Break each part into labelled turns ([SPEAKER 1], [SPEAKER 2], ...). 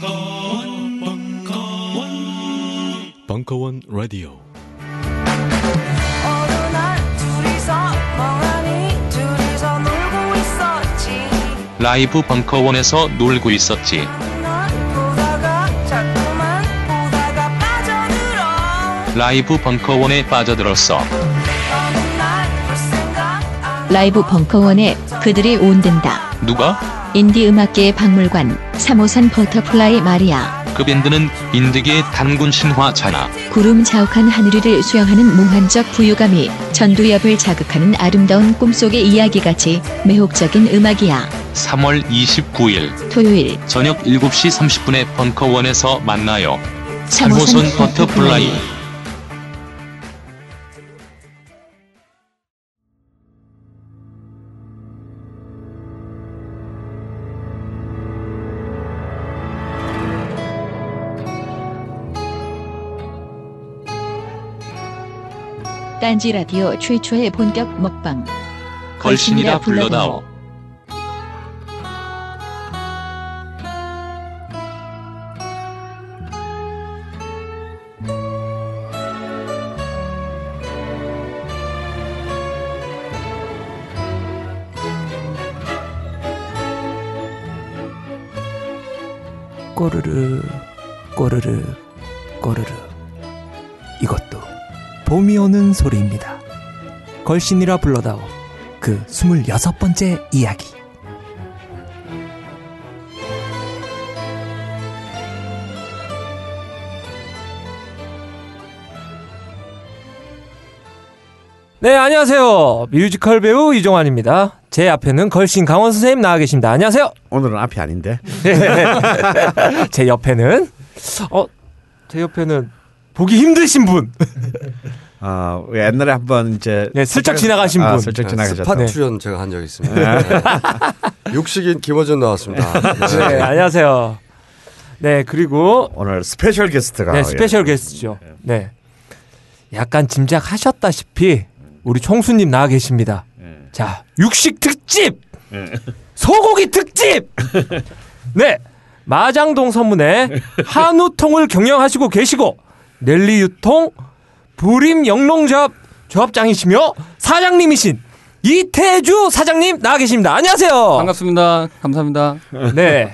[SPEAKER 1] 벙커원, 벙커원, 벙커원 라디오.
[SPEAKER 2] 어느 날 둘이서 멍하니 둘이서 놀고 있었지
[SPEAKER 3] 라이브 벙커원에서 놀고 있었지.
[SPEAKER 2] 난 보다가 자꾸만 보다가 빠져들어
[SPEAKER 3] 라이브 벙커원에 빠져들었어.
[SPEAKER 2] 어느 날볼 생각 안
[SPEAKER 4] 라이브
[SPEAKER 2] 하고
[SPEAKER 4] 벙커원에 그들이 온댄다.
[SPEAKER 3] 누가?
[SPEAKER 4] 인디 음악계의 박물관 3호선 버터플라이 마리아
[SPEAKER 3] 그 밴드는 인디계의 단군 신화잖아.
[SPEAKER 4] 구름 자욱한 하늘이를 수영하는 몽환적 부유감이 전두엽을 자극하는 아름다운 꿈속의 이야기같이 매혹적인 음악이야.
[SPEAKER 3] 3월 29일
[SPEAKER 4] 토요일
[SPEAKER 3] 저녁 7시 30분에 벙커원에서 만나요.
[SPEAKER 4] 3호선
[SPEAKER 3] 3호선 버터플라이.
[SPEAKER 4] 버터플라이. 딴지 라디오 최초의 본격 먹방
[SPEAKER 3] 걸신이라 불러다오.
[SPEAKER 5] 꼬르르 꼬르르 꼬르르 이것도 봄이 오는 소리입니다. 걸신이라 불러다오 그 26번째 이야기 네 안녕하세요 뮤지컬 배우 이종환입니다 제 앞에는 걸신 강원 선생님 나와 계십니다 안녕하세요
[SPEAKER 6] 오늘은 앞이 아닌데.
[SPEAKER 5] 제 옆에는 어, 제 옆에는 보기 힘드신 분.
[SPEAKER 6] 아 옛날에 한번 이제
[SPEAKER 5] 네, 슬쩍 지나가신
[SPEAKER 6] 아,
[SPEAKER 5] 분.
[SPEAKER 6] 슬쩍 지나가셨다.
[SPEAKER 7] 스팟
[SPEAKER 5] 네.
[SPEAKER 7] 출연 제가 한 적이 있습니다. 네. 육식인 김어준 나왔습니다. 네.
[SPEAKER 5] 네, 안녕하세요. 네, 그리고
[SPEAKER 6] 오늘 스페셜 게스트가
[SPEAKER 5] 네, 스페셜
[SPEAKER 6] 예.
[SPEAKER 5] 게스트죠. 네. 약간 짐작하셨다시피
[SPEAKER 6] 예.
[SPEAKER 5] 우리 총수님 나와 계십니다. 자, 육식 특집!
[SPEAKER 6] 예.
[SPEAKER 5] 소고기 특집! 네. 마장동 서문에 한우통을 경영하시고 계시고 넬리 유통 부림 영농조합 조합장이시며 사장님이신 이태주 사장님 나와 계십니다. 안녕하세요.
[SPEAKER 8] 반갑습니다. 감사합니다.
[SPEAKER 5] 네.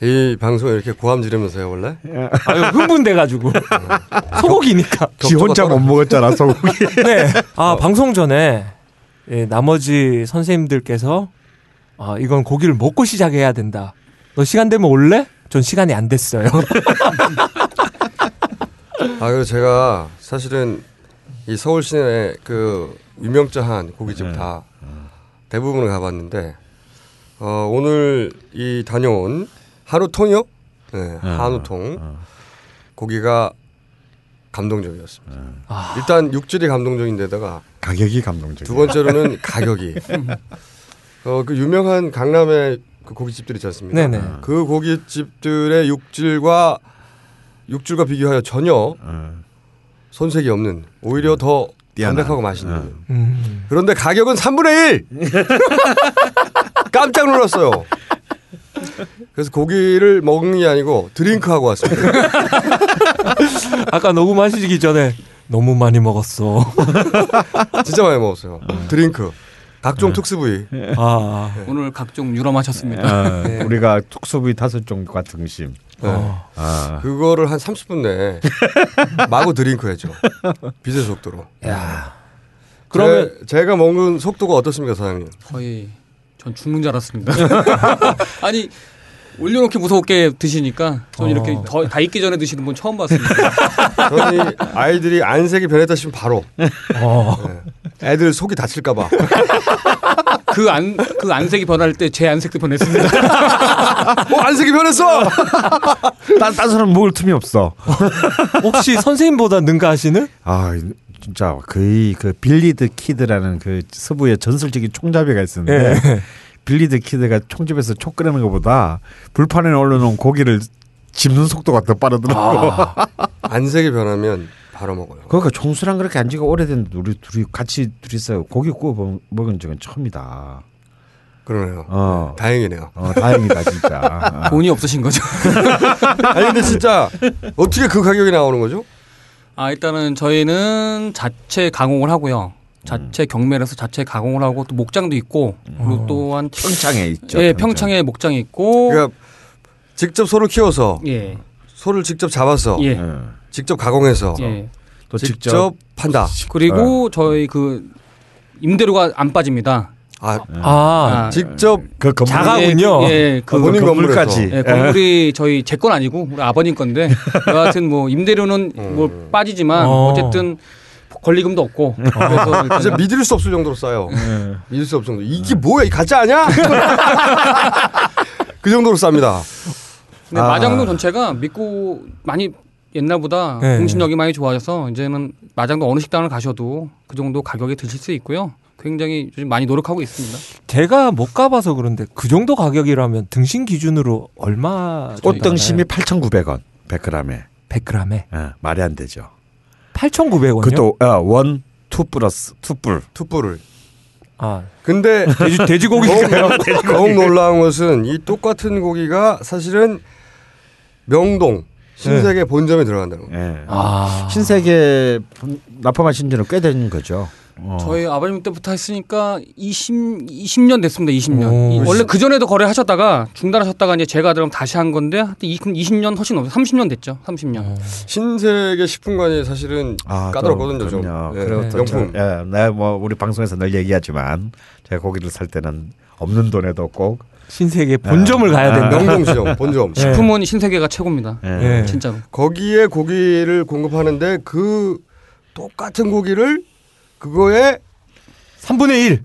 [SPEAKER 7] 이 방송 이렇게 고함 지르면서요 원래?
[SPEAKER 5] 아유, 흥분돼 가지고. 소고기니까.
[SPEAKER 6] 지 혼자 못 먹었잖아 소고기.
[SPEAKER 5] 네. 아 방송 전에 예, 나머지 선생님들께서 아 이건 고기를 먹고 시작해야 된다. 너 시간 되면 올래? 전 시간이 안 됐어요.
[SPEAKER 7] 아 그리고 제가 사실은 이 서울 시내 그 유명자한 고깃집 다 대부분을 가봤는데 어, 오늘 이 다녀온 한우통이요? 네, 한우통 고기가 감동적이었습니다. 일단 육질이 감동적인데다가
[SPEAKER 6] 가격이 감동적이야.
[SPEAKER 7] 두 번째로는 가격이. 어, 그 유명한 강남의 그 고깃집들 있지 않습니까?
[SPEAKER 5] 네네.
[SPEAKER 7] 그 고깃집들의 육질과 육질과 비교하여 전혀
[SPEAKER 6] 어.
[SPEAKER 7] 손색이 없는 오히려 더
[SPEAKER 6] 음. 뛰어난. 네.
[SPEAKER 7] 담백하고 맛있는.
[SPEAKER 5] 음.
[SPEAKER 7] 그런데 가격은 3분의 1! 깜짝 놀랐어요. 그래서 고기를 먹는 게 아니고 드링크하고 왔습니다.
[SPEAKER 5] 아까 녹음하시기 전에 너무 많이 먹었어.
[SPEAKER 7] 진짜 많이 먹었어요.
[SPEAKER 6] 네.
[SPEAKER 7] 드링크. 각종 특수 부위.
[SPEAKER 5] 아
[SPEAKER 8] 오늘 각종 유람하셨습니다.
[SPEAKER 6] 아,
[SPEAKER 5] 네.
[SPEAKER 6] 우리가 툭수비 다섯 종과 등심.
[SPEAKER 7] 네.
[SPEAKER 5] 어.
[SPEAKER 6] 아,
[SPEAKER 7] 그거를 한 30분 내에 마구 드링크 했죠. 빛의 속도로. 네.
[SPEAKER 5] 그러면
[SPEAKER 7] 제, 제가 먹는 속도가 어떻습니까, 사장님?
[SPEAKER 8] 거의 전 죽는 줄 알았습니다. 아니 올려놓기 무섭게 드시니까 전 이렇게 더, 다 익기 전에 드시는 분 처음 봤습니다.
[SPEAKER 7] 저는 이 아이들이 안색이 변했다 싶으면 바로
[SPEAKER 5] 어.
[SPEAKER 7] 애들 속이 다칠까 봐. 어,
[SPEAKER 8] 그 안 그 안색이 변할 때 제 안색도 변했습니다.
[SPEAKER 7] 어, 안색이 변했어.
[SPEAKER 6] 딴, 딴 사람 먹을 틈이 없어.
[SPEAKER 5] 혹시 선생님보다 능가하시는?
[SPEAKER 6] 아 진짜 거의 그 빌리드 키드라는 그 서부의 전설적인 총잡이가 있었는데
[SPEAKER 5] 예.
[SPEAKER 6] 빌리드 키드가 총집에서 촉 끓이는 것보다 불판에 올려놓은 고기를 집는 속도가 더
[SPEAKER 5] 아.
[SPEAKER 6] 빠르더라고.
[SPEAKER 7] 안색이 변하면 바로 먹어요.
[SPEAKER 6] 그러니까 종수랑 그렇게 안 지가 오래됐는데 우리 둘이 같이 둘이서 고기 구워 먹- 먹은 적은 처음이다.
[SPEAKER 7] 그러네요.
[SPEAKER 6] 어.
[SPEAKER 7] 다행이네요.
[SPEAKER 6] 어, 다행이다 진짜. 어.
[SPEAKER 8] 돈이 없으신 거죠?
[SPEAKER 7] 아니 근데 진짜 어떻게 그 가격이 나오는 거죠?
[SPEAKER 8] 아 일단은 저희는 자체 가공을 하고요. 자체 경매를 해서 자체 가공을 하고 또 목장도 있고 그리고 또한
[SPEAKER 6] 평창에 있죠.
[SPEAKER 8] 예, 평창에 목장이 있고
[SPEAKER 7] 그러니까 직접 소를 키워서
[SPEAKER 8] 예.
[SPEAKER 7] 소를 직접 잡아서
[SPEAKER 8] 예.
[SPEAKER 6] 예.
[SPEAKER 7] 직접 가공해서
[SPEAKER 8] 예.
[SPEAKER 6] 또
[SPEAKER 7] 직접,
[SPEAKER 6] 직접
[SPEAKER 7] 판다.
[SPEAKER 8] 그리고 저희 그 임대료가 안 빠집니다.
[SPEAKER 7] 아
[SPEAKER 5] 아,
[SPEAKER 8] 아,
[SPEAKER 7] 직접
[SPEAKER 6] 그 건물
[SPEAKER 5] 자가- 자가군요.
[SPEAKER 8] 예, 예, 그
[SPEAKER 7] 본인
[SPEAKER 6] 건물까지.
[SPEAKER 8] 예, 건물이 저희 제 건 아니고 우리 아버님 건데 여하튼 뭐 임대료는 뭐 빠지지만
[SPEAKER 5] 어.
[SPEAKER 8] 어. 쨌든 권리금도 없고 그래서 일단은
[SPEAKER 7] 진짜 믿을 수 없을 정도로 싸요.
[SPEAKER 6] 네.
[SPEAKER 7] 믿을 수 없을 정도. 이게 뭐야? 이 가짜 아니야? 그 정도로 쌉니다.
[SPEAKER 8] 근데
[SPEAKER 6] 아.
[SPEAKER 8] 마장동 전체가 믿고 많이 옛날보다
[SPEAKER 5] 네.
[SPEAKER 8] 공신력이 많이 좋아져서 이제는 마장동 어느 식당을 가셔도 그 정도 가격에 드실 수 있고요. 굉장히 요즘 많이 노력하고 있습니다.
[SPEAKER 5] 제가 못 가봐서 그런데 그 정도 가격이라면 등심 기준으로 얼마?
[SPEAKER 6] 꽃등 심이 8,900원 100g에
[SPEAKER 5] 100g에
[SPEAKER 6] 예, 말이 안 되죠.
[SPEAKER 5] 8,900원요.
[SPEAKER 6] 그것도 어, 원, 투 플러스 투뿔.
[SPEAKER 7] 투뿔을.
[SPEAKER 5] 아,
[SPEAKER 7] 근데
[SPEAKER 5] 돼지, 돼지고기가
[SPEAKER 7] 너무, 너무 놀라운 것은 이 똑같은 고기가 사실은 명동
[SPEAKER 6] 네.
[SPEAKER 7] 신세계 본점에 들어간다는 거예요.
[SPEAKER 6] 예.
[SPEAKER 5] 아,
[SPEAKER 6] 신세계 분- 납품하신 지는 꽤 된 거죠. 어.
[SPEAKER 8] 저희 아버님 때부터 했으니까 20, 20년 됐습니다. 20년.
[SPEAKER 5] 오.
[SPEAKER 8] 이- 원래 그 전에도 거래하셨다가 중단하셨다가 이제 제가 들어면 다시 한 건데 하여튼 20, 년 훨씬 넘어 30년 됐죠. 30년. 신세계
[SPEAKER 7] 식품관이 사실은
[SPEAKER 6] 아,
[SPEAKER 7] 까다롭거든요, 좀.
[SPEAKER 6] 그럼요.
[SPEAKER 7] 예,
[SPEAKER 6] 그리고 또
[SPEAKER 7] 명품.
[SPEAKER 6] 저- 예, 내가 뭐 우리 방송에서 늘 얘기하지만 제가 고기를 살 때는 없는 돈에도 꼭
[SPEAKER 5] 신세계
[SPEAKER 6] 네.
[SPEAKER 5] 본점을 가야 된다.
[SPEAKER 7] 아, 네, 명동 지점 본점.
[SPEAKER 5] 예.
[SPEAKER 8] 식품은 신세계가 최고입니다.
[SPEAKER 6] 예.
[SPEAKER 5] 예.
[SPEAKER 8] 진짜로.
[SPEAKER 7] 거기에 고기를 공급하는데 그 똑같은 고기를 그거에
[SPEAKER 5] 3분의 1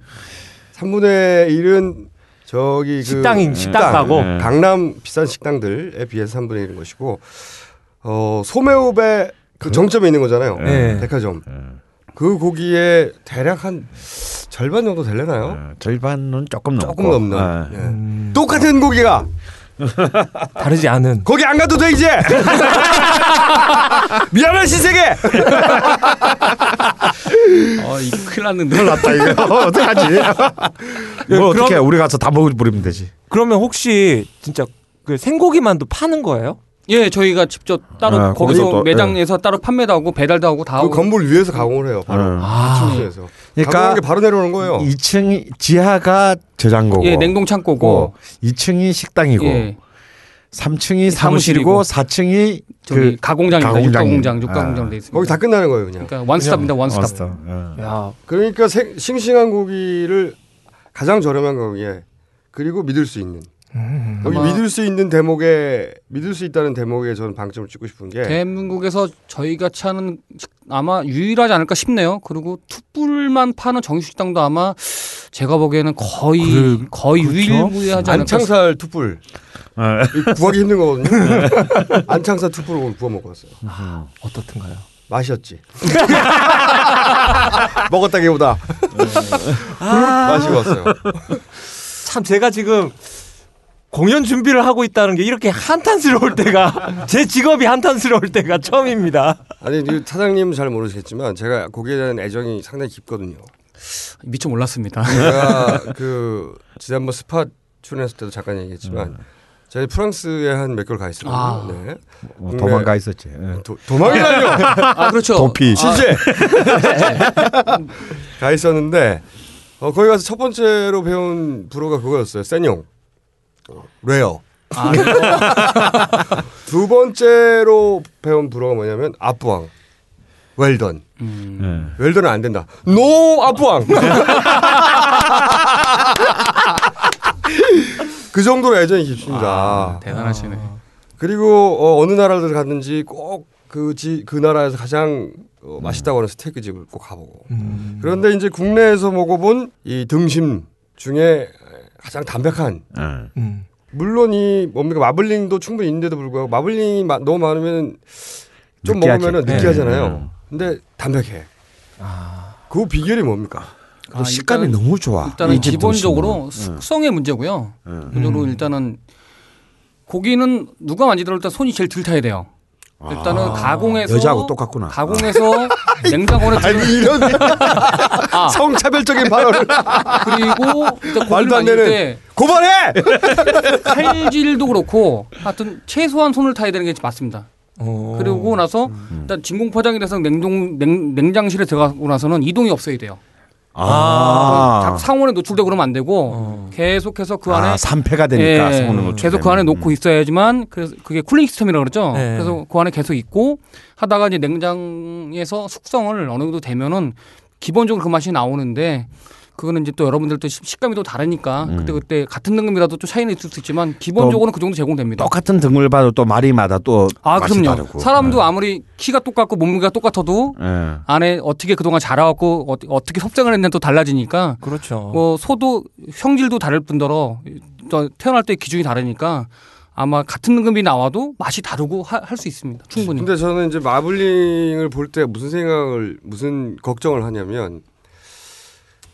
[SPEAKER 7] 3분의 1은 저기 그 네.
[SPEAKER 5] 식당인 식당 가고
[SPEAKER 6] 예.
[SPEAKER 7] 강남 비싼 식당들에 비해서 3분의 1인 것이고 어, 소매업의
[SPEAKER 5] 음.
[SPEAKER 7] 그 정점에 있는 거잖아요.
[SPEAKER 5] 예.
[SPEAKER 7] 백화점.
[SPEAKER 6] 예.
[SPEAKER 7] 그 고기에 대략 한 절반 정도 되려나요?
[SPEAKER 6] 어, 절반은 조금 넘고
[SPEAKER 7] 조금 넘나.
[SPEAKER 6] 예.
[SPEAKER 7] 예.
[SPEAKER 5] 음. 네.
[SPEAKER 7] 똑같은 고기가
[SPEAKER 5] 다르지 않은
[SPEAKER 7] 거기 안 가도 돼 이제.
[SPEAKER 5] 네.
[SPEAKER 7] 미안한 신세계.
[SPEAKER 8] 아, 이 큰일 났는데.
[SPEAKER 6] 났다 이거 어떡하지?
[SPEAKER 8] 예,
[SPEAKER 6] 뭐
[SPEAKER 5] 그럼-
[SPEAKER 6] 어떻게 우리 가서 다 먹어버리면 되지.
[SPEAKER 5] 그러면 혹시 진짜 그 생고기만도 파는 거예요?
[SPEAKER 8] 예, 저희가 직접 따로
[SPEAKER 6] 아,
[SPEAKER 8] 거기서
[SPEAKER 6] 거기서 또,
[SPEAKER 8] 매장에서 따로 판매도 하고 배달도 하고
[SPEAKER 7] 그
[SPEAKER 8] 다 하고
[SPEAKER 7] 건물 위에서 가공을 해요. 바로.
[SPEAKER 6] 예.
[SPEAKER 5] 아,
[SPEAKER 7] 침수해서.
[SPEAKER 6] 그러니까
[SPEAKER 7] 가공한 게 바로 내려오는 거예요.
[SPEAKER 6] 2층 지하가 저장고고
[SPEAKER 8] 어.
[SPEAKER 6] 어,
[SPEAKER 8] 예, 냉동 창고고
[SPEAKER 6] 2층이 식당이고
[SPEAKER 8] 예,
[SPEAKER 6] 3층이 사무실이고
[SPEAKER 8] 사무실이고,
[SPEAKER 6] 4층이 그
[SPEAKER 8] 저기 가공장입니다.
[SPEAKER 6] 가공장이-
[SPEAKER 8] 육가공장,
[SPEAKER 6] 아.
[SPEAKER 8] 육가공장으로 돼 있습니다.
[SPEAKER 7] 거기 다 끝나는 거예요, 그냥.
[SPEAKER 8] 그러니까 원스톱입니다. 원스톱.
[SPEAKER 6] 원스터. 예.
[SPEAKER 5] 야,
[SPEAKER 7] 그러니까 생- 싱싱한 고기를 가장 저렴한 가격에 그리고 믿을 수 있는
[SPEAKER 5] 음.
[SPEAKER 7] 여기
[SPEAKER 8] 아마-
[SPEAKER 7] 믿을 수 있는 대목에 믿을 수 있다는 대목에 저는 방점을 찍고 싶은 게
[SPEAKER 5] 네.
[SPEAKER 8] 대한민국에서 저희가 차는 식- 아마 유일하지 않을까 싶네요. 그리고 투뿔만 파는 정식당도 아마 제가 보기에는 거의
[SPEAKER 5] 그-
[SPEAKER 8] 거의
[SPEAKER 5] 그렇죠.
[SPEAKER 8] 유일무이하지 않을까. 싶-
[SPEAKER 7] 안창살 투뿔
[SPEAKER 6] 예.
[SPEAKER 7] 이거 구하기 힘든 거거든요. 안창살 투뿔을 오늘 구워 먹었어요.
[SPEAKER 5] 네. 아, 어떻든가요?
[SPEAKER 7] 마셨지. 먹었다기보다
[SPEAKER 5] 네. 아.
[SPEAKER 7] 마시고 왔어요.
[SPEAKER 5] 참 제가 지금 공연 준비를 하고 있다는 게 이렇게 한탄스러울 때가 제 직업이 한탄스러울 때가 처음입니다.
[SPEAKER 7] 아니 이 사장님은 잘 모르시겠지만 제가 고기에 대한 애정이 상당히 깊거든요.
[SPEAKER 8] 미처 몰랐습니다.
[SPEAKER 7] 네. 제가 그 지난번 스팟 출연했을 때도 잠깐 얘기했지만 저희 프랑스에 한 몇 개월 가 있었거든요.
[SPEAKER 8] 아.
[SPEAKER 7] 네.
[SPEAKER 6] 뭐
[SPEAKER 7] 국내-
[SPEAKER 6] 도망가 있었지. 예.
[SPEAKER 7] 도, 도망이라뇨.
[SPEAKER 8] 어, 아 그렇죠.
[SPEAKER 6] 도피.
[SPEAKER 7] 진짜 가 있었는데 어, 거기 가서 첫 번째로 배운 불어가 그거였어요. 센용. 어, 레어.
[SPEAKER 8] 아, 그래요?
[SPEAKER 7] 두 번째로 배운 불어가 뭐냐면 압부왕. 웰던.
[SPEAKER 8] 음.
[SPEAKER 6] 예.
[SPEAKER 7] 웰던은 안 된다. 노 압부왕. 그 정도로 애정이 깊습니다.
[SPEAKER 8] 대단하시네.
[SPEAKER 7] 그리고 어, 어느 나라를 갔는지 꼭 그 지, 그 나라에서 가장 어, 맛있다고 하는 스테이크 집을 꼭 가보고.
[SPEAKER 6] 음.
[SPEAKER 7] 그런데 이제 국내에서 먹어본 이 등심 중에 가장 담백한
[SPEAKER 6] 예.
[SPEAKER 5] 음.
[SPEAKER 7] 물론 이 뭡니까 마블링도 충분히 있는데도 불구하고 마블링이 마- 너무 많으면 좀
[SPEAKER 6] 느끼하지.
[SPEAKER 7] 먹으면
[SPEAKER 6] 네. 아.
[SPEAKER 7] 느끼하잖아요. 근데 담백해. 그 비결이 뭡니까?
[SPEAKER 6] 그
[SPEAKER 8] 아,
[SPEAKER 6] 식감이
[SPEAKER 8] 일단-
[SPEAKER 6] 너무 좋아.
[SPEAKER 8] 일단은
[SPEAKER 6] 이집
[SPEAKER 8] 기본적으로
[SPEAKER 6] 등심은.
[SPEAKER 8] 숙성의 문제고요. 그
[SPEAKER 6] 예.
[SPEAKER 8] 기본적으로 일단은 고기는 누가 만지더라도 일단 손이 제일 들 타야 돼요. 일단은 가공해서
[SPEAKER 6] 아, 여자하고 똑같구나. 아.
[SPEAKER 8] 가공해서 냉장고에
[SPEAKER 7] 아니 이런
[SPEAKER 8] 아,
[SPEAKER 7] 성차별적인 발언을
[SPEAKER 8] 그리고 일단 고기를
[SPEAKER 7] 말도 안
[SPEAKER 8] 만들
[SPEAKER 7] 되는
[SPEAKER 8] 때
[SPEAKER 7] 고발해.
[SPEAKER 8] 칼질도 그렇고 하여튼 최소한 손을 타야 되는 게 맞습니다.
[SPEAKER 5] 어.
[SPEAKER 8] 그리고 나서
[SPEAKER 6] 음.
[SPEAKER 8] 일단 진공 포장이 돼서 냉동 냉, 냉장실에 들어가고 나서는 이동이 없어야 돼요. 아, 각 상온에 노출되고 그러면 안 되고 계속해서 그 안에
[SPEAKER 6] 어. 아, 산패가 되니까 뭐
[SPEAKER 8] 예,
[SPEAKER 6] 성능 노출.
[SPEAKER 8] 계속 그 안에 놓고 있어야지만 그래서 그게 쿨링 시스템이라고 그랬죠.
[SPEAKER 6] 예.
[SPEAKER 5] 네.
[SPEAKER 8] 그래서 그 안에 계속 있고 하다가 이제 냉장에서 숙성을 어느 정도 되면은 기본적으로 그 맛이 나오는데 그거는 이제 또 여러분들 또 식- 식감이 또 다르니까
[SPEAKER 6] 음.
[SPEAKER 8] 그때 그때 같은 등급이라도 또 차이는 있을 수 있지만 기본적으로는 그 정도 제공됩니다.
[SPEAKER 6] 똑같은 등을 봐도 또 마리마다 또
[SPEAKER 8] 아
[SPEAKER 6] 맛이
[SPEAKER 8] 그럼요.
[SPEAKER 6] 다르고. 네.
[SPEAKER 8] 사람도 아무리 키가 똑같고 몸무게가 똑같아도
[SPEAKER 6] 예. 예.
[SPEAKER 8] 안에 어떻게 그동안 자라왔고 어- 어떻게 섭생을 했냐 또 달라지니까
[SPEAKER 5] 그렇죠.
[SPEAKER 7] 어.
[SPEAKER 8] 뭐 소도 형질도 다를 뿐더러 또 태어날 때 기준이 다르니까 아마 같은 등급이 나와도 맛이 다르고 할 수 있습니다. 충분히.
[SPEAKER 7] 근데 저는 이제 마블링을 볼 때 무슨 생각을 무슨 걱정을 하냐면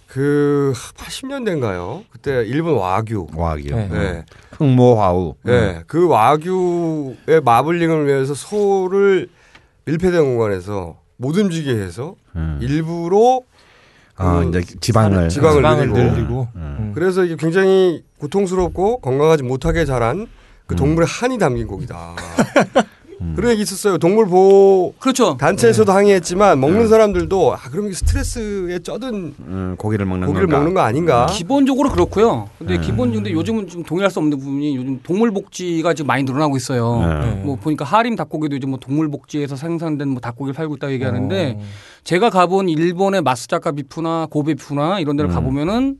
[SPEAKER 7] 그 80년대인가요? 그때 일본 와규.
[SPEAKER 6] 와규.
[SPEAKER 5] 네.
[SPEAKER 7] 네.
[SPEAKER 6] 흑모화우. 음.
[SPEAKER 7] 네. 그 와규의 마블링을 위해서 소를 밀폐된 공간에서 못 움직이게 해서
[SPEAKER 6] 음.
[SPEAKER 7] 일부러
[SPEAKER 6] 아,
[SPEAKER 7] 그
[SPEAKER 6] 이제 지방을
[SPEAKER 7] 지방을
[SPEAKER 5] 네. 지방을
[SPEAKER 7] 늘리고.
[SPEAKER 5] 늘리고.
[SPEAKER 6] 음.
[SPEAKER 5] 음.
[SPEAKER 7] 그래서 이게 굉장히 고통스럽고 건강하지 못하게 자란 그 동물의 한이 담긴 곡이다. 그런 얘기 있었어요. 동물 보호
[SPEAKER 8] 그렇죠.
[SPEAKER 7] 단체에서도 항의했지만 먹는
[SPEAKER 8] 네.
[SPEAKER 7] 사람들도 아 그럼 이게 스트레스에 쪄든
[SPEAKER 6] 음, 고기를 먹는
[SPEAKER 7] 고기를
[SPEAKER 6] 건가?
[SPEAKER 7] 먹는 거 아닌가?
[SPEAKER 8] 음, 기본적으로 그렇고요. 근데
[SPEAKER 7] 네.
[SPEAKER 8] 기본 근데 요즘은 좀 동의할 수 없는 부분이 요즘 동물 복지가 지금 많이 늘어나고 있어요.
[SPEAKER 6] 예.
[SPEAKER 5] 네.
[SPEAKER 8] 뭐 보니까 하림 닭고기도 이제 뭐 동물 복지에서 생산된 뭐 닭고기를 팔고 있다고
[SPEAKER 7] 어.
[SPEAKER 8] 얘기하는데 제가 가본 일본의 마스자카 비프나 고베프나 이런
[SPEAKER 7] 음.
[SPEAKER 8] 데를 가보면은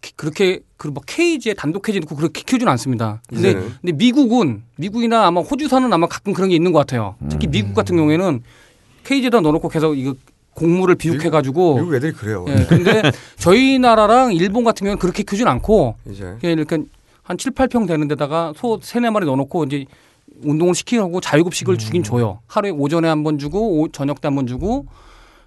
[SPEAKER 8] 키- 그렇게 그막 케이지에 단독 케이지 넣고 그렇게 키우진 않습니다. 근데,
[SPEAKER 7] 이제는.
[SPEAKER 8] 근데 미국은 미국이나 아마 호주사는 아마 가끔 그런 게 있는 것 같아요. 특히
[SPEAKER 7] 음.
[SPEAKER 8] 미국 같은 경우에는 케이지에다 넣어놓고 계속 이거 곡물을 비육해가지고
[SPEAKER 7] 미국 애들이 그래요.
[SPEAKER 8] 예, 근데 저희 나라랑 일본 같은 경우는 그렇게 키우진 않고
[SPEAKER 7] 이제
[SPEAKER 8] 그냥 이렇게 한 7, 8평 되는 데다가 소 세네 마리 넣어놓고 이제 운동을 시키고 자유급식을
[SPEAKER 7] 음.
[SPEAKER 8] 주긴 줘요. 하루에 오전에 한 번 주고 오- 저녁 때 한 번 주고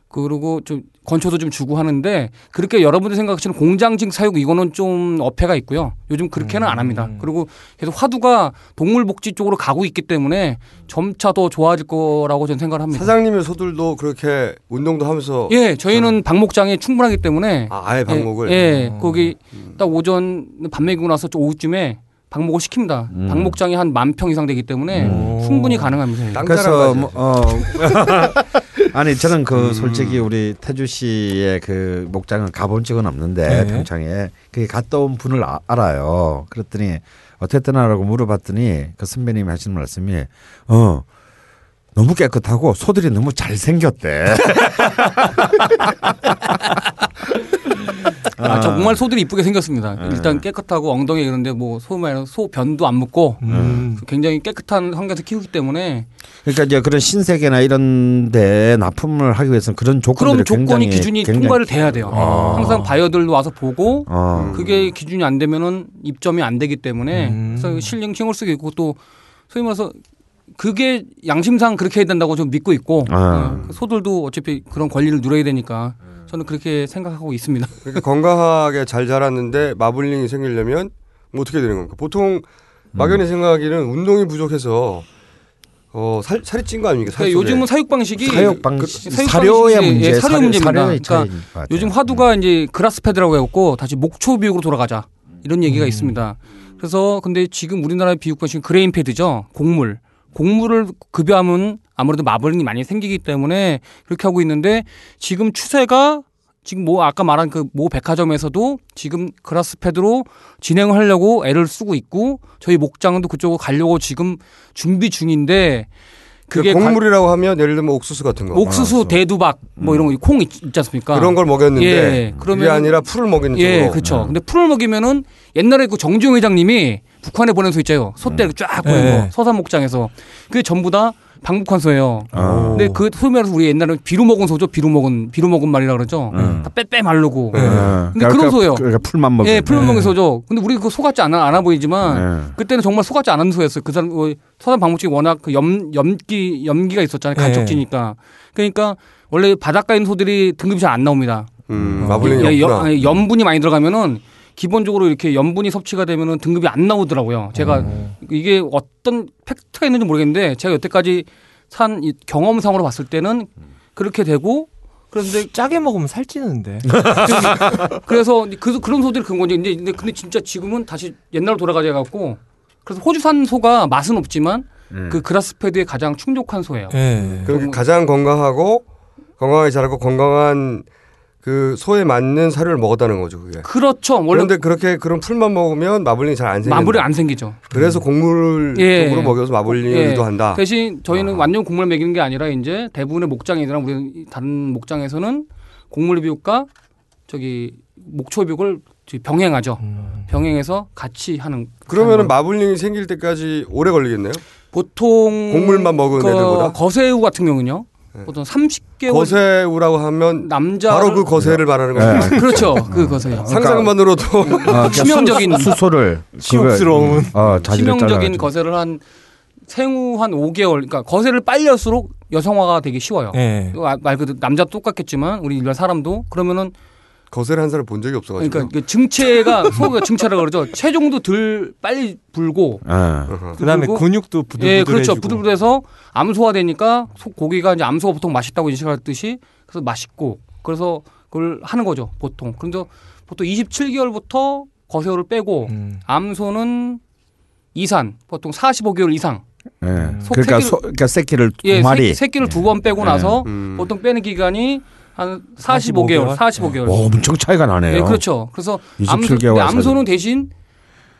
[SPEAKER 8] 그리고 좀 건초도 좀 주고 하는데 그렇게 여러분들 생각하시는 공장직 사육 이거는 좀 어폐가 있고요. 요즘 그렇게는 안 합니다.
[SPEAKER 7] 음.
[SPEAKER 8] 그리고 계속 화두가 동물복지 쪽으로 가고 있기 때문에 점차 더 좋아질 거라고 저는 생각을 합니다.
[SPEAKER 7] 사장님의 소들도 그렇게 운동도 하면서
[SPEAKER 8] 예, 저희는 방목장이 충분하기 때문에
[SPEAKER 7] 아, 아예 방목을 음.
[SPEAKER 8] 예, 예, 거기 딱 오전 밥 먹이고 나서 좀 오후쯤에 방목을 시킵니다.
[SPEAKER 6] 음.
[SPEAKER 8] 방목장이 한 만 평 이상 되기 때문에 충분히 가능합니다. 그러니까
[SPEAKER 6] 그래서
[SPEAKER 7] 땅자랑
[SPEAKER 6] 뭐, 어 아니 저는 그
[SPEAKER 8] 음.
[SPEAKER 6] 솔직히 우리 태주 씨의 그 목장은 가본 적은 없는데
[SPEAKER 5] 네.
[SPEAKER 6] 평창에 그 갔다 온 분을 아- 알아요. 그랬더니 어땠더나라고 물어봤더니 그 선배님이 하시는 말씀이 어 너무 깨끗하고 소들이 너무 잘 생겼대.
[SPEAKER 8] 아, 정말 소들이 이쁘게 생겼습니다.
[SPEAKER 6] 음.
[SPEAKER 8] 일단 깨끗하고 엉덩이 이런데 뭐 소만 소 변도 안 묻고
[SPEAKER 5] 음.
[SPEAKER 8] 굉장히 깨끗한 환경에서 키우기 때문에
[SPEAKER 6] 그러니까 이제 그런 신세계나 이런데 납품을 하기 위해서는 그런 조건들이
[SPEAKER 8] 그런 조건이
[SPEAKER 6] 굉장히-
[SPEAKER 8] 기준이
[SPEAKER 6] 굉장히-
[SPEAKER 8] 통과를 돼야 돼요.
[SPEAKER 6] 아.
[SPEAKER 8] 항상 바이어들 와서 보고
[SPEAKER 6] 어.
[SPEAKER 8] 그게 기준이 안 되면은 입점이 안 되기 때문에
[SPEAKER 5] 음.
[SPEAKER 8] 그래서 실링 신을 쓰고 있고 또 소위 말해서 그게 양심상 그렇게 해야 된다고 좀 믿고 있고
[SPEAKER 6] 아.
[SPEAKER 8] 예, 그 소들도 어차피 그런 권리를 누려야 되니까 저는 그렇게 생각하고 있습니다.
[SPEAKER 7] 그러니까 건강하게 잘 자랐는데 마블링이 생기려면 뭐 어떻게 되는 겁니까? 보통
[SPEAKER 8] 음.
[SPEAKER 7] 막연히 생각하기는 운동이 부족해서 어, 살, 살이 찐 거 아닙니까? 살
[SPEAKER 8] 그러니까
[SPEAKER 7] 속에.
[SPEAKER 8] 요즘은 사육 방식이
[SPEAKER 6] 사육 방
[SPEAKER 8] 그- 사육
[SPEAKER 6] 사료의
[SPEAKER 8] 방식이-
[SPEAKER 6] 문제
[SPEAKER 8] 예, 사료
[SPEAKER 6] 사료-
[SPEAKER 8] 문제입니다.
[SPEAKER 6] 사료의
[SPEAKER 8] 그러니까
[SPEAKER 6] 차이인 것 같아요.
[SPEAKER 8] 요즘
[SPEAKER 7] 음.
[SPEAKER 8] 화두가 이제 그라스패드라고 해갖고 다시 목초 비육으로 돌아가자 이런
[SPEAKER 7] 음.
[SPEAKER 8] 얘기가 있습니다. 그래서 근데 지금 우리나라의 비육 방식은 그레인패드죠. 곡물. 곡물을 급여하면 아무래도 마블링이 많이 생기기 때문에 그렇게 하고 있는데 지금 추세가 지금 뭐 아까 말한 그 모 백화점에서도 지금 그라스패드로 진행을 하려고 애를 쓰고 있고 저희 목장도 그쪽으로 가려고 지금 준비 중인데 그게
[SPEAKER 7] 그러니까
[SPEAKER 8] 가-
[SPEAKER 7] 곡물이라고 하면 예를 들면 옥수수 같은 거.
[SPEAKER 8] 옥수수, 대두박 뭐 이런 거 콩 있지 않습니까?
[SPEAKER 7] 음. 그런 걸 먹였는데
[SPEAKER 8] 예, 그러면은-
[SPEAKER 7] 그게 아니라 풀을 먹이는
[SPEAKER 8] 예,
[SPEAKER 7] 쪽으로. 네.
[SPEAKER 8] 그렇죠. 근데 풀을 먹이면은 옛날에 그 정주영 회장님이 북한에 보낸 소 있잖아요. 소떼
[SPEAKER 7] 음.
[SPEAKER 8] 이렇게 쫙 보낸
[SPEAKER 5] 예.
[SPEAKER 8] 거. 서산 목장에서. 그게 전부 다 방북한 소예요.
[SPEAKER 5] 음.
[SPEAKER 6] 아.
[SPEAKER 8] 근데 그 소위 말해서 우리 옛날에 비루 먹은 소죠. 비루 먹은 비루 먹은 말이라 그러죠.
[SPEAKER 7] 음.
[SPEAKER 8] 다 빼빼 말르고. 음. 네. 근데 그런 소예요.
[SPEAKER 6] 어. 그러니까 풀만 먹는.
[SPEAKER 8] 예, 음, 풀을
[SPEAKER 7] 네.
[SPEAKER 8] 먹은 소죠. 근데 우리 그 소 같지 않아 않아 보이지만
[SPEAKER 6] 예.
[SPEAKER 8] 그때는 정말 소 같지 않은 소였어요. 그 사람 어, 서산 방북쪽이 워낙 그 염, 염기 염기가 있었잖아요.
[SPEAKER 7] 네.
[SPEAKER 5] 예.
[SPEAKER 8] 간척지니까. 그러니까 원래 바닷가에 있는 소들이 등급이 잘 안 나옵니다.
[SPEAKER 7] 음, 마블링이
[SPEAKER 8] 예, 여-
[SPEAKER 7] 없구나.
[SPEAKER 8] 아니, 염분이 많이 들어가면은 기본적으로 이렇게 염분이 섭취가 되면은 등급이 안 나오더라고요. 제가 이게 어떤 팩트가 있는지 모르겠는데 제가 여태까지 산 이 경험상으로 봤을 때는 그렇게 되고 그런데
[SPEAKER 5] 짜게 먹으면 살찌는데.
[SPEAKER 8] 그래서 그 그런 소들이 그런 건데 근데, 근데 근데 진짜 지금은 다시 옛날로 돌아가져 갖고 그래서 호주산 소가 맛은 없지만 그 그라스패드에 가장 충족한 소예요. 네.
[SPEAKER 5] 예.
[SPEAKER 7] 그렇게 가장 건강하고 건강하게 자라고 건강한 그 소에 맞는 사료를 먹었다는 거죠 그게.
[SPEAKER 8] 그렇죠. 원래
[SPEAKER 7] 그런데 그렇게 그런 풀만 먹으면 마블링이 잘 안 생긴다.
[SPEAKER 8] 마블이 안 생기죠.
[SPEAKER 7] 그래서 곡물
[SPEAKER 8] 예.
[SPEAKER 7] 쪽으로 먹여서 마블링을
[SPEAKER 8] 예.
[SPEAKER 7] 유도한다.
[SPEAKER 8] 대신 저희는
[SPEAKER 7] 아하.
[SPEAKER 8] 완전 곡물 먹이는 게 아니라 이제 대부분의 목장이랑 우리 다른 목장에서는 곡물 비육과 저기 목초 비육을 병행하죠.
[SPEAKER 6] 음.
[SPEAKER 8] 병행해서 같이 하는
[SPEAKER 7] 그러면은 마블링이 생길 때까지 오래 걸리겠네요.
[SPEAKER 8] 보통 그
[SPEAKER 7] 곡물만 먹은 애들보다?
[SPEAKER 8] 거세우 같은 경우는요.
[SPEAKER 7] 네.
[SPEAKER 8] 보통 30개월
[SPEAKER 7] 거세우라고 하면
[SPEAKER 8] 예, 남자
[SPEAKER 7] 바로 그 음. 거세를 말하는 거예요.
[SPEAKER 6] 네.
[SPEAKER 8] 그렇죠. 그 거세요.
[SPEAKER 7] 상상만으로도
[SPEAKER 6] 어, 그러니까
[SPEAKER 8] 치명적인-
[SPEAKER 6] 수- 수소를
[SPEAKER 5] 치욕스러운.
[SPEAKER 6] 그걸, 어, 자질을
[SPEAKER 8] 치명적인
[SPEAKER 6] 잘라가지고.
[SPEAKER 8] 거세를 한 생후 한 5개월 그러니까 거세를 빨릴수록 여성화가 되기 쉬워요.
[SPEAKER 5] 예.
[SPEAKER 8] 이거 아, 말 그대로 남자 똑같겠지만 우리 일반 사람도 그러면은
[SPEAKER 7] 거세를 한 사람 본 적이 없어가지고.
[SPEAKER 8] 그러니까 그 증체가 소가 증체라 그러죠. 체중도 덜 빨리 불고
[SPEAKER 6] 예.
[SPEAKER 5] 그다음에
[SPEAKER 8] 그리고-
[SPEAKER 5] 근육도 부들부들해지고.
[SPEAKER 8] 예 그렇죠. 부들부들해서 암소화 되니까 소 고기가 이제 암소가 보통 맛있다고 인식하듯이 그래서 맛있고 그래서 그걸 하는 거죠 보통. 그런데 보통 27개월부터 거세호를 빼고
[SPEAKER 5] 음.
[SPEAKER 8] 암소는 이산 보통 45개월 이상
[SPEAKER 6] 예.
[SPEAKER 8] 음. 속
[SPEAKER 6] 그러니까
[SPEAKER 8] 새끼를-
[SPEAKER 6] 소, 그러니까 새끼를 두
[SPEAKER 8] 예
[SPEAKER 6] 마리.
[SPEAKER 8] 새, 새끼를 두 번 빼고 나서
[SPEAKER 7] 음.
[SPEAKER 8] 보통 빼는 기간이 한
[SPEAKER 5] 45
[SPEAKER 8] 45개월,
[SPEAKER 5] 개월?
[SPEAKER 8] 45개월.
[SPEAKER 6] 와, 어, 엄청 차이가 나네요.
[SPEAKER 8] 예, 그렇죠. 그래서
[SPEAKER 6] 27
[SPEAKER 8] 암소,
[SPEAKER 6] 개월
[SPEAKER 8] 근데 암소는 대신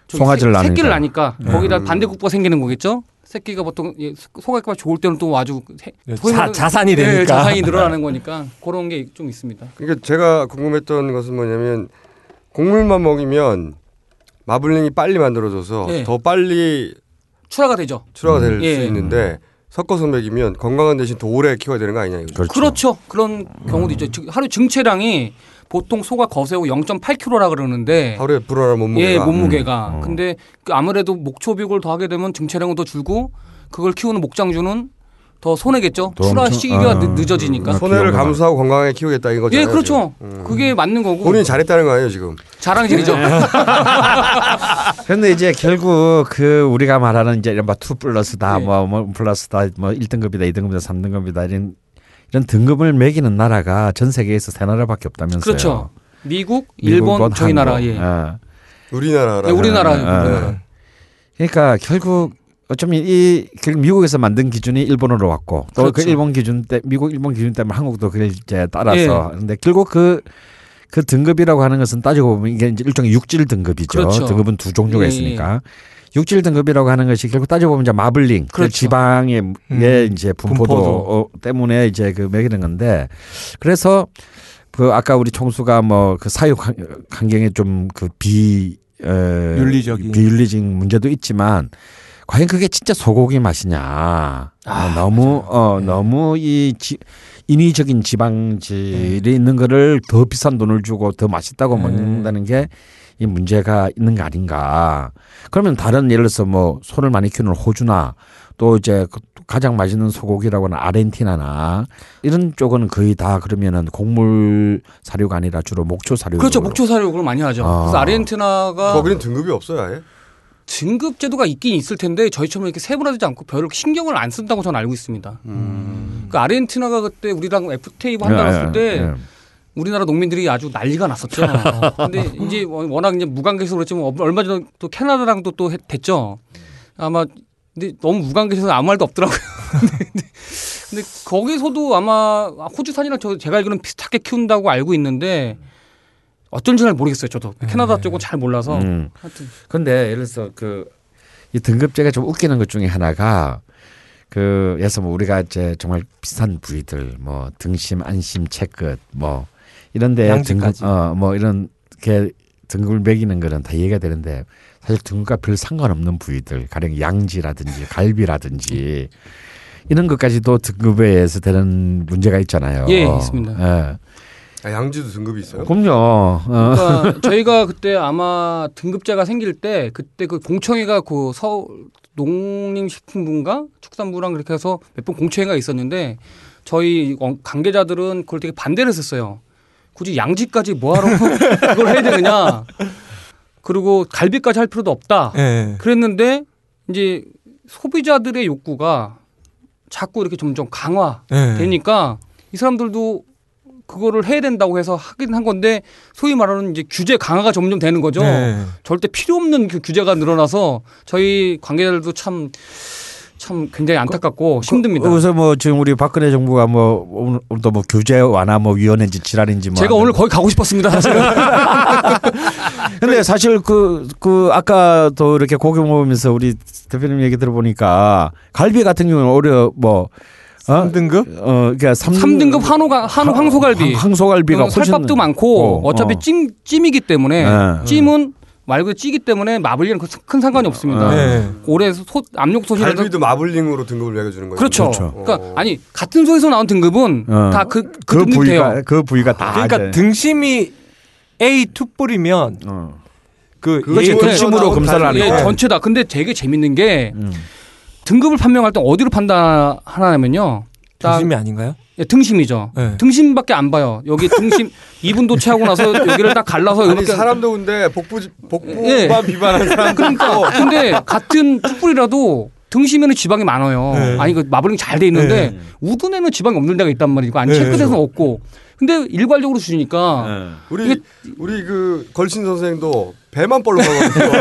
[SPEAKER 8] 저기
[SPEAKER 6] 송아지를 네.
[SPEAKER 8] 새- 새끼를
[SPEAKER 6] 낳으니까.
[SPEAKER 8] 낳으니까 거기다 반대국부가 생기는 거겠죠. 새끼가 보통 예, 소- 소갈비가 좋을 때는 또 아주 해-
[SPEAKER 5] 예,
[SPEAKER 8] 소위
[SPEAKER 5] 자,
[SPEAKER 8] 말하는-
[SPEAKER 5] 자산이
[SPEAKER 8] 예,
[SPEAKER 5] 되니까.
[SPEAKER 8] 자산이 늘어나는 거니까 그런 게 좀 있습니다.
[SPEAKER 7] 그러니까 제가 궁금했던 것은 뭐냐면 곡물만 먹이면 마블링이 빨리 만들어져서
[SPEAKER 8] 예.
[SPEAKER 7] 더 빨리
[SPEAKER 8] 출하가 되죠.
[SPEAKER 7] 출하가 될 수
[SPEAKER 8] 예.
[SPEAKER 7] 있는데 섞어서 먹이면 건강한 대신 더 오래 키워야 되는 거 아니냐 이거죠.
[SPEAKER 6] 그렇죠.
[SPEAKER 8] 그렇죠. 그런 경우도 있죠. 즉, 하루 증체량이 보통 소가 거세고 0.8kg라 그러는데
[SPEAKER 7] 하루에 불어나 몸무게가
[SPEAKER 8] 예, 몸무게가.
[SPEAKER 6] 음, 어.
[SPEAKER 8] 근데 그 아무래도 목초 비육을 더하게 되면 증체량은 더 줄고 그걸 키우는 목장주는 더 손해겠죠.
[SPEAKER 6] 더
[SPEAKER 8] 출하
[SPEAKER 6] 엄청-
[SPEAKER 8] 시기가
[SPEAKER 6] 아,
[SPEAKER 8] 늦- 늦어지니까.
[SPEAKER 6] 아,
[SPEAKER 7] 손해를
[SPEAKER 6] 비용을
[SPEAKER 7] 음. 감수하고 건강하게 키우겠다 이거죠.
[SPEAKER 8] 예, 그렇죠. 그게 맞는 거고.
[SPEAKER 7] 본인이 잘했다는 거 아니에요 지금?
[SPEAKER 8] 자랑질이죠.
[SPEAKER 6] 근데 이제 결국 그 우리가 말하는 이제 이른바 투 플러스다
[SPEAKER 8] 네.
[SPEAKER 6] 뭐, 뭐 플러스다 뭐 1등급이다 2등급이다 3등급이다 이런 이런 등급을 매기는 나라가 전 세계에서 세 나라밖에 없다면서요.
[SPEAKER 8] 그렇죠. 미국,
[SPEAKER 6] 미국은
[SPEAKER 8] 일본, 저희
[SPEAKER 6] 네. 한국.
[SPEAKER 8] 나라. 예.
[SPEAKER 6] 예.
[SPEAKER 7] 우리나라라.
[SPEAKER 8] 예, 우리나라.
[SPEAKER 6] 예. 그러니까 결국 어쩌면 이 결국 미국에서 만든 기준이 일본으로 왔고 또 그
[SPEAKER 8] 그렇죠.
[SPEAKER 6] 일본 기준 때 미국 일본 기준 때문에 한국도 그걸 이제 따라서
[SPEAKER 8] 예.
[SPEAKER 6] 근데 결국 그 그 등급이라고 하는 것은 따지고 보면 이게 이제 일종의 육질 등급이죠.
[SPEAKER 8] 그렇죠.
[SPEAKER 6] 등급은 두 종류가
[SPEAKER 8] 예,
[SPEAKER 6] 있으니까 육질 등급이라고 하는 것이 결국 따지고 보면 이제 마블링, 그
[SPEAKER 8] 그렇죠.
[SPEAKER 6] 지방의 의 이제 분포도,
[SPEAKER 5] 분포도.
[SPEAKER 6] 어, 때문에 이제 그 매기는 건데 그래서 그 아까 우리 총수가 뭐 그 사육 환- 환경에 좀 그비
[SPEAKER 5] 윤리적인.
[SPEAKER 6] 비윤리적인 문제도 있지만 과연 그게 진짜 소고기 맛이냐
[SPEAKER 5] 아,
[SPEAKER 6] 어, 너무 어
[SPEAKER 5] 네.
[SPEAKER 6] 너무 이 지, 인위적인 지방질이 있는 거를 더 비싼 돈을 주고 더 맛있다고
[SPEAKER 5] 네.
[SPEAKER 6] 먹는다는 게 이 문제가 있는 거 아닌가 그러면 다른 예를 들어서 뭐 소를 많이 키우는 호주나 또 이제 그 가장 맛있는 소고기라고 하는 아르헨티나나 이런 쪽은 거의 다 그러면은 곡물 사료가 아니라 주로 목초 사료
[SPEAKER 8] 그렇죠. 목초 사육을 많이 하죠.
[SPEAKER 6] 아.
[SPEAKER 8] 그래서 아르헨티나가
[SPEAKER 7] 거기는 등급이 없어요 아예.
[SPEAKER 8] 등급 제도가 있긴 있을 텐데 저희처럼 이렇게 세분화되지 않고 별로 신경을 안 쓴다고 저는 알고 있습니다. 그 아르헨티나가 그때 우리랑 FTA 한다고
[SPEAKER 6] 예, 네,
[SPEAKER 8] 했을 때 우리나라 농민들이 아주 난리가 났었죠. 근데 이제 워낙 이제 무관계에서 그렇지만 얼마 전에 또 캐나다랑도 또 했- 됐죠. 아마 근데 너무 무관계에서 아무 말도 없더라고요. 근데- 근데 거기서도 아마 호주산이랑 저 제가 알기로는 비슷하게 키운다고 알고 있는데 어쩐지 잘 모르겠어요. 저도 캐나다 쪽은 잘 몰라서
[SPEAKER 6] 음.
[SPEAKER 8] 하여튼
[SPEAKER 6] 근데 예를 들어서 그 이 등급제가 좀 웃기는 것 중에 하나가 그 예서 뭐 우리가 이제 정말 비싼 부위들 뭐 등심, 안심, 채끝 뭐 이런데 등급
[SPEAKER 5] 양지까지.
[SPEAKER 6] 어뭐 이런 게 등급을 매기는 거는 다 이해가 되는데 사실 등급과 별 상관없는 부위들 가령 양지라든지 갈비라든지 이런 것까지도 등급에 의해서 되는 문제가 있잖아요.
[SPEAKER 8] 예, 있습니다.
[SPEAKER 6] 예.
[SPEAKER 7] 아, 양지도 등급이 있어요?
[SPEAKER 6] 그럼요. 어.
[SPEAKER 8] 그러니까 저희가 그때 아마 등급제가 생길 때 그때 그 공청회가 그 서울 농림식품부인가 축산부랑 그렇게 해서 몇 번 공청회가 있었는데 저희 어, 관계자들은 그걸 되게 반대를 했었어요. 굳이 양지까지 뭐하러 그걸 해야 되느냐. 그리고 갈비까지 할
[SPEAKER 6] 네.
[SPEAKER 8] 필요도 없다.
[SPEAKER 5] 예.
[SPEAKER 8] 그랬는데 이제 소비자들의 욕구가 자꾸 이렇게 점점 강화
[SPEAKER 5] 네.
[SPEAKER 8] 되니까 이 사람들도 그거를 해야 된다고 해서 하긴 한 건데 소위 말하는 이제 규제 강화가 점점 되는 거죠.
[SPEAKER 5] 네.
[SPEAKER 8] 절대 필요 없는 그 규제가 늘어나서 저희 관계자들도 참 참 굉장히 안타깝고 힘듭니다.
[SPEAKER 6] 그래서 뭐 지금 우리 박근혜 정부가 뭐 오늘 또뭐 규제 완화 뭐 위원회인지 질환인지 뭐
[SPEAKER 8] 제가
[SPEAKER 6] 하는
[SPEAKER 8] 오늘 거의 가고 싶었습니다. 사실은.
[SPEAKER 6] 근데 사실 그, 그, 아까도 이렇게 고개 먹으면서 우리 대표님 얘기 들어보니까 갈비 같은 경우는 오히려 뭐, 어?
[SPEAKER 5] 3등급?
[SPEAKER 6] 어, 그러니까 삼
[SPEAKER 8] 3등급 한우가 한우 황소갈비.
[SPEAKER 6] 황, 소갈비가
[SPEAKER 8] 그러면 살밥도 많고
[SPEAKER 6] 어,
[SPEAKER 8] 어, 차피
[SPEAKER 6] 어.
[SPEAKER 8] 찜 찜이기 때문에
[SPEAKER 6] 네.
[SPEAKER 8] 찜은 말 그대로 찌기 때문에 마블링은 그- 큰 상관이 없습니다.
[SPEAKER 5] 네.
[SPEAKER 8] 올해 소, 압력 소실에서
[SPEAKER 7] 갈비도 마블링으로 등급을 매겨주는 거예요.
[SPEAKER 8] 그렇죠.
[SPEAKER 6] 그렇죠.
[SPEAKER 8] 그러니까
[SPEAKER 7] 어.
[SPEAKER 8] 아니 같은 소에서 나온 등급은
[SPEAKER 6] 어.
[SPEAKER 8] 다 그
[SPEAKER 6] 그
[SPEAKER 8] 그 등급 돼요.
[SPEAKER 6] 부위가, 그 부위가 다.
[SPEAKER 5] 그러니까
[SPEAKER 6] 이제,
[SPEAKER 5] 등심이 A 투뿔이면
[SPEAKER 6] 어.
[SPEAKER 5] 그
[SPEAKER 7] 그거
[SPEAKER 5] 예,
[SPEAKER 7] 지금
[SPEAKER 5] 등-
[SPEAKER 6] 등심으로
[SPEAKER 7] 나온
[SPEAKER 6] 검사를 하는
[SPEAKER 8] 예,
[SPEAKER 6] 네. 거예요.
[SPEAKER 8] 전체다. 근데 되게 재밌는 게
[SPEAKER 6] 음.
[SPEAKER 8] 등급을 판명할 때 어디로 판단하냐면요. 딱
[SPEAKER 5] 등심이 아닌가요?
[SPEAKER 8] 예, 등심이죠.
[SPEAKER 5] 네.
[SPEAKER 8] 등심밖에 안 봐요. 여기 등심 2분 도체하고 나서 여기를 딱 갈라서
[SPEAKER 7] 아니
[SPEAKER 8] 이렇게
[SPEAKER 7] 사람도 근데 복부 복부만
[SPEAKER 8] 예.
[SPEAKER 7] 비만한 사람도 있고
[SPEAKER 8] 그러니까 근데 같은 숯불이라도 등심에는 지방이 많아요.
[SPEAKER 5] 네.
[SPEAKER 8] 아니 그 마블링 잘 돼 있는데 우둔에는 지방이 없는 데가 있단 말이고
[SPEAKER 5] 네.
[SPEAKER 8] 아니 체크돼서 없고. 근데 일괄적으로 주니까
[SPEAKER 7] 우리 우리 그 걸친 선생도 배만 볼록하거든요.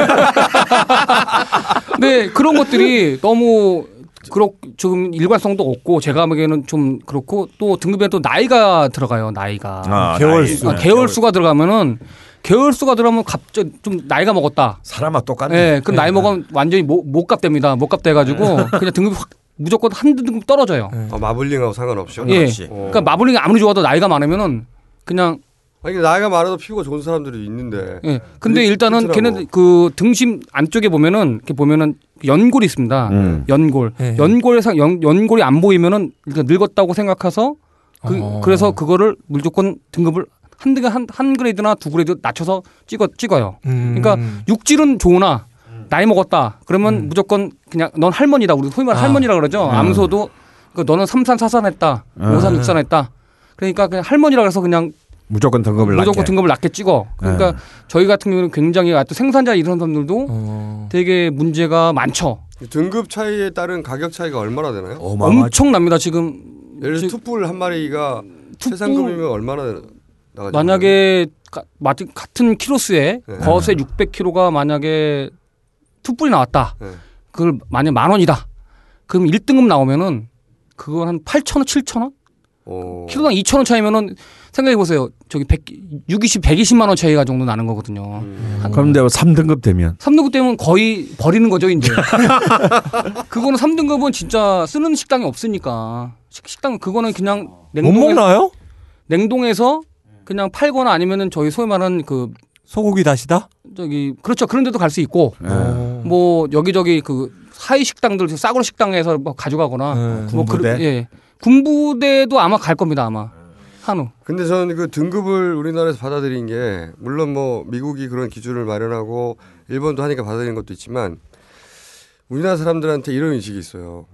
[SPEAKER 8] 근데 그런 것들이 너무 그렇 조금 일관성도 없고 제가 보기에는 좀 그렇고 또 등급에 또 나이가 들어가요 나이가
[SPEAKER 6] 아,
[SPEAKER 5] 개월
[SPEAKER 6] 나이.
[SPEAKER 5] 수.
[SPEAKER 8] 아, 개월 수가 들어가면은 개월 수가 들어가면 갑자기 좀 나이가 먹었다
[SPEAKER 6] 사람아 똑같네.
[SPEAKER 8] 예, 그럼 나이 먹으면 완전히 모- 못값 됩니다. 못값 돼가지고 그냥 등급이 확 무조건 한 등급 떨어져요.
[SPEAKER 5] 네.
[SPEAKER 7] 어, 마블링하고 상관없이.
[SPEAKER 8] 예.
[SPEAKER 7] 어.
[SPEAKER 8] 그러니까 마블링이 아무리 좋아도 나이가 많으면은 그냥
[SPEAKER 7] 아니 나이가 많아도 피부가 좋은 사람들이 있는데.
[SPEAKER 8] 예. 근데
[SPEAKER 7] 그게
[SPEAKER 8] 일단은
[SPEAKER 7] 그렇더라고.
[SPEAKER 8] 걔네 그 등심 안쪽에 보면은 이렇게 보면은 연골이 있습니다.
[SPEAKER 6] 음.
[SPEAKER 8] 연골.
[SPEAKER 7] 네.
[SPEAKER 5] 예.
[SPEAKER 8] 연골에 상 연, 연골이 안 보이면은 일단 늙었다고 생각해서 그
[SPEAKER 5] 어.
[SPEAKER 8] 그래서 그거를 무조건 등급을 한 등급 한, 한 그레이드나 두 그레이드 낮춰서 찍어 찍어요.
[SPEAKER 5] 음.
[SPEAKER 8] 그러니까 육질은 좋으나
[SPEAKER 7] 음.
[SPEAKER 8] 나이 먹었다. 그러면 무조건 그냥 넌 할머니다. 우리 소위 말
[SPEAKER 5] 아.
[SPEAKER 8] 할머니라 그러죠.
[SPEAKER 7] 음.
[SPEAKER 8] 암소도 그 너는 삼산 사산했다. 오산 육산했다. 그러니까 그냥 할머니라 그래서 그냥
[SPEAKER 6] 무조건 등급을 낮게.
[SPEAKER 8] 무조건 등급을 낮게 찍어. 그러니까 저희 같은 경우는 굉장히 아, 또 생산자 이런 사람들도
[SPEAKER 5] 어.
[SPEAKER 8] 되게 문제가 많죠.
[SPEAKER 7] 등급 차이에 따른 가격 차이가 얼마나 되나요?
[SPEAKER 6] 어마어마.
[SPEAKER 8] 엄청납니다. 지금
[SPEAKER 7] 예를 들어
[SPEAKER 8] 지-
[SPEAKER 7] 투뿔 한 마리가
[SPEAKER 8] 투뿔-
[SPEAKER 7] 최상급이면 얼마나 나가죠?
[SPEAKER 8] 만약에 가- 마- 같은 키로수에
[SPEAKER 7] 네.
[SPEAKER 8] 거세 600kg가 만약에 투뿔이 나왔다.
[SPEAKER 7] 네.
[SPEAKER 8] 그걸 만약 만 원이다. 그럼 1등급 나오면은 그건 한 8천 원, 7천 원?
[SPEAKER 7] 어.
[SPEAKER 8] 키로당 2천 원 차이면은 생각해 보세요. 저기 100, 620, 120만 원 차이가 정도 나는 거거든요.
[SPEAKER 6] 그런데 3등급 되면.
[SPEAKER 8] 삼 3등급 되면 거의 버리는 거죠, 이제. 그거는 3등급은 진짜 쓰는 식당이 없으니까. 식, 식당 그거는 그냥
[SPEAKER 5] 못
[SPEAKER 8] 냉동에서,
[SPEAKER 5] 먹나요?
[SPEAKER 8] 냉동에서 그냥 팔거나 아니면은 저희 소위 말하는 그
[SPEAKER 5] 소고기 다시다?
[SPEAKER 8] 저기 그렇죠. 그런 데도 갈 수 있고
[SPEAKER 5] 어.
[SPEAKER 8] 뭐 여기저기 그 사이 식당들 싸구려 식당에서 뭐 가져가거나
[SPEAKER 5] 네.
[SPEAKER 8] 뭐
[SPEAKER 6] 군부대?
[SPEAKER 8] 그런- 예. 군부대도 아마 갈 겁니다, 아마. 한우.
[SPEAKER 7] 근데 저는 그 등급을 우리나라에서 받아들인 게 물론 뭐 미국이 그런 기준을 마련하고 일본도 하니까 받아들인 것도 있지만 우리나라 사람들한테 이런 인식이 있어요.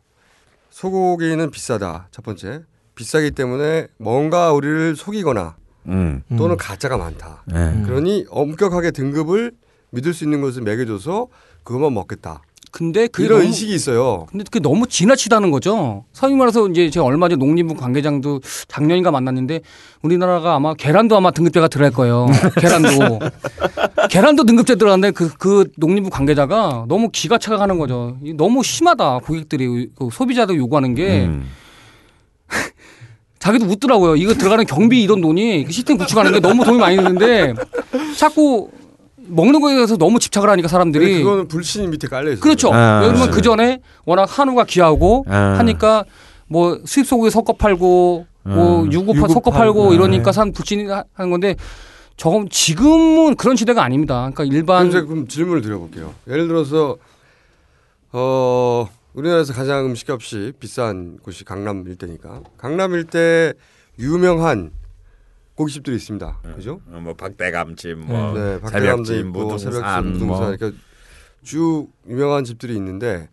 [SPEAKER 7] 소고기는 비싸다. 첫 번째. 비싸기 때문에 뭔가 우리를 속이거나
[SPEAKER 6] 음.
[SPEAKER 7] 또는 가짜가 많다.
[SPEAKER 6] 예.
[SPEAKER 7] 그러니 엄격하게 등급을 믿을 수 있는 것을 매겨줘서 그것만 먹겠다.
[SPEAKER 8] 근데 그게
[SPEAKER 7] 이런
[SPEAKER 8] 너무-
[SPEAKER 7] 인식이 있어요.
[SPEAKER 8] 근데 그게 너무 지나치다는 거죠. 소위 말해서 이제 제가 얼마 전에 농림부 관계장도 작년인가 만났는데 우리나라가 아마 계란도 아마 등급제가 들어갈 거예요. 계란도. 계란도 등급제 들어갔는데 그, 그 농림부 관계자가 너무 기가 차가가는 거죠. 이 너무 심하다. 고객들이 그 소비자들 요구하는 게
[SPEAKER 6] 음.
[SPEAKER 8] 자기도 웃더라고요. 이거 들어가는 경비 이런 돈이 그 시스템 구축하는 게 너무 돈이 많이 드는데 자꾸 먹는 거에 대해서 너무 집착을 하니까 사람들이
[SPEAKER 7] 그거는 불신이 밑에 깔려 있어요. 네.
[SPEAKER 8] 그렇죠.
[SPEAKER 6] 아,
[SPEAKER 8] 왜냐면
[SPEAKER 6] 아.
[SPEAKER 8] 그 전에 워낙 한우가 귀하고
[SPEAKER 6] 아.
[SPEAKER 8] 하니까 뭐 수입 소고기 섞어 팔고 뭐
[SPEAKER 6] 음.
[SPEAKER 8] 유급파
[SPEAKER 5] 유급파.
[SPEAKER 8] 섞어 팔고
[SPEAKER 5] 네.
[SPEAKER 8] 이러니까 사람 불신이 하- 하는 건데 저건 지금은 그런 시대가 아닙니다. 그러니까
[SPEAKER 7] 그럼
[SPEAKER 8] 일반
[SPEAKER 7] 제가 그럼 질문을 드려볼게요. 예를 들어서 어 우리나라에서 가장 음식값이 비싼 곳이 강남 일대니까 강남 일대 유명한 고깃집들이 있습니다. 그죠?
[SPEAKER 6] 어, 뭐 박대감찜,
[SPEAKER 8] 음.
[SPEAKER 6] 뭐
[SPEAKER 7] 네, 박대감도
[SPEAKER 6] 새벽찜,
[SPEAKER 7] 있고
[SPEAKER 6] 무등산,
[SPEAKER 7] 새벽집, 무등산
[SPEAKER 6] 뭐.
[SPEAKER 7] 이렇게 쭉 유명한 집들이 있는데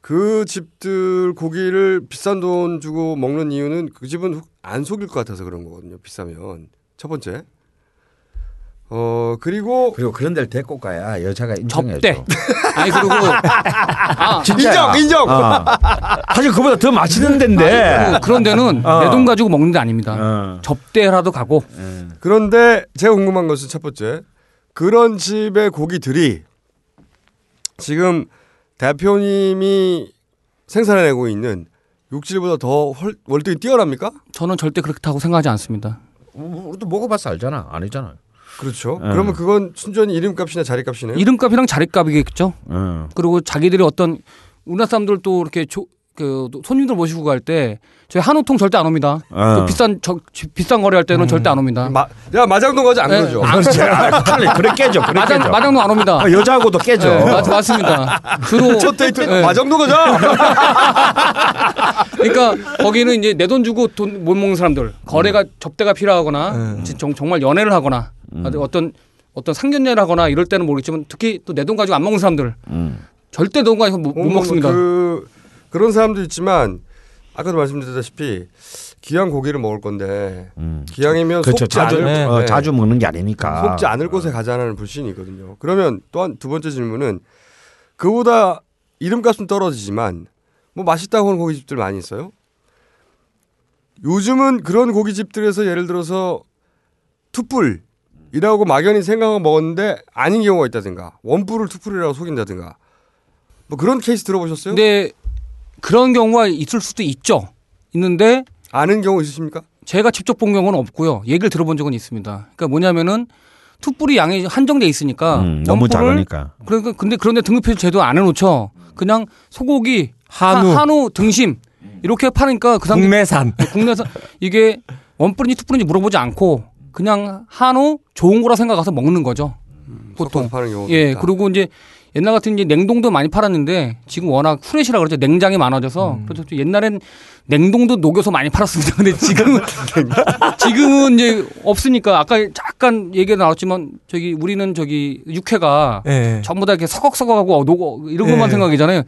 [SPEAKER 7] 그 집들 고기를 비싼 돈 주고 먹는 이유는 그 집은 안 속일 것 같아서 그런 거거든요. 비싸면 첫 번째. 어 그리고
[SPEAKER 6] 그리고 그런 데를 데리고 가야 여자가 인정해줘.
[SPEAKER 8] 접대. 아니 그리고 아,
[SPEAKER 6] 진짜야.
[SPEAKER 7] 인정, 음. 인정!
[SPEAKER 6] 어. 사실 그보다 더 맛있는 데인데.
[SPEAKER 8] 그- 그런 데는
[SPEAKER 6] 어.
[SPEAKER 8] 내 돈 가지고 먹는 데
[SPEAKER 7] 음.
[SPEAKER 8] 아닙니다.
[SPEAKER 6] 어.
[SPEAKER 8] 접대라도 가고
[SPEAKER 7] 그런데 제가 궁금한 것은 첫 번째 그런 집의 고기들이 지금 대표님이 생산해내고 있는 육질보다 더 훨- 월등히 뛰어납니까?
[SPEAKER 8] 저는 절대 그렇다고 생각하지 않습니다.
[SPEAKER 6] 우리도 먹어봐서 알잖아. 아니잖아.
[SPEAKER 7] 그렇죠.
[SPEAKER 6] 네.
[SPEAKER 7] 그러면 그건 순전히 이름값이나 자리값이네요.
[SPEAKER 8] 예? 이름값이랑 자리값이겠죠.
[SPEAKER 7] 예.
[SPEAKER 6] 응.
[SPEAKER 8] 그리고 자기들이 어떤 우리나라 사람들 또 이렇게 조, 그 손님들 모시고 갈 때 저희 한우통 절대 안 옵니다.
[SPEAKER 7] 예.
[SPEAKER 6] 어.
[SPEAKER 8] 그 비싼 저, 지- 비싼 거래 할 때는 절대 안 옵니다.
[SPEAKER 7] 마, 야 마장동 가지 안
[SPEAKER 8] 네.
[SPEAKER 7] 음. 그러죠.
[SPEAKER 6] 아, 그렇지. 아, 그래, 그래 깨져. 그래
[SPEAKER 8] 마장
[SPEAKER 6] 깨져.
[SPEAKER 8] 마장도 안 옵니다.
[SPEAKER 6] 아, 여자하고도 깨져.
[SPEAKER 8] 네, 맞, 맞습니다. 주로
[SPEAKER 7] 첫 그렇죠. 데이트
[SPEAKER 8] 네.
[SPEAKER 7] 마장동 가자.
[SPEAKER 8] 그러니까 거기는 이제 내 돈 주고 돈 못 먹는 사람들 거래가
[SPEAKER 7] 음.
[SPEAKER 8] 접대가 필요하거나
[SPEAKER 7] 예.
[SPEAKER 8] 진- 정, 정말 연애를 하거나 어떤 어떤 상견례를 하거나 이럴 때는 모르겠지만 특히 또 내 돈 가지고 안 먹는 사람들
[SPEAKER 6] 음.
[SPEAKER 8] 절대 돈 가지고 못, 못 먹습니다.
[SPEAKER 7] 뭐 어, 그, 그런 사람도 있지만 아까도 말씀드렸다시피 귀한 고기를 먹을 건데
[SPEAKER 6] 음.
[SPEAKER 7] 기왕이면
[SPEAKER 6] 그렇죠.
[SPEAKER 7] 속지
[SPEAKER 6] 자주
[SPEAKER 7] 않을
[SPEAKER 5] 네.
[SPEAKER 6] 어,
[SPEAKER 7] 네.
[SPEAKER 6] 자주 먹는 게 아니니까.
[SPEAKER 7] 속지 않을 곳에 가자는 불신이거든요. 그러면 또한 두 번째 질문은 그보다 이름값은 떨어지지만 뭐 맛있다고 하는 고깃집들 많이 있어요. 요즘은 그런 고깃집들에서 예를 들어서 투뿔이라고 막연히 생각하고 먹었는데 아닌 경우가 있다든가 원뿔을 투뿔이라고 속인다든가 뭐 그런 케이스 들어보셨어요?
[SPEAKER 8] 근데 그런 경우가 있을 수도 있죠. 있는데
[SPEAKER 7] 아는 경우 있으십니까?
[SPEAKER 8] 제가 직접 본 경우는 없고요. 얘기를 들어본 적은 있습니다. 그러니까 뭐냐면은 투뿔이 양이 한정돼 있으니까
[SPEAKER 6] 음, 너무
[SPEAKER 8] 원뿔을-
[SPEAKER 6] 작으니까.
[SPEAKER 8] 그러니까 근데 그런데 등급표 제도 안 해놓죠. 그냥 소고기,
[SPEAKER 5] 한우.
[SPEAKER 8] 하, 한우, 등심 이렇게 파니까 그 사람들
[SPEAKER 5] 국내산.
[SPEAKER 8] 국내에서 이게 원뿔인지 투뿔인지 물어보지 않고 그냥 한우 좋은 거라 생각해서 먹는 거죠. 보통.
[SPEAKER 7] 섞어서 파는 경우.
[SPEAKER 8] 예, 그리고 이제 옛날 같은 이제 냉동도 많이 팔았는데 지금 워낙 후레시라 그러죠. 냉장이 많아져서
[SPEAKER 5] 음.
[SPEAKER 8] 그래서 좀 옛날엔 냉동도 녹여서 많이 팔았습니다. 근데 지금은 지금은 이제 없으니까 아까 잠깐 얘기가 나왔지만 저기 우리는 저기 육회가
[SPEAKER 5] 예.
[SPEAKER 8] 전부 다 이렇게 서걱서걱하고 어, 녹어 이런 것만
[SPEAKER 5] 예.
[SPEAKER 8] 생각이잖아요.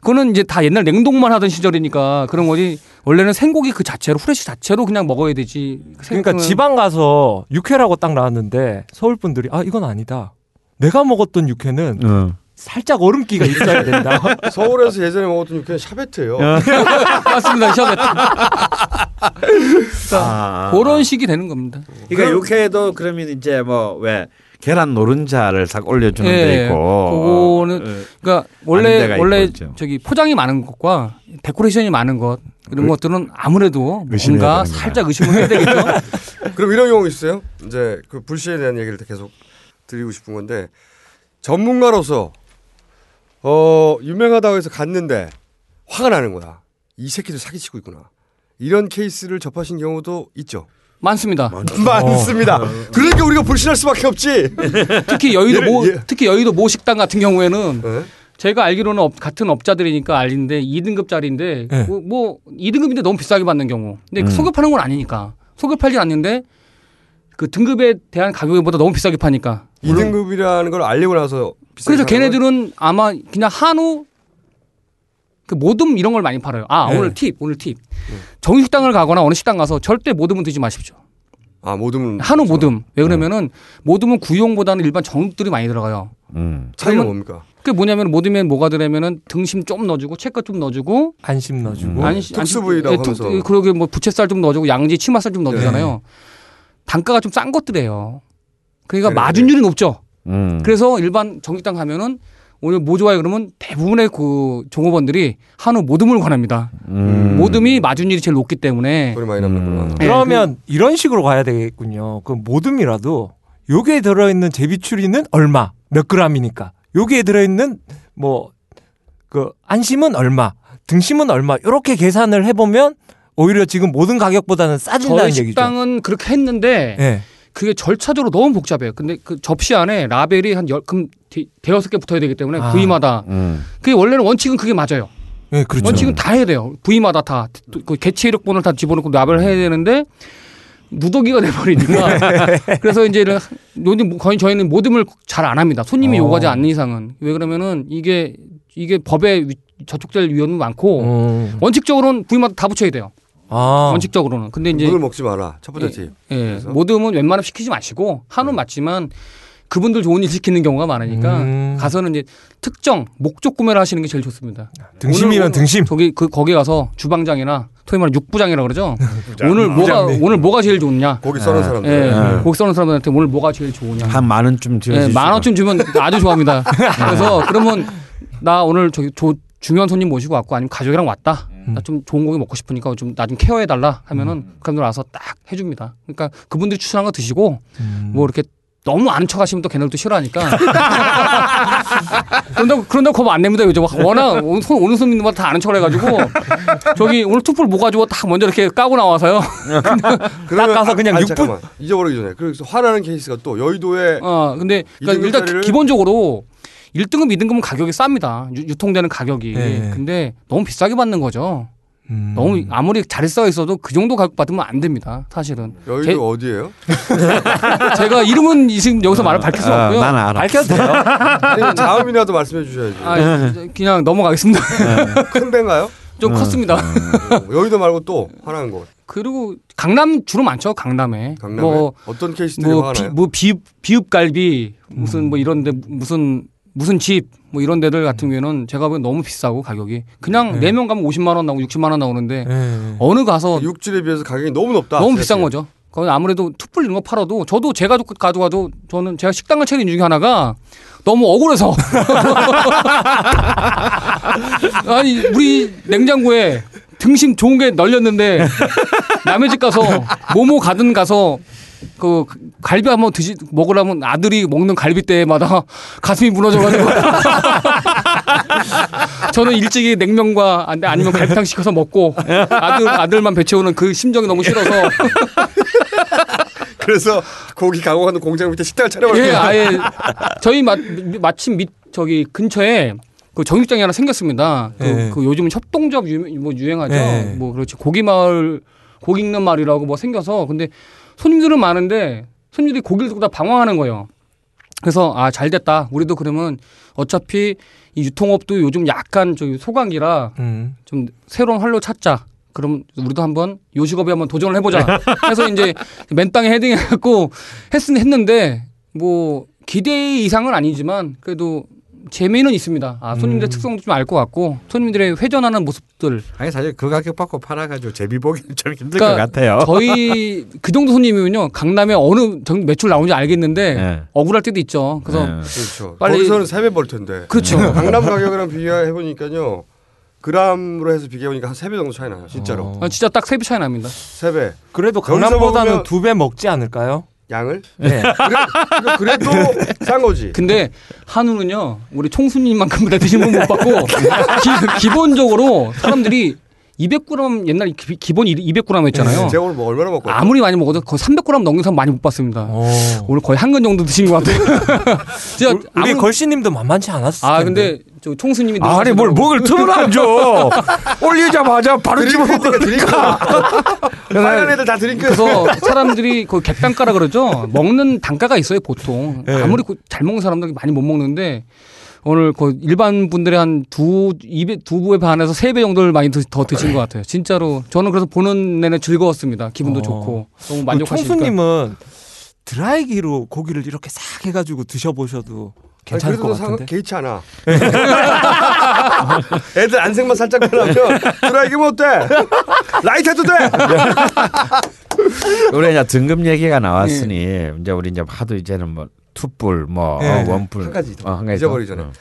[SPEAKER 8] 그거는 이제 다 옛날 냉동만 하던 시절이니까 그런 거지 원래는 생고기 그 자체로 후레쉬 자체로 그냥 먹어야 되지.
[SPEAKER 5] 그러니까
[SPEAKER 8] 생각은-
[SPEAKER 5] 지방 가서 육회라고 딱 나왔는데 서울 분들이 아 이건 아니다. 내가 먹었던 육회는
[SPEAKER 6] 응.
[SPEAKER 5] 살짝 얼음기가 있어야 된다.
[SPEAKER 7] 서울에서 예전에 먹었던 육회는 샤베트예요.
[SPEAKER 8] 맞습니다. 시합에
[SPEAKER 6] 아.
[SPEAKER 8] 그러니까 그런 식이 되는 겁니다.
[SPEAKER 6] 그러니까 육회도 그러면 이제 뭐 왜 계란 노른자를 싹 올려주는
[SPEAKER 8] 예,
[SPEAKER 6] 데 있고.
[SPEAKER 8] 그거는
[SPEAKER 6] 어,
[SPEAKER 8] 그러니까
[SPEAKER 6] 아닌
[SPEAKER 8] 원래
[SPEAKER 6] 데가
[SPEAKER 8] 원래
[SPEAKER 6] 있고 있죠.
[SPEAKER 8] 저기 포장이 많은 것과 데코레이션이 많은 것 이런 것들은 아무래도
[SPEAKER 6] 그 의심해야
[SPEAKER 8] 뭔가
[SPEAKER 6] 되는구나.
[SPEAKER 8] 살짝 의심을 해야 되겠죠.
[SPEAKER 7] 그럼 이런 경우 있어요? 이제 그 불씨에 대한 얘기를 계속 드리고 싶은 건데 전문가로서 어 유명하다고 해서 갔는데 화가 나는 거야. 이 새끼들 사기치고 있구나. 이런 케이스를 접하신 경우도 있죠.
[SPEAKER 8] 많습니다.
[SPEAKER 7] 많습니다. 그러니까 우리가 불신할 수밖에 없지.
[SPEAKER 8] 특히 여의도
[SPEAKER 7] 예를-
[SPEAKER 8] 모
[SPEAKER 7] 예.
[SPEAKER 8] 특히 여의도 모 식당 같은 경우에는
[SPEAKER 7] 네?
[SPEAKER 8] 제가 알기로는 업- 같은 업자들이니까 알린데 2등급 짜리인데
[SPEAKER 5] 네.
[SPEAKER 8] 뭐, 뭐 2등급인데 너무 비싸게 받는 경우.
[SPEAKER 6] 예.
[SPEAKER 8] 근데
[SPEAKER 6] 음.
[SPEAKER 8] 속여 파는 건 아니니까. 속여 팔진 않는데 그 등급에 대한 가격보다 너무 비싸게 파니까.
[SPEAKER 7] 이등급이라는걸 알리고 나서 비싸게
[SPEAKER 8] 그래서
[SPEAKER 7] 사는 건
[SPEAKER 8] 걔네들은 아마 그냥 한우 그 모듬 이런 걸 많이 팔아요. 아
[SPEAKER 5] 네.
[SPEAKER 8] 오늘 팁 오늘 팁
[SPEAKER 7] 네.
[SPEAKER 8] 정식당을 가거나 어느 식당 가서 절대 모듬은 드지 마십시오.
[SPEAKER 7] 아 모든
[SPEAKER 8] 한우 모듬
[SPEAKER 7] 네.
[SPEAKER 8] 왜 그러냐면은 모듬은 구용보다는 일반 정육들이 많이 들어가요.
[SPEAKER 6] 음.
[SPEAKER 7] 차이가
[SPEAKER 8] 그러면-
[SPEAKER 7] 뭡니까?
[SPEAKER 8] 그게 뭐냐면 모듬에 뭐가 들어가면은 등심 좀 넣어주고 채끝 좀 넣어주고
[SPEAKER 5] 안심
[SPEAKER 7] 음.
[SPEAKER 5] 넣어주고.
[SPEAKER 8] 아니,
[SPEAKER 7] 특수 부위라고
[SPEAKER 8] 예, 특-
[SPEAKER 7] 하면서. 네.
[SPEAKER 8] 그러게 뭐 부채살 좀 넣어주고 양지 치마살 좀 넣어주잖아요. 단가가 좀 싼 것들이에요. 그러니까
[SPEAKER 7] 그래,
[SPEAKER 8] 마진율이 높죠.
[SPEAKER 6] 음.
[SPEAKER 8] 그래서 일반 정육당 가면은 오늘 뭐 좋아요 그러면 대부분의 그 종업원들이 한우 모듬을 권합니다.
[SPEAKER 6] 음.
[SPEAKER 8] 모듬이 마진율이 제일 높기 때문에
[SPEAKER 7] 소리 많이 남는구나.
[SPEAKER 6] 음.
[SPEAKER 5] 그러면 이런 식으로 가야 되겠군요. 그 모듬이라도 여기에 들어있는 제비추리는 얼마 몇 그램이니까 여기에 들어있는 뭐 그 안심은 얼마 등심은 얼마 이렇게 계산을 해보면 오히려 지금 모든 가격보다는
[SPEAKER 8] 저희
[SPEAKER 5] 싸진다는 얘기죠.
[SPEAKER 8] 식당은 그렇게 했는데
[SPEAKER 5] 예.
[SPEAKER 8] 그게 절차적으로 너무 복잡해요. 근데 그 접시 안에 라벨이 한 열, 금, 대- 대여섯 개 붙어야 되기 때문에
[SPEAKER 5] 아.
[SPEAKER 8] 부위마다
[SPEAKER 6] 음.
[SPEAKER 8] 그게 원래는 원칙은 그게 맞아요.
[SPEAKER 5] 예, 그렇죠.
[SPEAKER 8] 원칙은 뭐 다 해야 돼요. 부위마다 다. 또그 개체 이력본을 다 집어넣고 납을 해야 되는데 무더기가 돼버리니까. 그래서 이제 요즘 거의 저희는 모듬을 잘 안 합니다. 손님이
[SPEAKER 5] 어.
[SPEAKER 8] 요구하지 않는 이상은. 왜 그러면은 이게 이게 법에 위- 저촉될 위험이 많고
[SPEAKER 5] 음.
[SPEAKER 8] 어. 원칙적으로는 부위마다 다 붙여야 돼요.
[SPEAKER 5] 아.
[SPEAKER 8] 뭐 원칙적으로는. 근데 이제
[SPEAKER 7] 눈을 먹지 마라. 첫 번째 팁.
[SPEAKER 8] 예,
[SPEAKER 7] 그래서?
[SPEAKER 8] 모듬은 웬만하면 시키지 마시고 한우 맞지만 그분들 좋은 일 시키는 경우가 많으니까
[SPEAKER 5] 음.
[SPEAKER 8] 그러니까 가서는 이제 특정 목적 구매를 하시는 게 제일 좋습니다.
[SPEAKER 5] 등심이면
[SPEAKER 8] 오늘-
[SPEAKER 5] 등심.
[SPEAKER 8] 저기 그 거기 가서 주방장이나 소위 말하는 육부장이라 그러죠. 오늘 뭐가 오늘 뭐가 제일 좋냐?
[SPEAKER 7] 고기 써는
[SPEAKER 8] 예,
[SPEAKER 7] 사람들.
[SPEAKER 8] 거기 써는 사람들한테 오늘 뭐가 제일 좋으냐?
[SPEAKER 6] 한 만 원쯤
[SPEAKER 8] 예,
[SPEAKER 6] 들주시
[SPEAKER 8] 만 원쯤 주면 아주 좋아합니다. 그래서 그러면 나 오늘 저기 조- 중요한 손님 모시고 왔고 아니면 가족이랑 왔다. 나 좀 좋은 고기 먹고 싶으니까 좀 나 좀 케어해 달라 하면은 그 사람들 와서 딱 해줍니다. 그러니까 그분들이 추천한 거 드시고 뭐 이렇게 너무 아는 척하시면 또 걔네들 또 싫어하니까. 그런다고 그런다고 겁 안 냅니다 요즘 워낙 오는 손- 오는 손님들마다 다 아는 척을 해가지고 저기 오늘 투풀 뭐 가지고 딱 먼저 이렇게 까고 나와서요.
[SPEAKER 7] 그러면
[SPEAKER 5] 딱 가서 그냥
[SPEAKER 7] 아니,
[SPEAKER 5] 육분-
[SPEAKER 7] 잠깐만. 잊어버리기 전에. 그래서 화나는 케이스가 또 여의도에
[SPEAKER 8] 어, 근데 그러니까 일단 기-
[SPEAKER 7] 이등급짜리를-
[SPEAKER 8] 기본적으로 1등급, 2등급은 가격이 쌉니다. 유, 통되는 가격이.
[SPEAKER 5] 네.
[SPEAKER 8] 근데 너무 비싸게 받는 거죠.
[SPEAKER 5] 음.
[SPEAKER 8] 너무 아무리 잘 써가 있어도 그 정도 가격 받으면 안 됩니다. 사실은.
[SPEAKER 7] 여의도
[SPEAKER 8] 제-
[SPEAKER 7] 어디예요?
[SPEAKER 8] 제가 이름은 이- 지금 여기서 말을 밝힐 수 없고요.
[SPEAKER 6] 어, 난 알아.
[SPEAKER 5] 밝혀도 돼요.
[SPEAKER 7] 아니, 자음이라도 말씀해 주셔야지.
[SPEAKER 8] 아, 이제 그냥 넘어가겠습니다.
[SPEAKER 7] 큰 배인가요?
[SPEAKER 8] 좀 컸습니다.
[SPEAKER 7] 어, 여의도 말고 또 화나는 거.
[SPEAKER 8] 그리고 강남 주로 많죠. 강남에.
[SPEAKER 7] 강남에
[SPEAKER 8] 뭐,
[SPEAKER 7] 어떤 케이스들이
[SPEAKER 8] 뭐, 비,
[SPEAKER 7] 화나요?
[SPEAKER 8] 뭐 비읍, 비읍갈비 무슨 뭐 이런데 무슨 무슨 집 뭐 이런 데들 같은 경우에는 제가 보기엔 너무 비싸고 가격이 그냥 네 명 가면 50만 원 나오고 60만 원 나오는데
[SPEAKER 5] 예.
[SPEAKER 8] 어느 가서
[SPEAKER 7] 육질에 비해서 가격이 너무 높다.
[SPEAKER 8] 뭐 너무
[SPEAKER 7] 제가
[SPEAKER 8] 비싼
[SPEAKER 7] 지금.
[SPEAKER 8] 거죠. 그건 아무래도 투뿔 이런 거 팔아도 저도 제가 가져가도 저는 제가 식당을 차리는 중에 하나가 너무 억울해서 아니 우리 냉장고에 등심 좋은 게 널렸는데 남의 집 가서 모모 가든 가서 그 갈비 한번 드시 먹으라면 아들이 먹는 갈비 때마다 가슴이 무너져가지고 저는 일찍이 냉면과 안- 아니면 갈비탕 시켜서 먹고 아들 아들만 배치우는 그 심정이 너무 싫어서
[SPEAKER 7] 그래서 고기 가공하는 공장 밑에 식당을 차려버려.
[SPEAKER 8] 예, 아예 저희 마, 미- 마침 밑 저기 근처에 그 정육장이 하나 생겼습니다. 그,
[SPEAKER 5] 예.
[SPEAKER 8] 그 요즘은 협동조합 유, 뭐 유행하죠.
[SPEAKER 5] 예.
[SPEAKER 8] 뭐 그렇지 고기 마을 고기 있는 마을이라고 뭐 생겨서 근데 손님들은 많은데 손님들이 고기를 듣고 다 방황하는 거예요. 그래서 아 잘 됐다. 우리도 그러면 어차피 이 유통업도 요즘 약간 저기 소강기라
[SPEAKER 5] 음.
[SPEAKER 8] 좀 새로운 활로 찾자. 그럼 우리도 한번 요식업에 한번 도전을 해보자. 해서 이제 맨 땅에 헤딩해갖고 했은 했는데 뭐 기대 이상은 아니지만 그래도 재미는 있습니다. 아
[SPEAKER 6] 음.
[SPEAKER 8] 손님들의 특성도 좀 알 것 같고 손님들의 회전하는 모습들.
[SPEAKER 6] 아니 사실 그 가격 받고 팔아가지고 제비 보기는 좀 힘들
[SPEAKER 8] 그러니까
[SPEAKER 6] 것 같아요.
[SPEAKER 8] 저희 그 정도 손님이면요 강남에 어느 정도 매출 나오는지 알겠는데
[SPEAKER 6] 네.
[SPEAKER 8] 억울할 때도 있죠. 그래서
[SPEAKER 6] 네.
[SPEAKER 7] 그렇죠.
[SPEAKER 8] 빨리-
[SPEAKER 7] 거기서는 세배 벌 텐데.
[SPEAKER 8] 그렇죠.
[SPEAKER 7] 강남 가격이랑 비교해 보니까요. 그람으로 해서 비교해 보니까 한 세 배 정도 차이 나요. 진짜로.
[SPEAKER 5] 어.
[SPEAKER 8] 아, 진짜 딱 세배 차이 납니다.
[SPEAKER 7] 세 배.
[SPEAKER 5] 그래도
[SPEAKER 7] 여기서
[SPEAKER 5] 강남보다는
[SPEAKER 7] 먹으면-
[SPEAKER 5] 두 배 먹지 않을까요?
[SPEAKER 7] 양을?
[SPEAKER 5] 네.
[SPEAKER 7] 그래- 그래도
[SPEAKER 8] 네.
[SPEAKER 7] 싼 거지.
[SPEAKER 8] 근데 한우는요 우리 총수님만큼보다 드신 분못 받고 기, 본적으로 사람들이 200g 옛날 기, 기본 200g 했잖아요.
[SPEAKER 6] 네.
[SPEAKER 7] 제가 오늘 뭐 얼마나 먹고 왔어요?
[SPEAKER 8] 아무리 많이 먹어도 거의 300g 넘는 사람 많이 못 봤습니다.
[SPEAKER 5] 어.
[SPEAKER 8] 오늘 거의 한 근 정도 드신 것 같아요. 진짜
[SPEAKER 5] 우리
[SPEAKER 8] 아무리-
[SPEAKER 5] 걸씨님도 만만치 않았을
[SPEAKER 8] 아
[SPEAKER 5] 텐데.
[SPEAKER 8] 근데 저 총수님이
[SPEAKER 6] 아니 뭘 먹을 틈을 안 줘. 올리자마자 바로 그러니까 집어 먹어.
[SPEAKER 7] 드링크 드링크. 빨간 애들 다 드링크.
[SPEAKER 8] 그래서 사람들이 그 객단가라 그러죠. 먹는 단가가 있어요 보통.
[SPEAKER 5] 예.
[SPEAKER 8] 아무리 그잘 먹는 사람들이 많이 못 먹는데 오늘 그 일반 분들의 한두 입에 두 부에 반해서 세 배 정도를 많이 드- 더 드신 것 같아요. 진짜로 저는 그래서 보는 내내 즐거웠습니다. 기분도
[SPEAKER 5] 어.
[SPEAKER 8] 좋고 너무
[SPEAKER 5] 그
[SPEAKER 8] 만족하시니까.
[SPEAKER 5] 총수님은 드라이기로 고기를 이렇게 싹 해가지고 드셔보셔도 괜찮을 것
[SPEAKER 7] 그래도 상-
[SPEAKER 5] 같은데.
[SPEAKER 7] 개의치 않아. 애들 안색만 살짝 변하면 드라이기면 어때? 라이트도 돼.
[SPEAKER 6] 우리 이제 등급 얘기가 나왔으니
[SPEAKER 8] 예.
[SPEAKER 6] 이제 우리 이제 하도 이제는 뭐 투뿔 뭐
[SPEAKER 5] 예.
[SPEAKER 6] 어, 원뿔
[SPEAKER 7] 한 가지 더.
[SPEAKER 6] 어, 한 가지
[SPEAKER 7] 잊어버리기
[SPEAKER 6] 더.
[SPEAKER 7] 전에.
[SPEAKER 6] 어.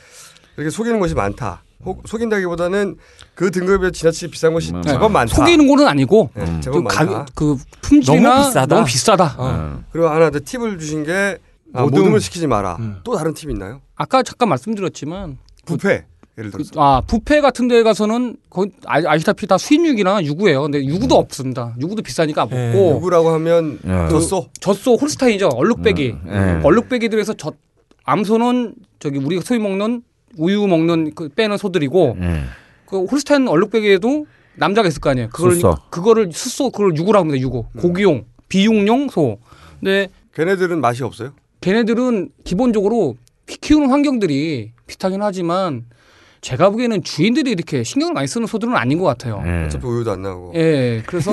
[SPEAKER 7] 이렇게 속이는 곳이 많다. 혹- 속인다기보다는 그 등급에 지나치게 비싼 곳이
[SPEAKER 8] 네.
[SPEAKER 6] 음,
[SPEAKER 7] 제법
[SPEAKER 6] 음.
[SPEAKER 7] 많다.
[SPEAKER 8] 속이는 거는 아니고
[SPEAKER 7] 네,
[SPEAKER 6] 음.
[SPEAKER 7] 제법
[SPEAKER 8] 좀
[SPEAKER 7] 많다.
[SPEAKER 8] 가, 그 품질이나
[SPEAKER 5] 너무 비싸다.
[SPEAKER 8] 너무 비싸다.
[SPEAKER 5] 어.
[SPEAKER 6] 어.
[SPEAKER 7] 그리고 하나 더 팁을 주신 게 아,
[SPEAKER 5] 모듬.
[SPEAKER 7] 모듬을 시키지 마라.
[SPEAKER 5] 음.
[SPEAKER 7] 또 다른 팁 있나요?
[SPEAKER 8] 아까 잠깐 말씀드렸지만
[SPEAKER 7] 부페 예를
[SPEAKER 8] 그,
[SPEAKER 7] 들어서
[SPEAKER 8] 아 부페 같은 데 가서는 거의 아, 아시다시피 다 수입육이나 유구예요. 근데 유구도 없습니다. 유구도 비싸니까 안
[SPEAKER 5] 예.
[SPEAKER 8] 먹고
[SPEAKER 7] 누구라고 하면
[SPEAKER 6] 예.
[SPEAKER 7] 졌어.
[SPEAKER 8] 젖소 홀스타인이죠. 얼룩배기.
[SPEAKER 6] 음, 예.
[SPEAKER 8] 얼룩배기들에서 젖 암소는 저기 우리가 소위 먹는 우유 먹는 그 빼는 소들이고
[SPEAKER 6] 예.
[SPEAKER 8] 그 홀스타인 얼룩배기에도 남자가 있을 거 아니에요. 그걸
[SPEAKER 6] 숫소.
[SPEAKER 8] 그거를 숫소 그걸 유구라고 합니다. 유구.
[SPEAKER 7] 음.
[SPEAKER 8] 고기용, 비육용 소. 근데
[SPEAKER 7] 걔네들은 맛이 없어요.
[SPEAKER 8] 걔네들은 기본적으로 키- 키우는 환경들이 비슷하긴 하지만 제가 보기에는 주인들이 이렇게 신경을 많이 쓰는 소들은 아닌 것 같아요.
[SPEAKER 6] 예.
[SPEAKER 7] 어차피 우유도 안 나오고.
[SPEAKER 8] 예, 그래서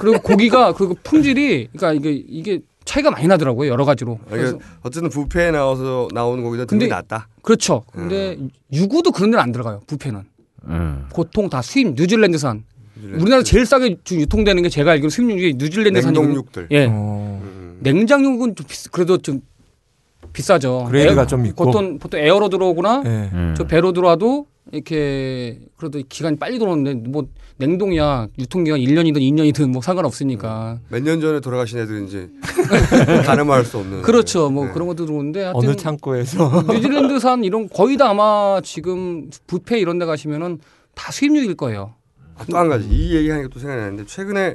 [SPEAKER 8] 그리고 고기가 그리고 품질이 그러니까 이게 이게 차이가 많이 나더라고요 여러 가지로.
[SPEAKER 7] 아,
[SPEAKER 8] 그래서
[SPEAKER 7] 이게 어쨌든 부페에 나와서 나오는 거기다 등이
[SPEAKER 8] 근데-
[SPEAKER 7] 낮다.
[SPEAKER 8] 그렇죠.
[SPEAKER 5] 예.
[SPEAKER 8] 근데 유구도 그런 데는 안 들어가요 부페는.
[SPEAKER 6] 음.
[SPEAKER 8] 보통 다 수입 뉴질랜드산. 우리나라 제일 싸게 주- 유통되는 게 제가 알기로 수입 육이 뉴질랜드산.
[SPEAKER 7] 냉동육들.
[SPEAKER 8] 예,
[SPEAKER 5] 어,
[SPEAKER 7] 음.
[SPEAKER 8] 냉장육은 좀 비싸, 그래도 좀 비싸죠.
[SPEAKER 5] 그레이드가
[SPEAKER 8] 에어-
[SPEAKER 5] 좀 있고.
[SPEAKER 8] 보통 보통 에어로 들어오거나
[SPEAKER 5] 예.
[SPEAKER 6] 음.
[SPEAKER 8] 저 배로 들어와도 이렇게 그래도 기간이 빨리 들어오는데 뭐 냉동이야 유통기간 1년이든 2년이든 뭐 상관없으니까
[SPEAKER 5] 음.
[SPEAKER 7] 몇 년 전에 돌아가신 애들인지 가늠할 수 없는.
[SPEAKER 8] 그렇죠 뭐
[SPEAKER 7] 네.
[SPEAKER 8] 그런 것도 들어오는데 하여튼
[SPEAKER 5] 어느 창고에서
[SPEAKER 8] 뉴질랜드산 이런 거의 다 아마 지금 부페 이런 데 가시면은 다 수입육일 거예요
[SPEAKER 7] 아, 또한 가지 이 얘기하니까 또 생각이 나는데 최근에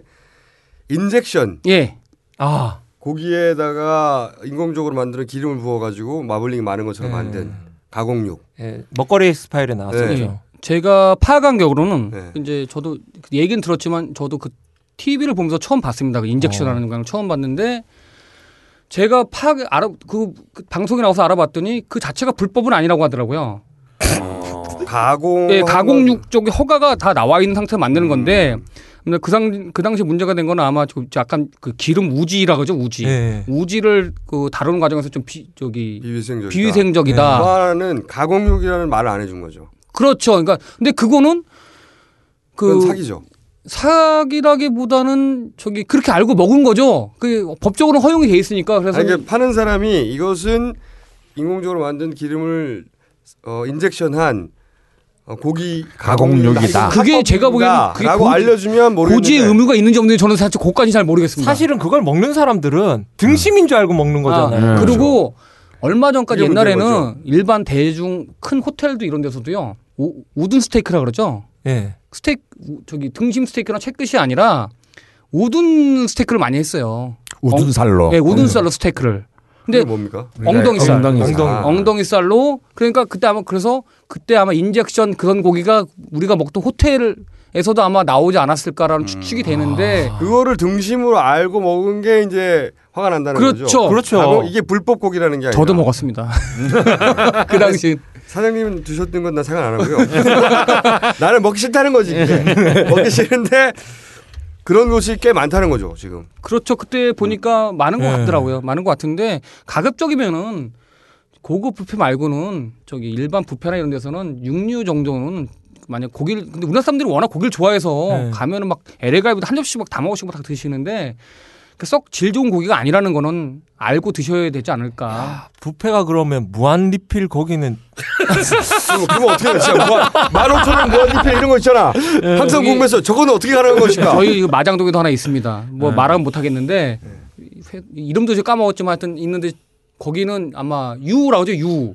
[SPEAKER 7] 인젝션
[SPEAKER 8] 예
[SPEAKER 5] 아
[SPEAKER 7] 고기에다가 인공적으로 만드는 기름을 부어가지고 마블링이 많은
[SPEAKER 8] 네.
[SPEAKER 7] 것처럼 만든 가공육.
[SPEAKER 5] 예, 먹거리 스파일에
[SPEAKER 6] 네.
[SPEAKER 5] 나왔었죠.
[SPEAKER 8] 예. 제가 파악한 경우로는
[SPEAKER 7] 네.
[SPEAKER 8] 이제 저도 그 얘기는 들었지만 저도 그 TV를 보면서 처음 봤습니다. 그 인젝션하는 걸 처음 봤는데 제가 파악 알아 그, 그 방송에 나와서 알아봤더니 그 자체가 불법은 아니라고 하더라고요.
[SPEAKER 7] 가공.
[SPEAKER 8] 예, 가공육 쪽에 허가가 다 나와 있는 상태로 만드는 건데 근데 그, 상, 그 당시 문제가 된 거는 아마 좀 약간 그 기름 우지라 그러죠 우지
[SPEAKER 6] 네.
[SPEAKER 5] 예.
[SPEAKER 8] 네. 우지를 그 다루는 과정에서 좀 비, 저기
[SPEAKER 7] 비위생적. 네.
[SPEAKER 8] 비위생적이다.
[SPEAKER 7] 그 말하는 가공육이라는 말을 안 해준 거죠.
[SPEAKER 8] 그렇죠. 그러니까 근데 그거는
[SPEAKER 7] 그건
[SPEAKER 8] 그
[SPEAKER 7] 사기죠.
[SPEAKER 8] 사기라기보다는 저기 그렇게 알고 먹은 거죠. 그 법적으로 허용이 돼 있으니까 그래서
[SPEAKER 7] 아니, 그러니까 파는 사람이 이것은 인공적으로 만든 기름을 어, 인젝션한 어, 고기
[SPEAKER 6] 가공육이다.
[SPEAKER 8] 그게 제가 보기에는 그게
[SPEAKER 7] 라고
[SPEAKER 8] 고지-
[SPEAKER 7] 알려주면 모르는데
[SPEAKER 8] 고지의 의무가 있는지 없는지 저는 사실 그것까지 잘 모르겠습니다.
[SPEAKER 5] 네. 사실은 그걸 먹는 사람들은 등심인 줄 알고 먹는 거잖아요. 그렇죠.
[SPEAKER 8] 아,
[SPEAKER 6] 네.
[SPEAKER 8] 그리고 얼마 전까지
[SPEAKER 7] 그게 문제인
[SPEAKER 8] 옛날에는 일반 대중 큰 호텔도 이런 데서도요 우, 우든 스테이크라 그러죠.
[SPEAKER 6] 네.
[SPEAKER 5] 예.
[SPEAKER 8] 스테이크 우- 저기 등심 스테이크나 채끝이 아니라 우든 스테이크를 많이 했어요.
[SPEAKER 6] 우둔살로.
[SPEAKER 8] 예, 우든 쌀로 스테이크를.
[SPEAKER 7] 그게
[SPEAKER 8] 근데
[SPEAKER 7] 뭡니까?
[SPEAKER 8] 엉덩이 살.
[SPEAKER 6] 음. 엉덩이 살.
[SPEAKER 5] 엉덩이.
[SPEAKER 7] 아.
[SPEAKER 8] 엉덩이 살로 그러니까 그때 아마 그래서 그때 아마 인젝션 그런 고기가 우리가 먹던 호텔에서도 아마 나오지 않았을까라는 추측이 되는데
[SPEAKER 7] 그거를 등심으로 알고 먹은 게 이제 화가 난다는
[SPEAKER 8] 그렇죠.
[SPEAKER 7] 거죠.
[SPEAKER 5] 그렇죠.
[SPEAKER 7] 가공- 이게 불법 고기라는 게 아니라.
[SPEAKER 8] 저도 뭐- 먹었습니다. 그 당시
[SPEAKER 7] 사장님 드셨던 건 나 생각 안 하고요. 나는 먹기 싫다는 거지. 그게. 먹기 싫은데 그런 곳이 꽤 많다는 거죠 지금.
[SPEAKER 8] 그렇죠. 그때 보니까 많은 것
[SPEAKER 5] 네.
[SPEAKER 8] 같더라고요. 많은 것 같은데 가급적이면은 고급 부페 말고는 저기 일반 부페나 이런 데서는 육류 정도는 만약 고기를 근데 우리나라 사람들이 워낙 고기를 좋아해서
[SPEAKER 5] 네.
[SPEAKER 8] 가면은 막 LA갈비도 한 접시 막 다 먹으시고 막 다 드시는데 썩 질 좋은 고기가 아니라는 거는 알고 드셔야 되지 않을까.
[SPEAKER 5] 부페가 그러면 무한 리필 거기는
[SPEAKER 7] 그럼, 그럼 어떻게 되지? 만 오천 원 무한리필 이런 거 있잖아. 항상
[SPEAKER 8] 거기-
[SPEAKER 7] 궁금해서 저건 어떻게 가는
[SPEAKER 5] 그러니까.
[SPEAKER 7] 것인가.
[SPEAKER 8] 예, 저희 그 마장동에도 하나 있습니다.
[SPEAKER 5] 네.
[SPEAKER 8] 뭐 말하면 못 하겠는데 회- 이름도 제가 까먹었지만 하여튼 있는데 거기는 아마 유우라고 하죠. 유우.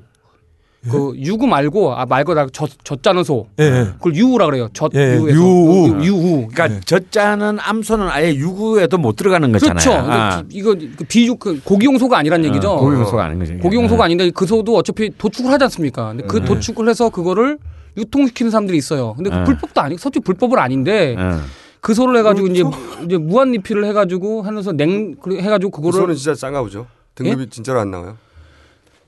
[SPEAKER 8] 그 유구 말고 아 말고 젖젖 짜는 소.
[SPEAKER 5] 예, 예.
[SPEAKER 8] 그걸 유우라 그래요. 젖
[SPEAKER 5] 예,
[SPEAKER 8] 유에서
[SPEAKER 5] 유우.
[SPEAKER 8] 유- 유우.
[SPEAKER 6] 그러니까 젖자는 암소는 아예 유구에도 못 들어가는 거잖아요.
[SPEAKER 8] 예. 그렇죠.
[SPEAKER 6] 아.
[SPEAKER 8] 그 기- 이거 그 비유 그 고기용 소가 아니란 얘기죠.
[SPEAKER 6] 어, 고기용소가 아닌 거죠.
[SPEAKER 8] 고기용 소가 아닌데 그 소도 어차피 도축을 하지 않습니까? 근데 그
[SPEAKER 6] 네.
[SPEAKER 8] 도축을 해서 그거를 유통시키는 사람들이 있어요. 근데 그
[SPEAKER 6] 네.
[SPEAKER 8] 불법도 아니, 솔직히 불법은
[SPEAKER 6] 예.
[SPEAKER 8] 아닌데 그 소를 해가지고
[SPEAKER 6] 그렇죠.
[SPEAKER 8] 이제 이제 무한 리필을 해가지고 하면서 냉 그- 해가지고
[SPEAKER 7] 그
[SPEAKER 8] 그거를 예?
[SPEAKER 7] 소는 진짜 짠가 보죠. 등급이 진짜로 안 나와요.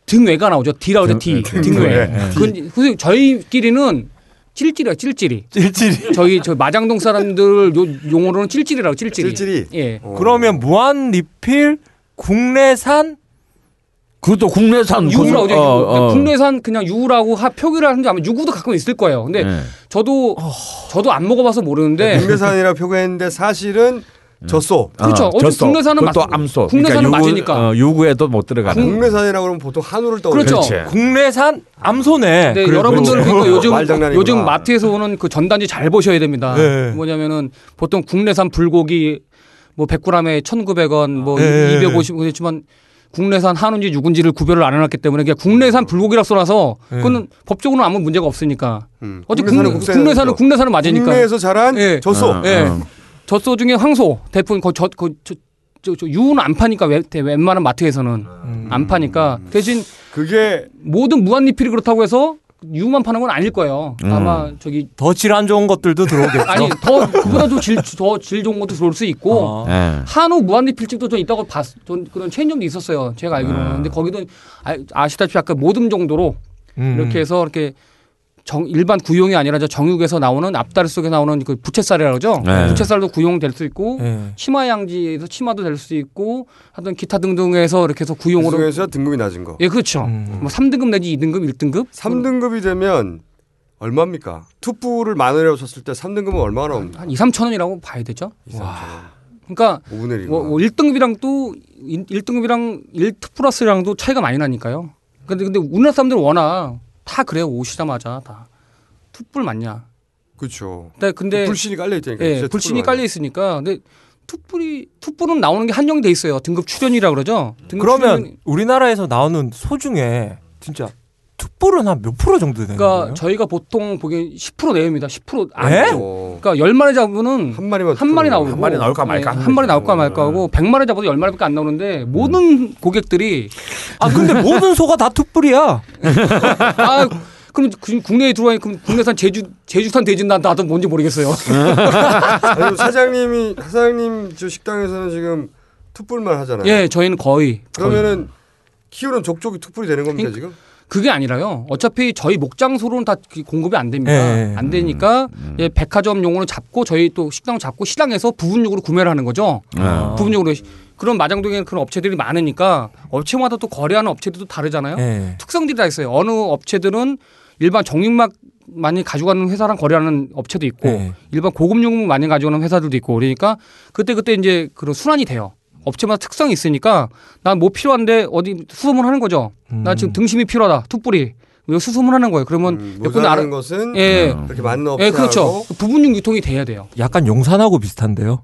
[SPEAKER 8] 등외가 나오죠. D라 그러죠. D.
[SPEAKER 6] 등-
[SPEAKER 8] 등외.
[SPEAKER 6] 네,
[SPEAKER 8] 그건 선생님, 저희끼리는 찔찔이야 찔찔이.
[SPEAKER 5] 찔찔이.
[SPEAKER 8] 저희 저 마장동 사람들 요- 용어로는 찔찔이라고 찔찔이.
[SPEAKER 7] 찔찔이?
[SPEAKER 8] 예.
[SPEAKER 7] 어.
[SPEAKER 5] 그러면 무한 리필 국내산
[SPEAKER 6] 그것도 국내산 어,
[SPEAKER 8] 유구라고 하죠. 유구. 그러니까
[SPEAKER 6] 어.
[SPEAKER 8] 국내산 그냥 유구라고 하, 표기를 하는지 아마 유구도 가끔 있을 거예요. 근데
[SPEAKER 6] 예.
[SPEAKER 8] 저도 저도 안 먹어봐서 모르는데
[SPEAKER 6] 네.
[SPEAKER 7] 국내산이라 표기했는데 사실은 젖소.
[SPEAKER 8] 그렇죠. 어차피
[SPEAKER 6] 젖소.
[SPEAKER 8] 국내산은
[SPEAKER 6] 아, 그것도
[SPEAKER 8] 맞-
[SPEAKER 6] 암소. 그러니까
[SPEAKER 8] 국내산은 맞으니까.
[SPEAKER 6] 어, 유구에도 못 들어가는.
[SPEAKER 7] 국내산이라고 그러면 보통 한우를 떠올려요.
[SPEAKER 8] 그렇죠.
[SPEAKER 6] 그렇지.
[SPEAKER 5] 국내산 암소네.
[SPEAKER 8] 네,
[SPEAKER 5] 그래,
[SPEAKER 8] 여러분들
[SPEAKER 5] 그렇죠.
[SPEAKER 8] 그러니까 요즘
[SPEAKER 7] 말장난이구나.
[SPEAKER 8] 요즘 마트에서 오는 그 전단지 잘 보셔야 됩니다.
[SPEAKER 5] 네.
[SPEAKER 8] 뭐냐면은 보통 국내산 불고기 뭐 100g에 1,900원 뭐
[SPEAKER 5] 네.
[SPEAKER 8] 250 그렇지만 국내산 한우인지 육은지를 구별을 안 해놨기 때문에 그냥 국내산 불고기라 써놔서 그거는 법적으로는 아무 문제가 없으니까.
[SPEAKER 7] 네. 음.
[SPEAKER 8] 어제
[SPEAKER 7] 국내산은
[SPEAKER 8] 국내,
[SPEAKER 7] 국산이죠.
[SPEAKER 8] 국내산은 국내산은 맞으니까.
[SPEAKER 7] 국내에서 아. 자란
[SPEAKER 8] 예.
[SPEAKER 7] 젖소.
[SPEAKER 6] 어,
[SPEAKER 8] 예.
[SPEAKER 6] 어.
[SPEAKER 8] 젖소 중에 황소 대부분 그저그저저 유는 안 파니까 웬- 웬만한 마트에서는
[SPEAKER 7] 음.
[SPEAKER 8] 안 파니까 대신
[SPEAKER 7] 그게
[SPEAKER 8] 모든 무한리필이 그렇다고 해서 유만 파는 건 아닐 거예요. 아마 저기
[SPEAKER 5] 더 질환 좋은 것들도 들어오겠죠.
[SPEAKER 8] 아니 더 그보다 더질더질 좋은 것도 들어올 수 있고
[SPEAKER 5] 아.
[SPEAKER 6] 예.
[SPEAKER 8] 한우 무한리필집도 좀 있다고 봤. 전 그런 체인점도 있었어요. 제가 알기로는 근데 거기도 아, 시다시피 아까 모듬 정도로
[SPEAKER 5] 음.
[SPEAKER 8] 이렇게 해서 이렇게 정, 일반 구용이 아니라 저 정육에서 나오는 앞다리 속에 나오는 그 부채살이라고 그러죠.
[SPEAKER 6] 네.
[SPEAKER 8] 부채살도 구용될 수 있고
[SPEAKER 5] 예.
[SPEAKER 8] 치마 양지에서 치마도 될 수 있고 하여튼 기타 등등에서 이렇게 해서 구용으로
[SPEAKER 7] 중에서 등급이 낮은 거.
[SPEAKER 8] 예, 그렇죠.
[SPEAKER 5] 음.
[SPEAKER 8] 뭐 3등급 내지 2등급, 1등급?
[SPEAKER 7] 삼 3등급이 되면 얼마입니까? 투뿔을 만 원이라고 쳤을 때 3등급은 얼마나 옵니까?
[SPEAKER 8] 한 2, 3천 원이라고 봐야 되죠.
[SPEAKER 7] 와.
[SPEAKER 8] 그러니까
[SPEAKER 7] 5분의 1.
[SPEAKER 8] 뭐, 뭐 1등급이랑 또 1등급이랑 1 플러스랑도 차이가 많이 나니까요. 근데 근데 우리나라 사람들은 워낙 다 그래요. 오시자마자 다 투뿔 맞냐.
[SPEAKER 7] 그렇죠.
[SPEAKER 8] 근데 근데
[SPEAKER 7] 불신이 깔려 있다니까.
[SPEAKER 8] 예, 불신이 깔려 있으니까 근데 투뿔이 투뿔은 나오는 게 한정이 돼 있어요. 등급 출연이라 그러죠. 등급
[SPEAKER 5] 그러면
[SPEAKER 8] 출연이-
[SPEAKER 5] 우리나라에서 나오는 소 중에 진짜 투뿔은 한 몇 프로 정도 되는
[SPEAKER 8] 그러니까
[SPEAKER 5] 거예요? 예?
[SPEAKER 8] 저희가 보통 보기엔 10% 내외입니다. 10%
[SPEAKER 5] 에?
[SPEAKER 8] 안죠. 그러니까 열 마리 잡으면
[SPEAKER 7] 어.
[SPEAKER 8] 뭐?
[SPEAKER 7] 한 마리만
[SPEAKER 8] 한 마리 나오고
[SPEAKER 6] 그
[SPEAKER 8] 네,
[SPEAKER 6] 한 마리 나올까 말까 하는
[SPEAKER 8] 한 마리
[SPEAKER 6] 거죠.
[SPEAKER 8] 나올까 말까 하고 백 마리 잡아도 열 마리밖에 안 나오는데 모든 고객들이
[SPEAKER 5] 아 근데 모든
[SPEAKER 8] 네.
[SPEAKER 5] 소가 다 투뿔이야.
[SPEAKER 8] 아 그럼 그- 국내에 들어와니 그럼 국내산 제주 제주산 돼지 나 나도 뭔지 모르겠어요.
[SPEAKER 6] 네.
[SPEAKER 7] 아니, 사장님이 사장님 저 식당에서는 지금 투뿔만 하잖아요.
[SPEAKER 8] 예, 저희는 거의
[SPEAKER 7] 그러면은 키우는 족족이 투뿔이 되는 겁니까
[SPEAKER 8] 그러니까
[SPEAKER 7] 지금?
[SPEAKER 8] 그게 아니라요. 어차피 저희 목장소로는 다 그- 공급이 안 됩니다.
[SPEAKER 5] 예, 예.
[SPEAKER 8] 안
[SPEAKER 6] 음,
[SPEAKER 8] 되니까 예, 백화점용으로 잡고 저희 또 식당 잡고 시장에서 부분육으로 구매를 하는 거죠.
[SPEAKER 5] 아.
[SPEAKER 8] 부분육으로 그런 마장동에 그런 업체들이 많으니까 업체마다 또 거래하는 업체들도 다르잖아요.
[SPEAKER 5] 예.
[SPEAKER 8] 특성들이 다 있어요. 어느 업체들은 일반 정육막 많이 가져가는 회사랑 거래하는 업체도 있고
[SPEAKER 5] 네.
[SPEAKER 8] 일반 고급 용품 많이 가져오는 회사들도 있고 그러니까 그때 그때 이제 그런 순환이 돼요. 업체마다 특성이 있으니까 난 뭐 필요한데 어디 수소문 하는 거죠. 나
[SPEAKER 6] 음.
[SPEAKER 8] 지금 등심이 필요하다. 툭불이 왜 수소문 하는 거예요? 그러면
[SPEAKER 7] 음,
[SPEAKER 8] 몇 군데 알아.
[SPEAKER 7] 모자라는 것은
[SPEAKER 8] 예,
[SPEAKER 6] 네.
[SPEAKER 7] 그렇게 맞는
[SPEAKER 8] 예,
[SPEAKER 7] 업체하고
[SPEAKER 8] 그렇죠. 부분육 유통이 돼야 돼요.
[SPEAKER 5] 약간 용산하고 비슷한데요.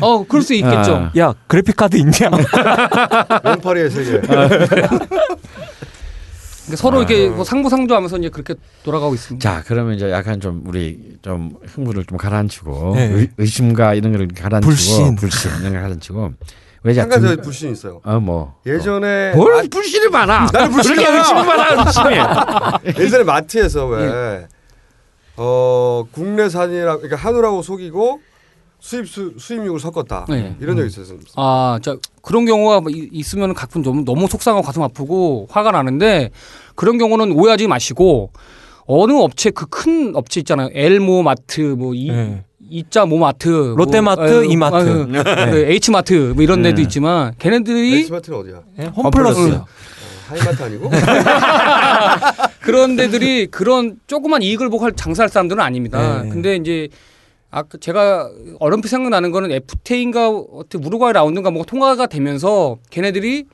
[SPEAKER 8] 어, 그럴 수 있겠죠.
[SPEAKER 6] 아.
[SPEAKER 5] 야 그래픽 카드 있냐?
[SPEAKER 8] 아,
[SPEAKER 7] 용파리의 세계.
[SPEAKER 8] 그러니까 서로 이렇게 뭐 상부상조하면서 이제 그렇게 돌아가고 있습니다.
[SPEAKER 6] 아. 자, 그러면 이제 약간 좀 우리 좀 흥분을 좀 가라앉히고
[SPEAKER 5] 네.
[SPEAKER 6] 의, 의심과 이런 걸 가라앉히고
[SPEAKER 5] 불신.
[SPEAKER 6] 불신 이런 걸 가라앉히고 왜
[SPEAKER 7] 한
[SPEAKER 8] 예.
[SPEAKER 7] 가지
[SPEAKER 6] 자꾸
[SPEAKER 7] 불신이 있어요.
[SPEAKER 6] 어 뭐.
[SPEAKER 7] 예전에
[SPEAKER 6] 뭘 불신이 많아.
[SPEAKER 7] 나는 불신이
[SPEAKER 6] 그렇게
[SPEAKER 7] 많아.
[SPEAKER 6] 의심이 많아. 의심이.
[SPEAKER 7] 예전에 마트에서 왜 어, 국내산이라 그러니까 한우라고 속이고 수입 수, 수입육을 섞었다
[SPEAKER 8] 네.
[SPEAKER 7] 이런 적이 있었어요.
[SPEAKER 8] 아, 자 그런 경우가 뭐 이- 있으면 가끔 너무 너무 속상하고 가슴 아프고 화가 나는데 그런 경우는 오해하지 마시고 어느 업체 그 큰 업체 있잖아요. 엘모 마트 뭐 이,
[SPEAKER 5] 네.
[SPEAKER 8] 이자 모 마트, 뭐,
[SPEAKER 5] 롯데마트,
[SPEAKER 8] 아유,
[SPEAKER 5] 이마트. 네.
[SPEAKER 8] 아유, 그 H 마트 뭐 이런 데도 있지만 걔네들이
[SPEAKER 7] H마트는 어디야?
[SPEAKER 5] 예? 홈플러스.
[SPEAKER 6] 홈플러스.
[SPEAKER 7] 하이마트 아니고?
[SPEAKER 8] 그런 데들이 그런 조그만 이익을 보고 할 장사할 사람들은 아닙니다.
[SPEAKER 5] 네.
[SPEAKER 8] 근데 이제 아까 그 제가 얼음피 생각나는 거는 FTA인가 어떻게 우루과이 라운드인가 뭐가 통과가 되면서 걔네들이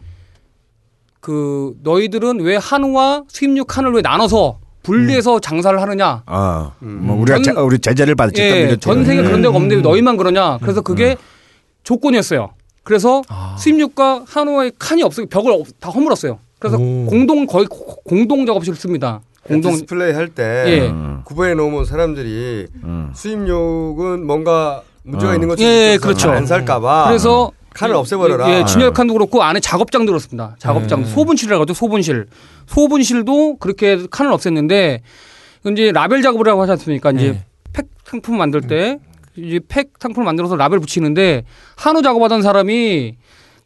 [SPEAKER 8] 그 너희들은 왜 한우와 수입육 한우를 왜 나눠서 분리해서
[SPEAKER 5] 음.
[SPEAKER 8] 장사를 하느냐?
[SPEAKER 5] 아,
[SPEAKER 6] 어.
[SPEAKER 7] 음.
[SPEAKER 6] 뭐 우리가
[SPEAKER 8] 전-
[SPEAKER 6] 제, 우리 제재를 받을
[SPEAKER 8] 예, 전 세계 그런 데가
[SPEAKER 5] 음.
[SPEAKER 8] 없는데 왜 너희만 그러냐? 그래서 그게 조건이었어요. 그래서
[SPEAKER 5] 아.
[SPEAKER 8] 수입육과 한우의 칸이 없어요. 벽을 없- 다 허물었어요. 그래서
[SPEAKER 5] 오.
[SPEAKER 8] 공동 거의 고- 공동 작업실을 씁니다. 공동
[SPEAKER 7] 디스플레이 할
[SPEAKER 5] 네.
[SPEAKER 7] 때
[SPEAKER 8] 예.
[SPEAKER 7] 구분해 놓으면 사람들이
[SPEAKER 6] 음.
[SPEAKER 7] 수입육은 뭔가 문제가
[SPEAKER 6] 어.
[SPEAKER 7] 있는 것처럼
[SPEAKER 8] 예,
[SPEAKER 7] 느껴서
[SPEAKER 8] 그렇죠.
[SPEAKER 7] 안 살까봐 음.
[SPEAKER 8] 그래서
[SPEAKER 7] 칸을 아, 없애버려라. 아. 음.
[SPEAKER 8] 예, 진열칸도 그렇고 안에 작업장도 그렇습니다. 작업장 소분실이라고 하죠. 소분실. 소분실도 그렇게 칸을 없앴는데 이제 라벨 작업을 하고 하지 않습니까? 이제
[SPEAKER 7] 예.
[SPEAKER 5] 네.
[SPEAKER 8] 팩 상품 만들 때 이제 팩 상품 을 만들어서 라벨 붙이는데 한우 작업하던 사람이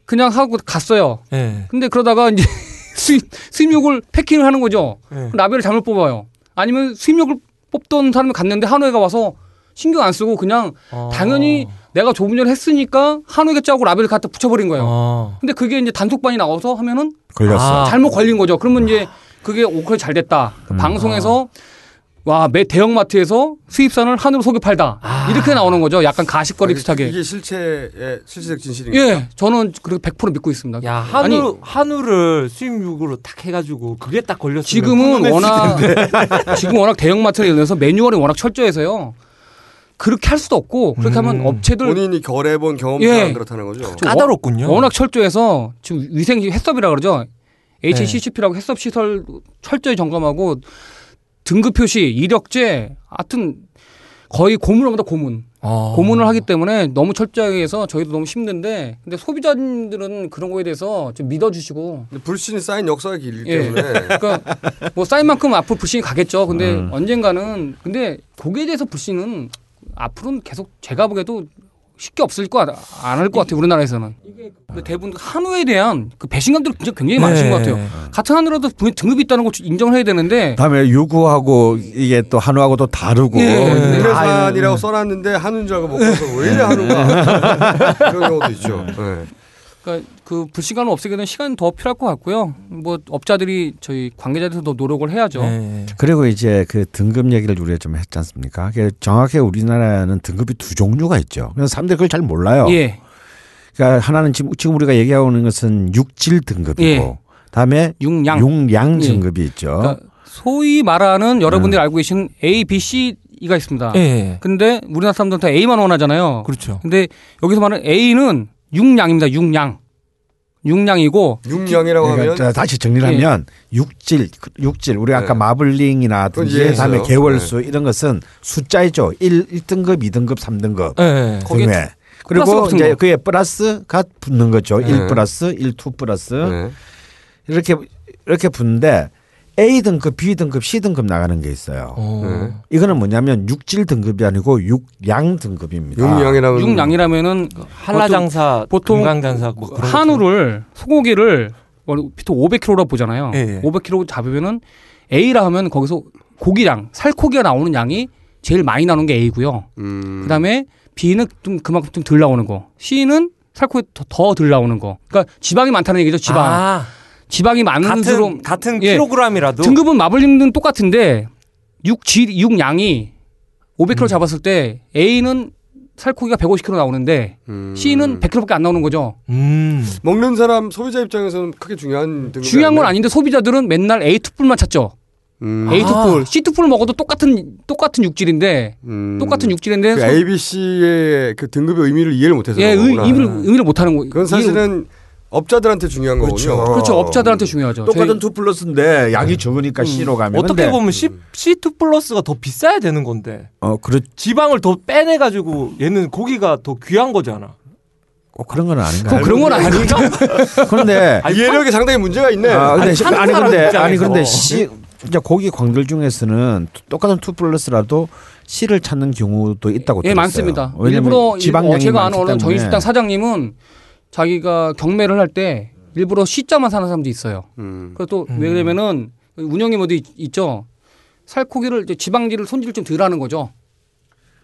[SPEAKER 8] 그냥 하고 갔어요.
[SPEAKER 5] 예.
[SPEAKER 8] 근데 그러다가 이제 수입 수입육을 패킹을 하는 거죠.
[SPEAKER 5] 예.
[SPEAKER 8] 라벨을 잘못 뽑아요. 아니면 수입육을 뽑던 사람이 갔는데 한우회가 와서 신경 안 쓰고 그냥
[SPEAKER 5] 어.
[SPEAKER 8] 당연히 내가 조분 전에 했으니까 한우회 짜고 라벨을 갖다 붙여버린 거예요.
[SPEAKER 5] 어.
[SPEAKER 8] 근데 그게 이제 단속반이 나와서 하면은
[SPEAKER 6] 걸렸어.
[SPEAKER 5] 아.
[SPEAKER 8] 잘못 걸린 거죠. 그러면 이제 그게 오클 잘 됐다.
[SPEAKER 5] 음.
[SPEAKER 8] 그 방송에서
[SPEAKER 5] 아.
[SPEAKER 8] 와, 매 대형마트에서 수입산을 한우로 속여 팔다.
[SPEAKER 5] 아.
[SPEAKER 8] 이렇게 나오는 거죠. 약간 가십거리
[SPEAKER 7] 이게-
[SPEAKER 8] 비슷하게.
[SPEAKER 7] 이게 실체의 실체적 진실인가요?
[SPEAKER 8] 예, 저는 그렇게 100% 믿고 있습니다.
[SPEAKER 5] 야
[SPEAKER 8] 아니,
[SPEAKER 5] 한우 한우를 수입육으로 탁 해가지고 그게 딱 걸렸으면
[SPEAKER 8] 지금은
[SPEAKER 5] 훈훈했을
[SPEAKER 8] 워낙 지금 워낙 대형 마트에 의해서 매뉴얼이 워낙 철저해서요. 그렇게 할 수도 없고 그렇게 하면
[SPEAKER 5] 음.
[SPEAKER 8] 업체들
[SPEAKER 7] 본인이 결해본 경험상
[SPEAKER 8] 예.
[SPEAKER 7] 그렇다는 거죠.
[SPEAKER 8] 저-
[SPEAKER 5] 까다롭군요.
[SPEAKER 8] 워낙 철저해서 지금 위생 해썹이라 그러죠.
[SPEAKER 5] 네.
[SPEAKER 8] HCCP라고 해썹 시설 철저히 점검하고 등급 표시, 이력제, 하여튼 거의 고문합니다 고문.
[SPEAKER 5] 어.
[SPEAKER 8] 아, 고문을 하기 때문에 너무 철저하게 해서 저희도 너무 힘든데 근데 소비자님들은 그런 거에 대해서 좀 믿어주시고
[SPEAKER 7] 근데 불신이 쌓인 역사가 길기
[SPEAKER 8] 예.
[SPEAKER 7] 때문에
[SPEAKER 8] 그러니까 뭐 쌓인 만큼 앞으로 불신이 가겠죠. 근데
[SPEAKER 6] 음.
[SPEAKER 8] 언젠가는 근데 거기에 대해서 불신은 앞으로는 계속 제가 보기에도 쉽게 없을 거안할 것 같아요 우리나라에서는.
[SPEAKER 6] 음.
[SPEAKER 8] 근데 그 대부분 한우에 대한 그 배신감들이
[SPEAKER 5] 네.
[SPEAKER 8] 굉장히,
[SPEAKER 6] 네.
[SPEAKER 8] 굉장히 많으신 것 같아요. 같은 한우라도 분명히 등급이 있다는 걸 인정을 해야 되는데
[SPEAKER 6] 다음에 유구하고 이게 또 한우하고 또 다르고
[SPEAKER 8] 예.
[SPEAKER 6] 아,
[SPEAKER 7] 국내산이라고 써놨는데 한우인 줄 알고 먹어서 왜 이래 한우가 그런 경우도 있죠. 예.
[SPEAKER 8] 그러니까 그 불신감을 없애기 위한 시간이 더 필요할 것 같고요. 뭐 업자들이 저희 관계자들도 더 노력을 해야죠.
[SPEAKER 6] 네. 그리고 이제 그 등급 얘기를 우리가 좀 했지 않습니까? 그게 정확히 우리나라는 등급이 두 종류가 있죠. 그래서 사람들이 그걸 잘 몰라요.
[SPEAKER 8] 예,
[SPEAKER 6] 그러니까 하나는 지금 지금 우리가 얘기하고 있는 것은 육질 등급이고
[SPEAKER 8] 예.
[SPEAKER 6] 다음에
[SPEAKER 8] 육양.
[SPEAKER 6] 용양
[SPEAKER 8] 예.
[SPEAKER 6] 등급이 있죠.
[SPEAKER 8] 그러니까 소위 말하는 여러분들이
[SPEAKER 6] 네.
[SPEAKER 8] 알고 계신 A, B, C가 있습니다.
[SPEAKER 5] 예, 예.
[SPEAKER 8] 근데 우리나라 사람들은 다 A만 원하잖아요.
[SPEAKER 5] 그렇죠.
[SPEAKER 8] 근데 여기서 말하는 A는 육량입니다. 육량. 육량이고
[SPEAKER 7] 네. 육양이라고
[SPEAKER 6] 그러니까
[SPEAKER 7] 하면
[SPEAKER 6] 자, 다시 정리하면
[SPEAKER 8] 예.
[SPEAKER 6] 육질, 육질. 우리 아까
[SPEAKER 7] 네.
[SPEAKER 6] 마블링이나든지
[SPEAKER 7] 그건 예. 이해했어요.
[SPEAKER 6] 그다음에 개월수 이런 것은 숫자이죠. 1, 일등급이등급삼등급
[SPEAKER 5] 예, 예.
[SPEAKER 8] 거기에
[SPEAKER 6] 등에. 그리고
[SPEAKER 8] 붙은
[SPEAKER 6] 이제
[SPEAKER 8] 거.
[SPEAKER 6] 그에 플러스가 붙는 거죠.
[SPEAKER 7] 네.
[SPEAKER 6] 일 플러스, 일 투 플러스.
[SPEAKER 7] 예.
[SPEAKER 6] 이렇게 이렇게 붙는데 A 등급, B 등급, C 등급 나가는 게 있어요.
[SPEAKER 5] 어.
[SPEAKER 7] 예.
[SPEAKER 6] 이거는 뭐냐면 육질 등급이 아니고 육양 등급입니다.
[SPEAKER 7] 육양이라면
[SPEAKER 8] 육량이라면은
[SPEAKER 5] 한라장사,
[SPEAKER 8] 보통
[SPEAKER 5] 금강장사 뭐 그런
[SPEAKER 8] 한우를 소고기를 원래 보통 500kg라고 보잖아요.
[SPEAKER 5] 예, 예.
[SPEAKER 8] 500kg 잡으면은 A라 하면 거기서 고기량 살코기가 나오는 양이 제일 많이 나오는 게 A고요.
[SPEAKER 7] 음.
[SPEAKER 8] 그다음에 B는 좀 그만큼 좀 덜 나오는 거. C는 살코기 더 덜 나오는 거. 그러니까 지방이 많다는 얘기죠. 지방.
[SPEAKER 5] 아,
[SPEAKER 8] 지방이 많은 수로
[SPEAKER 5] 같은 같은
[SPEAKER 8] 예.
[SPEAKER 5] 킬로그램이라도
[SPEAKER 8] 등급은 마블링은 똑같은데 육질 육량이
[SPEAKER 7] 음.
[SPEAKER 8] 500kg 잡았을 때 A는 살코기가 150kg 나오는데
[SPEAKER 7] 음.
[SPEAKER 8] C는 100kg밖에 안 나오는 거죠.
[SPEAKER 5] 음.
[SPEAKER 7] 먹는 사람 소비자 입장에서는 크게 중요한 등급
[SPEAKER 8] 중요한 건 아닌데 소비자들은 맨날 A 투뿔만 찾죠.
[SPEAKER 7] 음. 아.
[SPEAKER 8] A 투뿔, C 투뿔 먹어도 똑같은 똑같은 육질인데 똑같은 육질인데
[SPEAKER 7] 그
[SPEAKER 8] 소-
[SPEAKER 7] A, B, C의 그 등급의 의미를 이해를 못해서
[SPEAKER 8] 예, 의,
[SPEAKER 7] 그런 거구나.
[SPEAKER 8] 의미를 의미를 못 하는 거.
[SPEAKER 7] 그건 사실은 어. 업자들한테 중요한
[SPEAKER 6] 그렇죠.
[SPEAKER 7] 거군요.
[SPEAKER 8] 그렇죠. 업자들한테 중요하죠.
[SPEAKER 6] 똑같은
[SPEAKER 8] 저희- 음.
[SPEAKER 6] 투 플러스인데 양이 적으니까 C로 가면
[SPEAKER 5] 어떻게
[SPEAKER 6] 근데-
[SPEAKER 5] 보면 C, C2 플러스가 더 비싸야 되는 건데
[SPEAKER 6] 어 그렇
[SPEAKER 5] 지방을 더 빼내 가지고 얘는 고기가 더 귀한 거잖아.
[SPEAKER 6] 어, 그런 건 아닌가.
[SPEAKER 8] 그건 그런 건 아니고
[SPEAKER 6] 그런데
[SPEAKER 5] 아니,
[SPEAKER 7] 이해력에 상당히 문제가 있네.
[SPEAKER 6] 아, 근데
[SPEAKER 5] 아니,
[SPEAKER 6] 시-
[SPEAKER 5] 한국
[SPEAKER 6] 아니
[SPEAKER 5] 사람
[SPEAKER 6] 근데 아니
[SPEAKER 5] 입장에서.
[SPEAKER 6] 근데 씨 이제 고기 광들 중에서는 똑같은 투 플러스라도 씨를 찾는 경우도 있다고
[SPEAKER 8] 예
[SPEAKER 6] 들었어요.
[SPEAKER 8] 많습니다.
[SPEAKER 6] 왜냐면
[SPEAKER 8] 일부러
[SPEAKER 6] 지방량이
[SPEAKER 8] 어, 제가
[SPEAKER 6] 많기
[SPEAKER 8] 아는 어느
[SPEAKER 6] 때문에.
[SPEAKER 8] 정식당 사장님은 자기가 경매를 할 때 일부러 C자만 사는 사람도 있어요.
[SPEAKER 7] 음.
[SPEAKER 8] 그리고 또 왜냐면은 운영이 모두 있- 있죠. 살코기를 이제 지방질을 손질 좀 덜하는 거죠.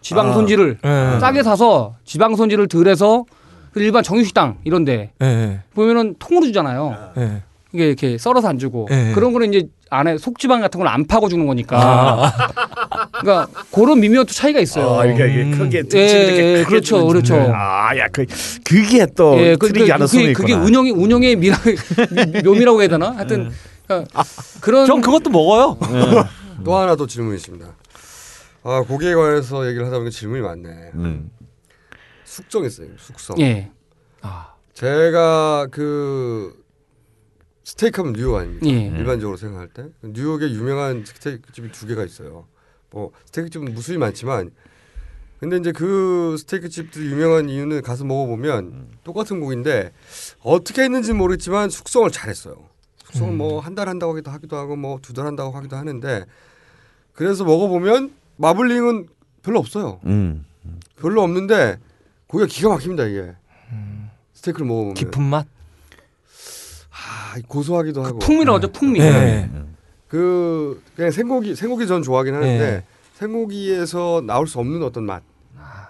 [SPEAKER 8] 지방
[SPEAKER 6] 아.
[SPEAKER 8] 손질을
[SPEAKER 5] 예.
[SPEAKER 8] 싸게 사서 지방 손질을 덜해서 그 일반 정육식당 이런데
[SPEAKER 5] 예.
[SPEAKER 8] 보면은 통으로 주잖아요.
[SPEAKER 5] 예.
[SPEAKER 8] 이게 이렇게 썰어서 안 주고
[SPEAKER 5] 예.
[SPEAKER 8] 그런 거는 이제 안에 속지방 같은 걸 안 파고 주는 거니까.
[SPEAKER 5] 아,
[SPEAKER 8] 그러니까 그런 미묘한 또 차이가 있어요.
[SPEAKER 6] 아, 이게 이게
[SPEAKER 5] 음.
[SPEAKER 6] 크게 등치
[SPEAKER 8] 예,
[SPEAKER 6] 이렇게
[SPEAKER 8] 예,
[SPEAKER 6] 크게
[SPEAKER 8] 그렇죠,
[SPEAKER 6] 주는
[SPEAKER 8] 그렇죠.
[SPEAKER 6] 줄. 아, 야, 그 그게 또
[SPEAKER 8] 그-
[SPEAKER 6] 트릭이
[SPEAKER 8] 그-
[SPEAKER 6] 하나 숨어
[SPEAKER 8] 그게,
[SPEAKER 6] 있구나.
[SPEAKER 8] 그게 운영이 운영의 미라 미- 묘미라고 해야 되나?
[SPEAKER 6] 네.
[SPEAKER 8] 하여튼
[SPEAKER 6] 아,
[SPEAKER 8] 그러니까 그런
[SPEAKER 5] 전 그것도 먹어요.
[SPEAKER 7] 또 하나 더 질문이 있습니다. 아 고기에 관해서 얘기를 하다 보니까 질문이 많네.
[SPEAKER 6] 음.
[SPEAKER 7] 숙성 있어요. 숙성.
[SPEAKER 8] 예.
[SPEAKER 7] 제가 그 스테이크 하면 뉴욕 아닙니까?
[SPEAKER 8] 예.
[SPEAKER 6] 네.
[SPEAKER 7] 일반적으로 생각할 때 뉴욕에 유명한 스테이크 집이 두 개가 있어요. 뭐 스테이크 집은 무수히 많지만 근데 이제 그 스테이크 집들이 유명한 이유는 가서 먹어보면 똑같은 고기인데 어떻게 했는지 는 모르겠지만 숙성을 잘했어요. 숙성을 뭐 한 달 한다고 하기도 하기도 하고 뭐 두 달 한다고 하기도 하는데 그래서 먹어보면 마블링은 별로 없어요.
[SPEAKER 6] 음.
[SPEAKER 7] 별로 없는데 고기가 기가 막힙니다 이게 스테이크를 먹어보면
[SPEAKER 5] 깊은 맛.
[SPEAKER 7] 아, 고소하기도 하고
[SPEAKER 8] 그 풍미라고죠 풍미.
[SPEAKER 6] 네.
[SPEAKER 5] 예.
[SPEAKER 7] 그 그냥 생고기 생고기 전 좋아하긴 하는데
[SPEAKER 5] 예.
[SPEAKER 7] 생고기에서 나올 수 없는 어떤 맛.
[SPEAKER 8] 아.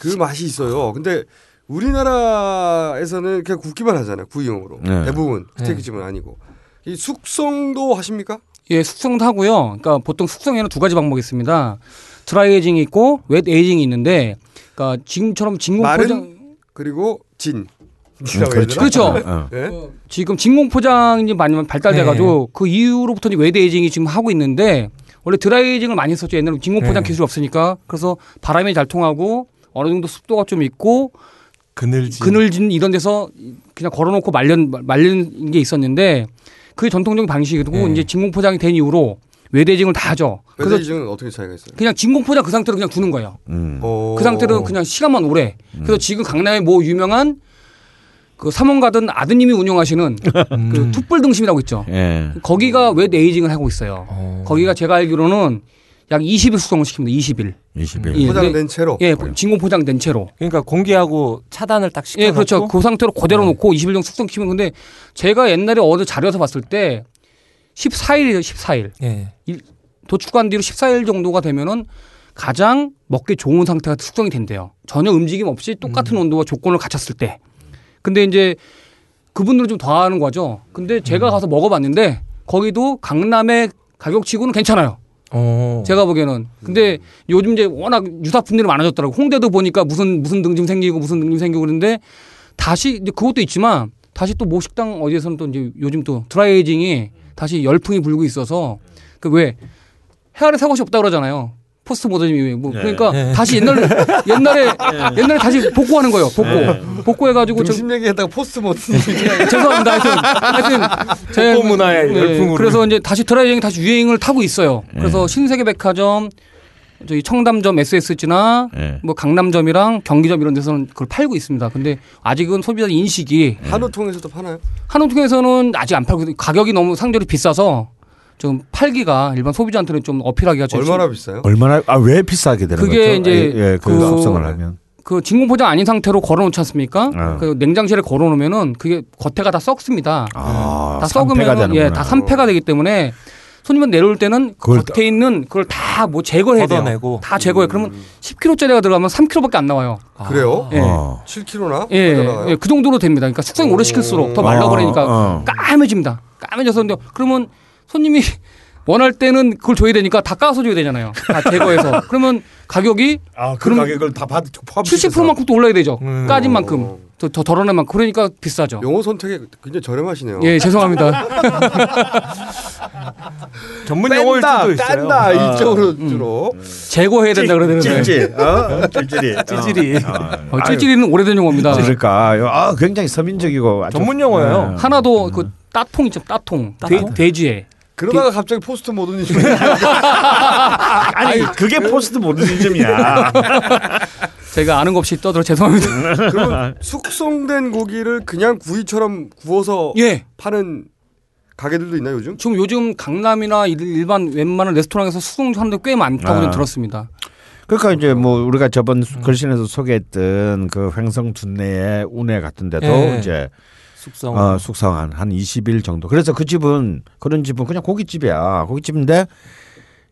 [SPEAKER 7] 그 맛이 있어요. 근데 우리나라에서는 그냥 굽기만 하잖아요. 구이용으로.
[SPEAKER 8] 예.
[SPEAKER 6] 네.
[SPEAKER 7] 대부분 스테이크
[SPEAKER 5] 네.
[SPEAKER 7] 집은 아니고. 이 숙성도 하십니까?
[SPEAKER 8] 예, 숙성도 하고요. 그러니까 보통 숙성에는 두 가지 방법이 있습니다. 드라이 에이징이 있고 웻 에이징이 있는데 그러니까 지금처럼 진공
[SPEAKER 7] 마른?
[SPEAKER 8] 포장
[SPEAKER 7] 그리고 진.
[SPEAKER 6] 음,
[SPEAKER 7] 이라고 해야 되나?
[SPEAKER 8] 그렇죠.
[SPEAKER 6] 어.
[SPEAKER 7] 예?
[SPEAKER 8] 지금 진공 포장이 많이 발달돼 가지고
[SPEAKER 6] 네.
[SPEAKER 8] 그 이후로부터 이제 웻 에이징이 지금 하고 있는데 원래 드라이 에이징을 많이 했었죠. 옛날에 진공 포장
[SPEAKER 5] 네.
[SPEAKER 8] 기술이 없으니까. 그래서 바람이 잘 통하고 어느 정도 습도가 좀 있고
[SPEAKER 5] 그늘진.
[SPEAKER 8] 그늘진 이런 데서 그냥 걸어놓고 말린 말린 게 있었는데 그게 전통적인 방식이고
[SPEAKER 5] 예.
[SPEAKER 8] 이제 진공 포장이 된 이후로 외대징을 다 하죠. 그래서
[SPEAKER 7] 외대지는 어떻게 차이가 있어요?
[SPEAKER 8] 그냥 진공 포장 그 상태로 그냥 두는 거예요.
[SPEAKER 6] 음.
[SPEAKER 7] 어.
[SPEAKER 8] 그 상태로 그냥 시간만 오래. 그래서 지금 강남에 뭐 유명한 그 삼원 가든 아드님이 운영하시는
[SPEAKER 7] 음.
[SPEAKER 8] 그 툭불 등심이라고 있죠.
[SPEAKER 6] 예.
[SPEAKER 8] 거기가 왜 네이징을 하고 있어요.
[SPEAKER 5] 어.
[SPEAKER 8] 거기가 제가 알기로는 약 20일 수송을 시킵니다. 20일.
[SPEAKER 6] 20일.
[SPEAKER 8] 예.
[SPEAKER 7] 어, 포장된 채로.
[SPEAKER 8] 예, 진공 포장된 채로.
[SPEAKER 5] 그러니까 공기하고 차단을 딱 시켜놓고 네.
[SPEAKER 8] 예, 그렇죠. 그 상태로 그대로 놓고 20일 정도 숙성시키면 근데 제가 옛날에 어느 자료에서 봤을 때 14일이에요, 14일.
[SPEAKER 5] 예.
[SPEAKER 8] 도축한 뒤로 14일 정도가 되면은 가장 먹기 좋은 상태가 숙성이 된대요. 전혀 움직임 없이 똑같은
[SPEAKER 5] 음.
[SPEAKER 8] 온도와 조건을 갖췄을 때. 근데 이제 그분들은 좀 더하는 거죠. 근데
[SPEAKER 5] 음.
[SPEAKER 8] 제가 가서 먹어봤는데 거기도 강남의 가격치고는 괜찮아요.
[SPEAKER 5] 어.
[SPEAKER 8] 제가 보기에는. 근데 요즘 이제 워낙 유사품들이 많아졌더라고. 홍대도 보니까 무슨 무슨 등짐 생기고 무슨 등짐 생기고 그러는데 다시 이제 그것도 있지만 다시 또뭐 모식당 어디에서는 또 이제 요즘 또 드라이에이징이 다시 열풍이 불고 있어서 그 왜 헤아릴 사고이 없다 그러잖아요. 포스트 모더니즘이 뭐 그러니까
[SPEAKER 5] 예.
[SPEAKER 8] 다시 옛날 옛날에 옛날에 다시 복구하는 거예요. 복구 복구해 가지고
[SPEAKER 7] 등심 얘기했다가 포스트 모든
[SPEAKER 8] 죄송합니다. 하여튼 하여튼 제- 네,
[SPEAKER 5] 복고 문화의 열풍으로. 네.
[SPEAKER 8] 그래서 이제 다시 드라이징 다시 유행을 타고 있어요. 그래서 신세계백화점 저희 청담점 SSG나
[SPEAKER 5] 네.
[SPEAKER 6] 예.
[SPEAKER 8] 뭐 강남점이랑 경기점 이런 데서는 그걸 팔고 있습니다. 근데 아직은 소비자 인식이
[SPEAKER 7] 한우통에서도 파나요?
[SPEAKER 8] 한우통에서는 아직 안 팔고 있- 가격이 너무 상대로 비싸서 좀 팔기가 일반 소비자한테는 좀 어필하기가 좀
[SPEAKER 7] 얼마나
[SPEAKER 5] 그렇죠?
[SPEAKER 7] 비싸요?
[SPEAKER 6] 얼마나 아 왜 비싸게 되는
[SPEAKER 8] 그게
[SPEAKER 6] 거죠?
[SPEAKER 8] 이제
[SPEAKER 6] 예, 예, 그
[SPEAKER 8] 그-
[SPEAKER 6] 숙성을 하면
[SPEAKER 8] 그 진공 포장 아닌 상태로 걸어놓지 않습니까?
[SPEAKER 6] 아.
[SPEAKER 8] 그 냉장실에 걸어놓으면은 그게 겉에가 다 썩습니다.
[SPEAKER 6] 아, 산패가
[SPEAKER 8] 다 썩으면
[SPEAKER 6] 되는구나.
[SPEAKER 8] 예다 산패가 되기 때문에 손님은 내려올 때는
[SPEAKER 6] 그걸
[SPEAKER 8] 겉에 있는 그걸 다 뭐 제거해야 돼요.
[SPEAKER 5] 걷어내고.
[SPEAKER 8] 다 제거해. 그러면 10kg짜리가 들어가면 3kg밖에 안 나와요.
[SPEAKER 5] 아.
[SPEAKER 7] 그래요?
[SPEAKER 8] 예.
[SPEAKER 6] 어.
[SPEAKER 7] 7kg나?
[SPEAKER 8] 예,
[SPEAKER 7] 빠져나가요?
[SPEAKER 8] 예, 그 정도로 됩니다. 그러니까 숙성 오래 시킬수록 더 말라버리니까
[SPEAKER 6] 어, 어.
[SPEAKER 8] 까매집니다. 까매져서 근데 그러면 손님이 원할 때는 그걸 줘야 되니까 다 까서 줘야 되잖아요. 다 제거해서. 그러면 가격이
[SPEAKER 1] 아, 그
[SPEAKER 8] 그럼
[SPEAKER 1] 가격을 다 받, 포함
[SPEAKER 8] 70%만큼 또 올라야 되죠.
[SPEAKER 5] 음.
[SPEAKER 8] 까진 만큼. 더, 더 덜어낸 만큼. 그러니까 비싸죠.
[SPEAKER 7] 용어 선택이 굉장히 저렴하시네요.
[SPEAKER 8] 예, 죄송합니다.
[SPEAKER 5] 전문 용어일
[SPEAKER 7] 뺀다,
[SPEAKER 5] 수도 있어요.
[SPEAKER 7] 뺀다 이쪽으로 주로.
[SPEAKER 8] 제거해야 된다 그러는데.
[SPEAKER 1] 찔찔. 어? 찔찔이. 찔찔이.
[SPEAKER 8] 어, 찔찔이는 오래된 용어입니다.
[SPEAKER 6] 그러니까 아 굉장히 서민적이고 아주-
[SPEAKER 5] 전문 용어예요.
[SPEAKER 8] 하나도 그 따통 있죠. 따통. 네? 돼, 지에
[SPEAKER 7] 그러다가 갑자기 포스트 모더니즘.
[SPEAKER 1] 아니, 그게 포스트 모더니즘이야.
[SPEAKER 8] 제가 아는 것 없이 떠들어
[SPEAKER 6] 음.
[SPEAKER 8] 죄송합니다.
[SPEAKER 7] 그러면 숙성된 고기를 그냥 구이처럼 구워서
[SPEAKER 8] 예.
[SPEAKER 7] 파는 가게들도 있나요 요즘?
[SPEAKER 8] 지금 요즘 강남이나 일- 일반 웬만한 레스토랑에서 수송하는 데 꽤 많다고
[SPEAKER 6] 아.
[SPEAKER 8] 저는 들었습니다.
[SPEAKER 6] 그러니까 이제 뭐 우리가 저번 수- 글신에서 소개했던 그 횡성 둔내의 운해 같은 데도
[SPEAKER 5] 예.
[SPEAKER 6] 이제
[SPEAKER 5] 숙성.
[SPEAKER 6] 어, 숙성한 한 20일 정도. 그래서 그 집은 그런 집은 그냥 고깃집이야. 고깃집인데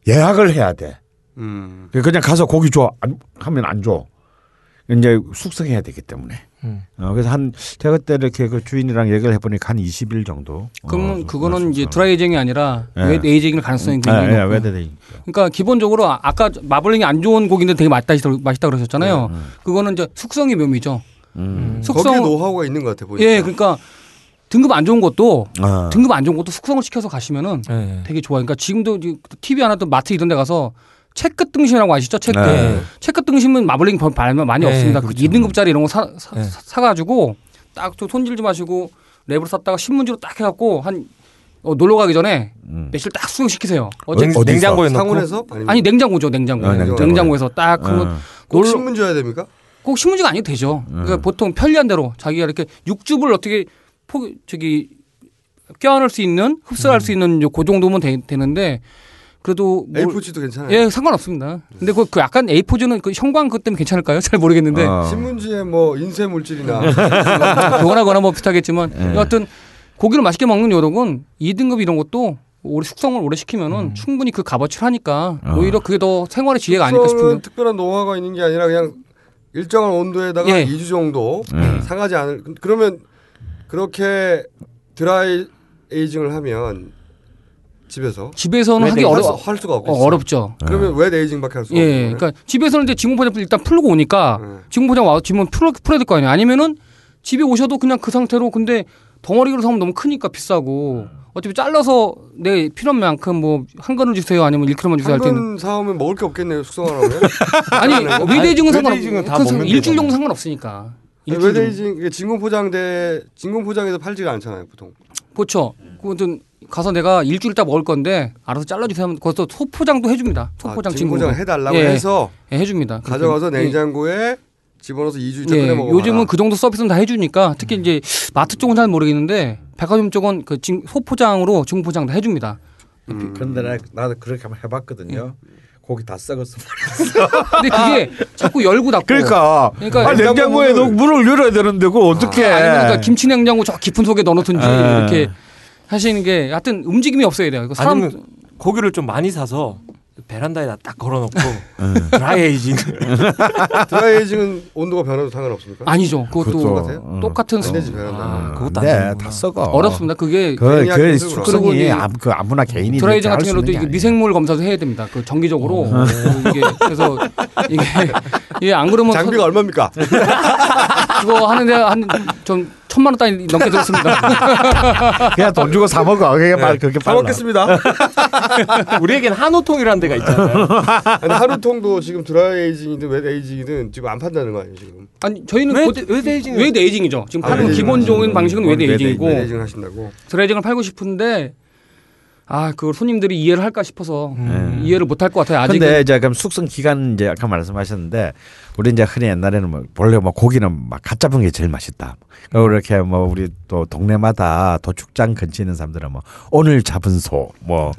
[SPEAKER 6] 예약을 해야 돼.
[SPEAKER 7] 음.
[SPEAKER 6] 그냥 가서 고기 줘 안- 하면 안 줘. 이제 숙성해야 되기 때문에.
[SPEAKER 5] 음.
[SPEAKER 6] 어, 그래서 한 제가 그때 이렇게 그 주인이랑 얘기를 해보니까 한 20일 정도.
[SPEAKER 8] 그러면
[SPEAKER 6] 어,
[SPEAKER 8] 그거는 이제
[SPEAKER 6] 숙성을.
[SPEAKER 8] 드라이징이 아니라
[SPEAKER 6] 예.
[SPEAKER 8] 웨 에이징일 가능성이
[SPEAKER 6] 아,
[SPEAKER 8] 굉장히
[SPEAKER 6] 예,
[SPEAKER 8] 높고.
[SPEAKER 6] 웨드데이.
[SPEAKER 8] 그러니까 기본적으로 아- 아까 마블링이 안 좋은 고기인데 되게 맛있다 맛있다 그러셨잖아요.
[SPEAKER 6] 예,
[SPEAKER 8] 그거는 이제 숙성의 묘미죠.
[SPEAKER 6] 음.
[SPEAKER 7] 거기에
[SPEAKER 8] 숙성
[SPEAKER 7] 노하우가 있는 것 같아 보니까.
[SPEAKER 8] 예, 그러니까 등급 안 좋은 것도
[SPEAKER 6] 아.
[SPEAKER 8] 등급 안 좋은 것도 숙성을 시켜서 가시면은
[SPEAKER 5] 예.
[SPEAKER 8] 되게 좋아. 그러니까 지금도 이제 TV 하나 또 마트 이런 데 가서 체크 등심이라고 아시죠? 체크.
[SPEAKER 6] 네.
[SPEAKER 8] 체크 등심은 마블링 별 발면 많이
[SPEAKER 5] 네,
[SPEAKER 8] 없습니다. 그
[SPEAKER 5] 그렇죠.
[SPEAKER 8] 2등급짜리 이런 거 사, 사,
[SPEAKER 5] 네.
[SPEAKER 8] 가지고 딱 좀 손질 좀 하시고 랩으로 샀다가 신문지로 딱 해갖고 한 어, 놀러 가기 전에
[SPEAKER 6] 음.
[SPEAKER 8] 며칠 딱 수용시키세요. 어제
[SPEAKER 5] 냉,
[SPEAKER 6] 어디서?
[SPEAKER 5] 냉장고에 넣고.
[SPEAKER 7] 상온에서 네, 아니면
[SPEAKER 8] 아니 냉장고죠 냉장고.
[SPEAKER 6] 아,
[SPEAKER 7] 냉장고.
[SPEAKER 8] 냉장고에서 딱 그거
[SPEAKER 6] 어.
[SPEAKER 7] 꼭
[SPEAKER 8] 놀러-
[SPEAKER 7] 신문 줘야 됩니까?
[SPEAKER 8] 꼭 신문지가 아니도 되죠. 그러니까 보통 편리한 대로 자기가 이렇게 육즙을 어떻게 포 저기 껴안을 수 있는 흡수할 수 있는 요- 그 정도면 되, 되는데 그래도 뭘-
[SPEAKER 7] A4지도 괜찮아요.
[SPEAKER 8] 예 상관없습니다. 근데 그, 그 약간 A4지는 그 형광 그것 때문에 괜찮을까요? 잘 모르겠는데
[SPEAKER 6] 어.
[SPEAKER 7] 신문지에 뭐 인쇄 물질이나
[SPEAKER 8] 그거나거나 뭐 비슷하겠지만
[SPEAKER 7] 예.
[SPEAKER 8] 여하튼 고기를 맛있게 먹는 요령은 2등급 이런 것도 오래 숙성을 오래 시키면은
[SPEAKER 7] 음.
[SPEAKER 8] 충분히 그 값어치를 하니까
[SPEAKER 7] 아.
[SPEAKER 6] 어.
[SPEAKER 8] 오히려 그게 더 생활의 지혜가 아닐까
[SPEAKER 7] 숙성은
[SPEAKER 8] 싶은데
[SPEAKER 7] 특별한 노하우가 있는 게 아니라 그냥 일정한 온도에다가
[SPEAKER 8] 예.
[SPEAKER 7] 2주 정도
[SPEAKER 6] 예.
[SPEAKER 7] 상하지 않을 그러면 그렇게 드라이 에이징을 하면 집에서
[SPEAKER 8] 집에서는 하기
[SPEAKER 7] 할
[SPEAKER 8] 어려,
[SPEAKER 7] 수- 할 수가 없겠어.
[SPEAKER 8] 어, 어렵죠.
[SPEAKER 7] 그러면 왜 레이징밖에 할 수가 없는
[SPEAKER 8] 예,
[SPEAKER 7] 거예요?
[SPEAKER 8] 그러니까 집에서는 이제 진공포장 일단 풀고 오니까
[SPEAKER 7] 음.
[SPEAKER 8] 진공포장 와서 지문 풀어 풀어야 될 거 아니에요. 아니면은 집에 오셔도 그냥 그 상태로 근데 덩어리로 사면 너무 크니까 비싸고 어차피 잘라서 내 필요한 만큼 뭐 한 그릇 주세요 아니면 1kg만 주세요 할 때는
[SPEAKER 7] 한근 사오면 먹을 게 없겠네요 숙성하라고요.
[SPEAKER 8] 아니 외대증은
[SPEAKER 5] 외대증은 다
[SPEAKER 8] 상관없고 그
[SPEAKER 5] 먹는
[SPEAKER 8] 일주일
[SPEAKER 5] 데잖아요.
[SPEAKER 8] 정도 상관없으니까 일주일 정도.
[SPEAKER 7] 네, 외대이징 이게 진공 포장돼 진공 포장에서 팔지가 않잖아요 보통.
[SPEAKER 8] 그렇죠. 그건 가서 내가 일주일 있다 먹을 건데 알아서 잘라주세요 하면 그것도 소포장도 해줍니다. 소포장
[SPEAKER 7] 아,
[SPEAKER 8] 진공
[SPEAKER 7] 진공장 해달라고
[SPEAKER 8] 예,
[SPEAKER 7] 해서
[SPEAKER 8] 예, 해줍니다.
[SPEAKER 7] 가져가서
[SPEAKER 8] 그렇게.
[SPEAKER 7] 냉장고에 집어넣어서 2주 있다
[SPEAKER 8] 예,
[SPEAKER 7] 끓여 먹어.
[SPEAKER 8] 요즘은 그 정도 서비스는 다 해주니까 특히 이제 마트 쪽은 잘 모르겠는데 백화점 쪽은 그 진- 소포장으로 중포장 다 해줍니다. 음.
[SPEAKER 1] 그런데 나, 나도 그렇게 한번 해봤거든요.
[SPEAKER 7] 고기 다 썩었어.
[SPEAKER 8] 근데 그게 자꾸 열고 닫고.
[SPEAKER 6] 그러니까,
[SPEAKER 8] 그러니까
[SPEAKER 6] 아, 냉장고에 넣- 물을 열어야 되는데 그걸 어떻게?
[SPEAKER 8] 아니면 그러니까 김치 냉장고 저 깊은 속에 넣어놓든지
[SPEAKER 6] 에.
[SPEAKER 8] 이렇게 하시는 게 하여튼 움직임이 없어야 돼요. 이거 사람
[SPEAKER 5] 아니면 뭐 고기를 좀 많이 사서 베란다에다 딱 걸어놓고 드라이에이징
[SPEAKER 7] 드라이징은 온도가 변해도 상관없습니까?
[SPEAKER 8] 아니죠. 그것도
[SPEAKER 6] 그것도,
[SPEAKER 7] 똑같아요?
[SPEAKER 6] 음.
[SPEAKER 8] 똑같은 수-
[SPEAKER 7] 안되지 변한다.
[SPEAKER 5] 아, 그것도 안
[SPEAKER 6] 네,
[SPEAKER 5] 되는구나.
[SPEAKER 6] 다 썩어.
[SPEAKER 8] 어렵습니다. 그게
[SPEAKER 6] 그,
[SPEAKER 7] 괜히
[SPEAKER 6] 그
[SPEAKER 7] 하기
[SPEAKER 8] 그리고
[SPEAKER 6] 숙성이
[SPEAKER 8] 이
[SPEAKER 6] 아무, 그 아무나 개인이
[SPEAKER 8] 드라이징
[SPEAKER 6] 이렇게 할
[SPEAKER 8] 같은
[SPEAKER 6] 수
[SPEAKER 8] 경우도
[SPEAKER 6] 있는 게
[SPEAKER 8] 이게
[SPEAKER 6] 아니에요.
[SPEAKER 8] 미생물 검사도 해야 됩니다. 그 정기적으로 그 이게 그래서 이게 이게 안 그러면
[SPEAKER 7] 장비가 얼마입니까?
[SPEAKER 8] 네. 서- 그거 하는데 한전 천만 원 단위 넘게 들었습니다.
[SPEAKER 6] 그냥 돈 주고 사 먹어.
[SPEAKER 8] 네.
[SPEAKER 6] 그게 말 그렇게
[SPEAKER 7] 다
[SPEAKER 6] 빨라.
[SPEAKER 7] 먹겠습니다.
[SPEAKER 5] 우리에겐 한우통이라는 데가 있잖아요.
[SPEAKER 7] 근데 하루통도 지금 드라이징이든 웨에이징이든 지금 안 판다는 거 아니에요 지금?
[SPEAKER 8] 아니 저희는
[SPEAKER 5] 왜,
[SPEAKER 8] 그것도-
[SPEAKER 5] 왜 데이징?
[SPEAKER 8] 웨드 에이징이죠. 지금
[SPEAKER 7] 아,
[SPEAKER 8] 팔은
[SPEAKER 6] 네,
[SPEAKER 7] 웨드
[SPEAKER 8] 기본적인
[SPEAKER 7] 에이징.
[SPEAKER 8] 방식은
[SPEAKER 7] 그건
[SPEAKER 8] 웨드 에이징이고
[SPEAKER 7] 웨드 에이징 하신다고.
[SPEAKER 8] 드라이징을 팔고 싶은데 아 그걸 손님들이 이해를 할까 싶어서
[SPEAKER 6] 음.
[SPEAKER 8] 이해를 못 할 것 같아요. 아직은
[SPEAKER 6] 근데 이제 그럼 숙성 기간 이제 아까 말씀하셨는데 우리 이제 흔히 옛날에는 뭐 원래 뭐 고기는 막 갓 잡은 게 제일 맛있다. 그리고
[SPEAKER 8] 음.
[SPEAKER 6] 이렇게 뭐 우리 또 동네마다 도축장 근처에 있는 사람들은 뭐 오늘 잡은 소뭐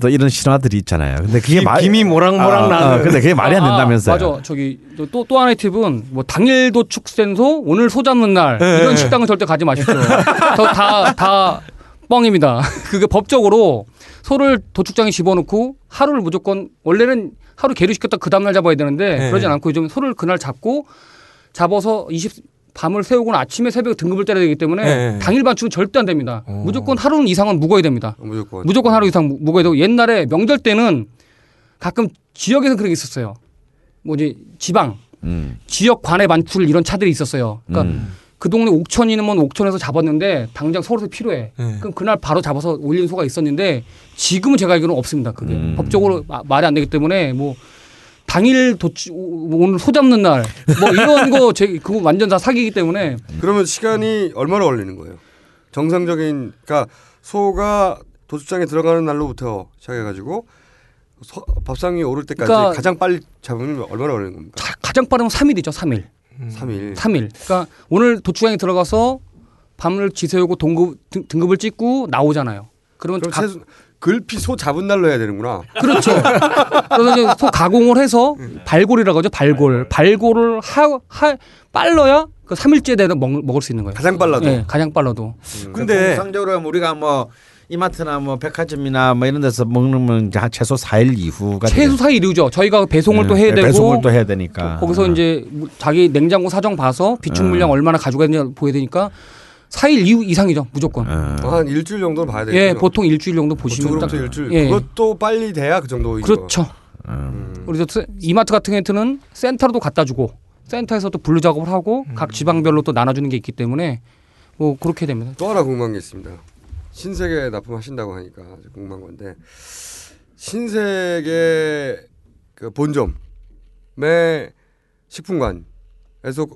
[SPEAKER 6] 또 이런 신화들이 있잖아요. 근데 그게
[SPEAKER 5] 김-
[SPEAKER 6] 말-
[SPEAKER 5] 김이 모락모락
[SPEAKER 6] 아,
[SPEAKER 5] 나는.
[SPEAKER 6] 아, 근데 그게 말이 안
[SPEAKER 8] 뭐 아, 아,
[SPEAKER 6] 된다면서요. 음,
[SPEAKER 8] 맞아. 저기 또 또 하나의 팁은 뭐 당일도 축센소 오늘 소 잡는 날
[SPEAKER 6] 예,
[SPEAKER 8] 이런 식당은 절대 가지 마십시오. 다다 다 뻥입니다. 그게 법적으로 소를 도축장에 집어넣고 하루를 무조건 원래는 하루 계류시켰다 그 다음날 잡아야 되는데
[SPEAKER 6] 예,
[SPEAKER 5] 네.
[SPEAKER 8] 그러진 않고 요즘 소를 그날 잡고 잡아서 20 밤을 새우고는 아침에 새벽에 등급을 때려야 되기 때문에
[SPEAKER 6] 예,
[SPEAKER 5] 네.
[SPEAKER 8] 당일 반출은 절대 안 됩니다.
[SPEAKER 6] 어.
[SPEAKER 8] 무조건 하루는 이상은 묵어야 됩니다.
[SPEAKER 7] 무조건.
[SPEAKER 8] 무조건 하루 이상 묵- 묵어야 되고 옛날에 명절 때는 가끔 지역에서 그런 게 있었어요. 뭐지 지방
[SPEAKER 6] 음,
[SPEAKER 8] 지역 관내 반출 이런 차들이 있었어요. 그러니까
[SPEAKER 6] 음.
[SPEAKER 8] 그 동네 옥천이면 옥천에서 잡았는데 당장 서울에서 필요해.
[SPEAKER 5] 네.
[SPEAKER 8] 그럼 그날 바로 잡아서 올린 소가 있었는데 지금은 제가 알기로는 없습니다. 그게
[SPEAKER 6] 음.
[SPEAKER 8] 법적으로 마- 말이 안 되기 때문에 뭐 당일 도치 오- 오늘 소 잡는 날 뭐 이런 거 제 그거 완전 다 사기이기 때문에
[SPEAKER 7] 그러면 시간이 얼마나 걸리는 거예요? 정상적인 그러니까 소가 도축장에 들어가는 날로부터 시작해가지고 소- 밥상 위에 오를 때까지
[SPEAKER 8] 그러니까-
[SPEAKER 7] 가장 빨리 잡으면 얼마나 걸리는 겁니까?
[SPEAKER 8] 자- 가장 빠르면 3일이죠. 3일.
[SPEAKER 7] 삼일
[SPEAKER 8] 3일. 그러니까 오늘 도축장에 들어가서 밤을 지새우고 동급 등, 급을 찍고 나오잖아요. 그러면
[SPEAKER 7] 그럼
[SPEAKER 8] 가-
[SPEAKER 7] 최소 글피 소 잡은 날로 해야 되는구나.
[SPEAKER 8] 그렇죠. 그래서 이제 소 가공을 해서 발골이라고 하죠.
[SPEAKER 7] 네.
[SPEAKER 8] 발골. 발골을 하, 하 빨러야 그 3일째 되는 먹, 을수 있는 거예요.
[SPEAKER 7] 가장 빨라도.
[SPEAKER 8] 예, 가장 빨라도.
[SPEAKER 5] 근데-
[SPEAKER 6] 통상적으로 하면 우리가 뭐 이마트나 뭐 백화점이나 뭐 이런 데서 먹는 건 이제 한 최소 4일 이후가
[SPEAKER 8] 최소 4일이죠. 저희가 배송을 또 해야
[SPEAKER 6] 네,
[SPEAKER 8] 되고
[SPEAKER 6] 배송을 또 해야 되니까. 네.
[SPEAKER 8] 거기서
[SPEAKER 6] 음.
[SPEAKER 8] 이제 뭐 자기 냉장고 사정 봐서 비축 물량 얼마나 가지고 있는지 보여야 되니까 4일 이후 이상이죠. 무조건.
[SPEAKER 6] 음.
[SPEAKER 7] 한 일주일 정도는 봐야 되겠죠. 뭐
[SPEAKER 8] 예, 보통 일주일 정도 보시면 딱
[SPEAKER 7] 보통으로부터 일주일.
[SPEAKER 8] 예.
[SPEAKER 7] 그것도 빨리 돼야 그 정도인
[SPEAKER 8] 그렇죠.
[SPEAKER 6] 음.
[SPEAKER 8] 우리 저 세- 이마트 같은 경우에는 센터로도 갖다 주고 센터에서 또 분류 작업을 하고
[SPEAKER 6] 음.
[SPEAKER 8] 각 지방별로 또 나눠주는 게 있기 때문에 뭐 그렇게 됩니다.
[SPEAKER 7] 거. 또 하나 궁금한 게 있습니다. 신세계 납품하신다고 하니까 아주 궁금한 건데 신세계 그 본점의 식품관에서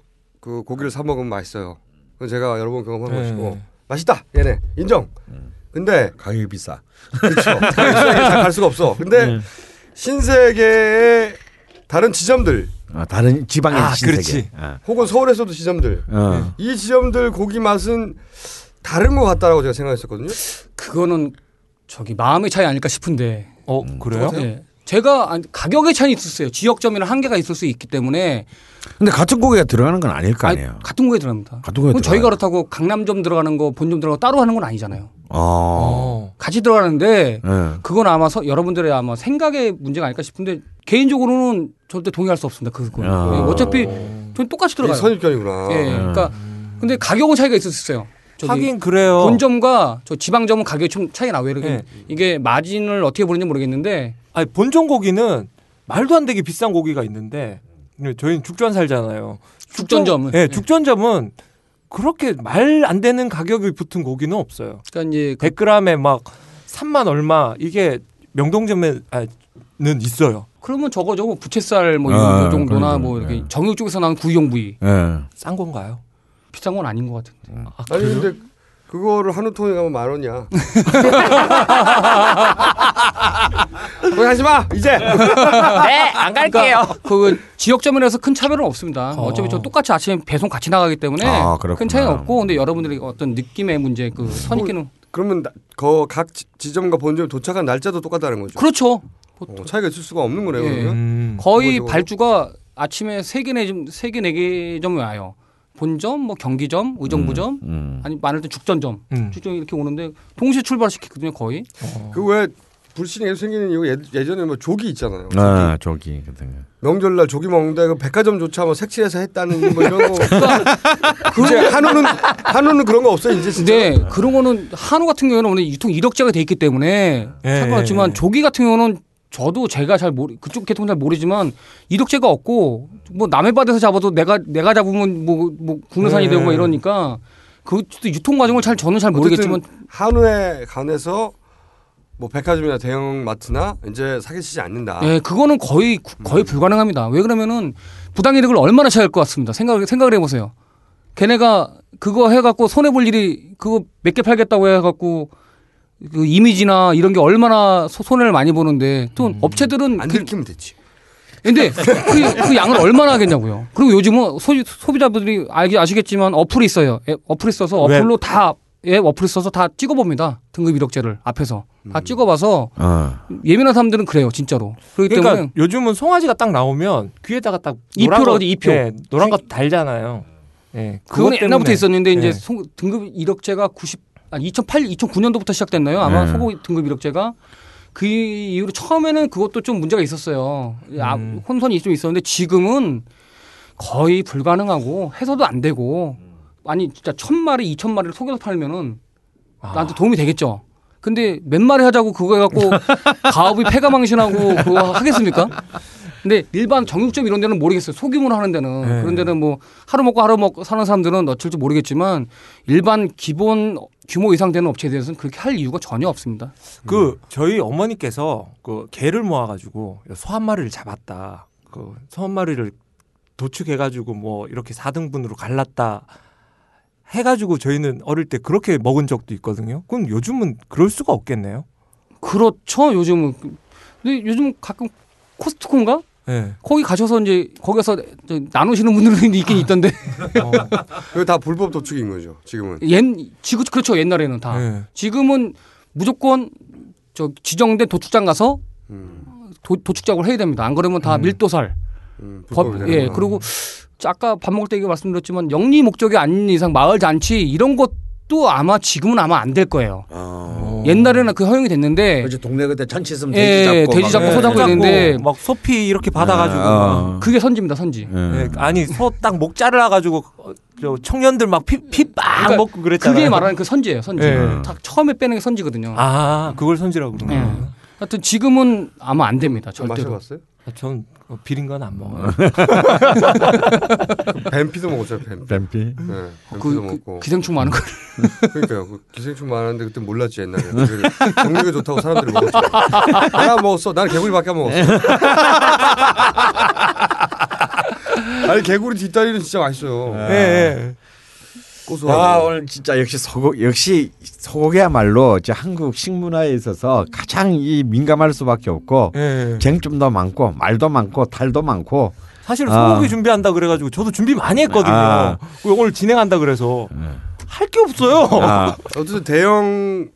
[SPEAKER 7] 그 고기를 사 먹으면 맛있어요. 그건 제가 여러 번 경험한
[SPEAKER 5] 네.
[SPEAKER 7] 것이고 맛있다 얘네 인정. 근데
[SPEAKER 6] 가격이 비싸.
[SPEAKER 7] 그렇죠. 갈 수가 없어. 근데 신세계의 다른 지점들
[SPEAKER 6] 아, 다른 지방의
[SPEAKER 5] 아,
[SPEAKER 6] 신세계.
[SPEAKER 5] 그렇지.
[SPEAKER 6] 아.
[SPEAKER 7] 혹은 서울에서도 지점들
[SPEAKER 6] 어.
[SPEAKER 7] 이 지점들 고기 맛은 다른 것 같다라고 제가 생각했었거든요.
[SPEAKER 8] 그거는 저기 마음의 차이 아닐까 싶은데.
[SPEAKER 5] 어 그래요?
[SPEAKER 8] 예. 제가 안- 가격의 차이 있었어요. 지역점이나 한계가 있을 수 있기 때문에
[SPEAKER 6] 근데 같은 고기가 들어가는 건 아닐 거
[SPEAKER 8] 아니,
[SPEAKER 6] 아니에요.
[SPEAKER 8] 같은 거에 들어갑니다.
[SPEAKER 6] 같은 거에
[SPEAKER 8] 그럼 저희가
[SPEAKER 6] 들어가요.
[SPEAKER 8] 그렇다고 강남점 들어가는 거 본점 들어가고 따로 하는 건 아니잖아요.
[SPEAKER 6] 어.
[SPEAKER 5] 어.
[SPEAKER 8] 같이 들어가는데
[SPEAKER 6] 예.
[SPEAKER 8] 그건 아마 서, 여러분들의 아마 생각의 문제가 아닐까 싶은데 개인적으로는 절대 동의할 수 없습니다. 그건
[SPEAKER 6] 아.
[SPEAKER 8] 예, 어차피 저는 똑같이
[SPEAKER 7] 이게
[SPEAKER 8] 들어가요.
[SPEAKER 7] 선입견이구나.
[SPEAKER 8] 예, 그러니까 근데 가격은 차이가 있을 수 있어요. 저기
[SPEAKER 5] 아. 하긴 그래요.
[SPEAKER 8] 본점과 저 지방점은 가격이 좀 차이 나요. 이렇게
[SPEAKER 5] 예.
[SPEAKER 8] 이게 마진을 어떻게 보는지 모르겠는데
[SPEAKER 5] 아니 본점 고기는 말도 안 되게 비싼 고기가 있는데 근데 저희는 죽전 살잖아요.
[SPEAKER 8] 죽전점은 네.
[SPEAKER 5] 예, 죽전점은 그렇게 말 안 되는 가격이 붙은 고기는 없어요.
[SPEAKER 8] 그러니까 이제 그
[SPEAKER 5] 100g에 막 3만 얼마 이게 명동점에는 있어요.
[SPEAKER 8] 그러면 저거 저거 부채살 뭐
[SPEAKER 6] 아,
[SPEAKER 8] 이 정도나
[SPEAKER 6] 그러죠.
[SPEAKER 8] 뭐 이렇게
[SPEAKER 6] 예.
[SPEAKER 8] 정육 쪽에서 나온 구이용 부위
[SPEAKER 6] 예.
[SPEAKER 5] 싼 건가요?
[SPEAKER 8] 비싼 건 아닌 것 같은데
[SPEAKER 5] 아,
[SPEAKER 7] 아니
[SPEAKER 5] 그래요?
[SPEAKER 7] 근데 그거를 한우 통에 가면 만 원이야. 그거 하지 마 이제.
[SPEAKER 8] 안 갈게요. 그 지역점이라서 큰 차별은 없습니다. 어차피 저 똑같이 아침에 배송 같이 나가기 때문에
[SPEAKER 6] 아, 그렇구나.
[SPEAKER 8] 큰 차이는 없고 근데 여러분들이 어떤 느낌의 문제 그 선입견은
[SPEAKER 7] 그러면 나- 거, 각 지- 지점과 본점 도착한 날짜도 똑같다는 거죠.
[SPEAKER 8] 그렇죠. 보통
[SPEAKER 7] 어, 차이가 있을 수가 없는 거네요.
[SPEAKER 8] 예.
[SPEAKER 7] 그러면
[SPEAKER 5] 음.
[SPEAKER 8] 거의
[SPEAKER 7] 그거죠.
[SPEAKER 8] 발주가 아침에 3개 네 점, 세개네개점 와요. 본점, 뭐 경기점, 의정부점,
[SPEAKER 6] 음.
[SPEAKER 8] 아니 많을 때 죽전점.
[SPEAKER 5] 음.
[SPEAKER 8] 죽전이 이렇게 오는데 동시에 출발시키거든요, 거의.
[SPEAKER 7] 그왜 불신이 계속 생기는 이유 예- 예전에 뭐 조기 있잖아요.
[SPEAKER 6] 아, 저기 그등요.
[SPEAKER 7] 명절날 조기 먹는다 이거 백화점조차 뭐 색칠해서 했다는 뭐 이런 거. 이제 한우는 한우는 그런 거 없어요 이제 진짜.
[SPEAKER 8] 근데 네,
[SPEAKER 5] 네.
[SPEAKER 8] 그런 거는 한우 같은 경우에는 오늘 유통 이력제가 돼 있기 때문에
[SPEAKER 5] 예,
[SPEAKER 8] 상관없지만
[SPEAKER 5] 예.
[SPEAKER 8] 조기 같은 경우는 저도 제가 잘 모르 그쪽 계통은 잘 모르지만 이력제가 없고 뭐 남의 바다에서 잡아도 내가 내가 잡으면 뭐 뭐 국내산이
[SPEAKER 5] 예,
[SPEAKER 8] 되고 막
[SPEAKER 5] 예.
[SPEAKER 8] 이러니까 그것도 유통 과정을 잘 저는 잘
[SPEAKER 7] 어쨌든
[SPEAKER 8] 모르겠지만
[SPEAKER 7] 한우에 관해서 뭐 백화점이나 대형 마트나 이제 사기치지 않는다.
[SPEAKER 5] 아.
[SPEAKER 8] 예, 그거는 거의 구-
[SPEAKER 5] 음.
[SPEAKER 8] 거의 불가능합니다. 왜 그러면은 부당 이득을 얼마나 취할 것 같습니다. 생각 생각을 해보세요. 걔네가 그거 해갖고 손해 볼 일이 그거 몇 개 팔겠다고 해갖고 그 이미지나 이런 게 얼마나 소- 손해를 많이 보는데 또
[SPEAKER 5] 음.
[SPEAKER 8] 업체들은
[SPEAKER 7] 안
[SPEAKER 8] 그,
[SPEAKER 7] 들키면 됐지.
[SPEAKER 8] 근데 그, 그 양을 얼마나 하겠냐고요. 그리고 요즘은 소, 소비자분들이 알기 아시겠지만 어플이 있어요. 앱, 어플이 써서
[SPEAKER 5] 웹.
[SPEAKER 8] 어플로 다 예, 어플이 써서 다 찍어봅니다. 등급 이력제를 앞에서 다
[SPEAKER 5] 음.
[SPEAKER 8] 찍어봐서
[SPEAKER 6] 어.
[SPEAKER 8] 예민한 사람들은 그래요, 진짜로. 그렇기
[SPEAKER 5] 그러니까
[SPEAKER 8] 때문에
[SPEAKER 5] 요즘은 송아지가 딱 나오면 귀에다가 딱 노란
[SPEAKER 8] 이표라고
[SPEAKER 5] 거-
[SPEAKER 8] 하죠, 이표.
[SPEAKER 5] 예, 노란 거 달잖아요. 예. 그것
[SPEAKER 8] 그건
[SPEAKER 5] 때문에.
[SPEAKER 8] 옛날부터 있었는데 이제
[SPEAKER 5] 예.
[SPEAKER 8] 소- 등급 이력제가 90 아니 2008 2009년도부터 시작됐나요? 아마
[SPEAKER 6] 네.
[SPEAKER 8] 소고기 등급 이력제가 그 이후로 처음에는 그것도 좀 문제가 있었어요. 아,
[SPEAKER 5] 음.
[SPEAKER 8] 혼선이 좀 있었는데 지금은 거의 불가능하고 해서도 안 되고
[SPEAKER 5] 음.
[SPEAKER 8] 아니 진짜 천 마리 이천 마리를 속여서 팔면은
[SPEAKER 5] 아.
[SPEAKER 8] 나한테 도움이 되겠죠. 근데 몇 마리 하자고 그거 해갖고 가업이 폐가망신하고 그거 하겠습니까? 근데 일반 정육점 이런 데는 모르겠어요. 소규모로 하는 데는
[SPEAKER 5] 네.
[SPEAKER 8] 그런 데는 뭐 하루 먹고 하루 먹고 사는 사람들은 어쩔지 모르겠지만 일반 기본 규모 이상 되는 업체에 대해서는 그렇게 할 이유가 전혀 없습니다. 음.
[SPEAKER 5] 그 저희 어머니께서 그 개를 모아가지고 소 한 마리를 잡았다. 그 소 한 마리를 도축해가지고 뭐 이렇게 4등분으로 갈랐다. 해가지고 저희는 어릴 때 그렇게 먹은 적도 있거든요. 그럼 요즘은 그럴 수가 없겠네요.
[SPEAKER 8] 그렇죠. 요즘은 근데 요즘 가끔 코스트코인가
[SPEAKER 5] 예.
[SPEAKER 8] 거기 가셔서 이제 거기서 저 나누시는 분들은 있긴 있던데
[SPEAKER 5] 어,
[SPEAKER 7] 그거 다 불법 도축인 거죠 지금은.
[SPEAKER 8] 옛 지금 그렇죠 옛날에는 다
[SPEAKER 5] 예.
[SPEAKER 8] 지금은 무조건 저 지정된 도축장 가서
[SPEAKER 7] 음,
[SPEAKER 8] 도, 축작업을 해야 됩니다. 안 그러면 다
[SPEAKER 5] 음.
[SPEAKER 8] 밀도살.
[SPEAKER 7] 음,
[SPEAKER 8] 법,
[SPEAKER 7] 불법이 되는
[SPEAKER 8] 예.
[SPEAKER 7] 거구나.
[SPEAKER 8] 그리고 아까 밥 먹을 때 얘기 말씀드렸지만 영리 목적이 아닌 이상 마을 잔치 이런 것도 아마 지금은 아마 안 될 거예요.
[SPEAKER 5] 어.
[SPEAKER 8] 옛날에는 그 허용이 됐는데
[SPEAKER 9] 그렇지 동네 그때 잔치 있으면
[SPEAKER 8] 예,
[SPEAKER 9] 돼지 잡고 막
[SPEAKER 8] 돼지 잡고
[SPEAKER 9] 그래.
[SPEAKER 8] 소 잡고 있는데
[SPEAKER 5] 막 소피 이렇게 받아가지고 막
[SPEAKER 6] 어.
[SPEAKER 8] 그게 선지입니다, 선지.
[SPEAKER 6] 음.
[SPEAKER 5] 예, 아니 소 딱 목 자르라가지고 어, 저 청년들 막 피 피빵
[SPEAKER 8] 그러니까
[SPEAKER 5] 먹고 그랬잖아요.
[SPEAKER 8] 그게 말하는 그 선지예요, 선지.
[SPEAKER 5] 예.
[SPEAKER 8] 딱 처음에 빼는 게 선지거든요.
[SPEAKER 5] 아 그걸 손질하고 그러는
[SPEAKER 8] 예.
[SPEAKER 5] 거예요.
[SPEAKER 8] 하여튼 지금은 아마 안 됩니다, 절대로.
[SPEAKER 7] 마셔봤어요?
[SPEAKER 5] 아, 전 어, 비린 건 안 먹어요.
[SPEAKER 8] 아.
[SPEAKER 7] 뱀피도 먹었어요 뱀피.
[SPEAKER 6] 뱀피.
[SPEAKER 7] 예, 뱀피도
[SPEAKER 8] 그, 그
[SPEAKER 7] 먹고.
[SPEAKER 8] 기생충 많은 거
[SPEAKER 7] 그러니까요. 그 기생충 많았는데 그때 몰랐지 옛날에. 그래서 정력이 좋다고 사람들이 먹었죠. 내가 먹었어. 나는 개구리밖에 안 먹었어. 아니 개구리 뒷다리는 진짜 맛있어요.
[SPEAKER 5] 예, 예.
[SPEAKER 7] 고소하고.
[SPEAKER 6] 아 오늘 진짜 역시 소고 역시 소고기야말로 이제 한국 식문화에 있어서 가장 이 민감할 수밖에 없고
[SPEAKER 5] 예.
[SPEAKER 6] 쟁점도 많고 말도 많고 탈도 많고
[SPEAKER 5] 사실
[SPEAKER 6] 아.
[SPEAKER 5] 소고기 준비한다 그래가지고 저도 준비 많이 했거든요.
[SPEAKER 6] 아. 네.
[SPEAKER 5] 그리고 오늘 진행한다 그래서 할 게 없어요.
[SPEAKER 6] 아,
[SPEAKER 7] 어쨌든 대형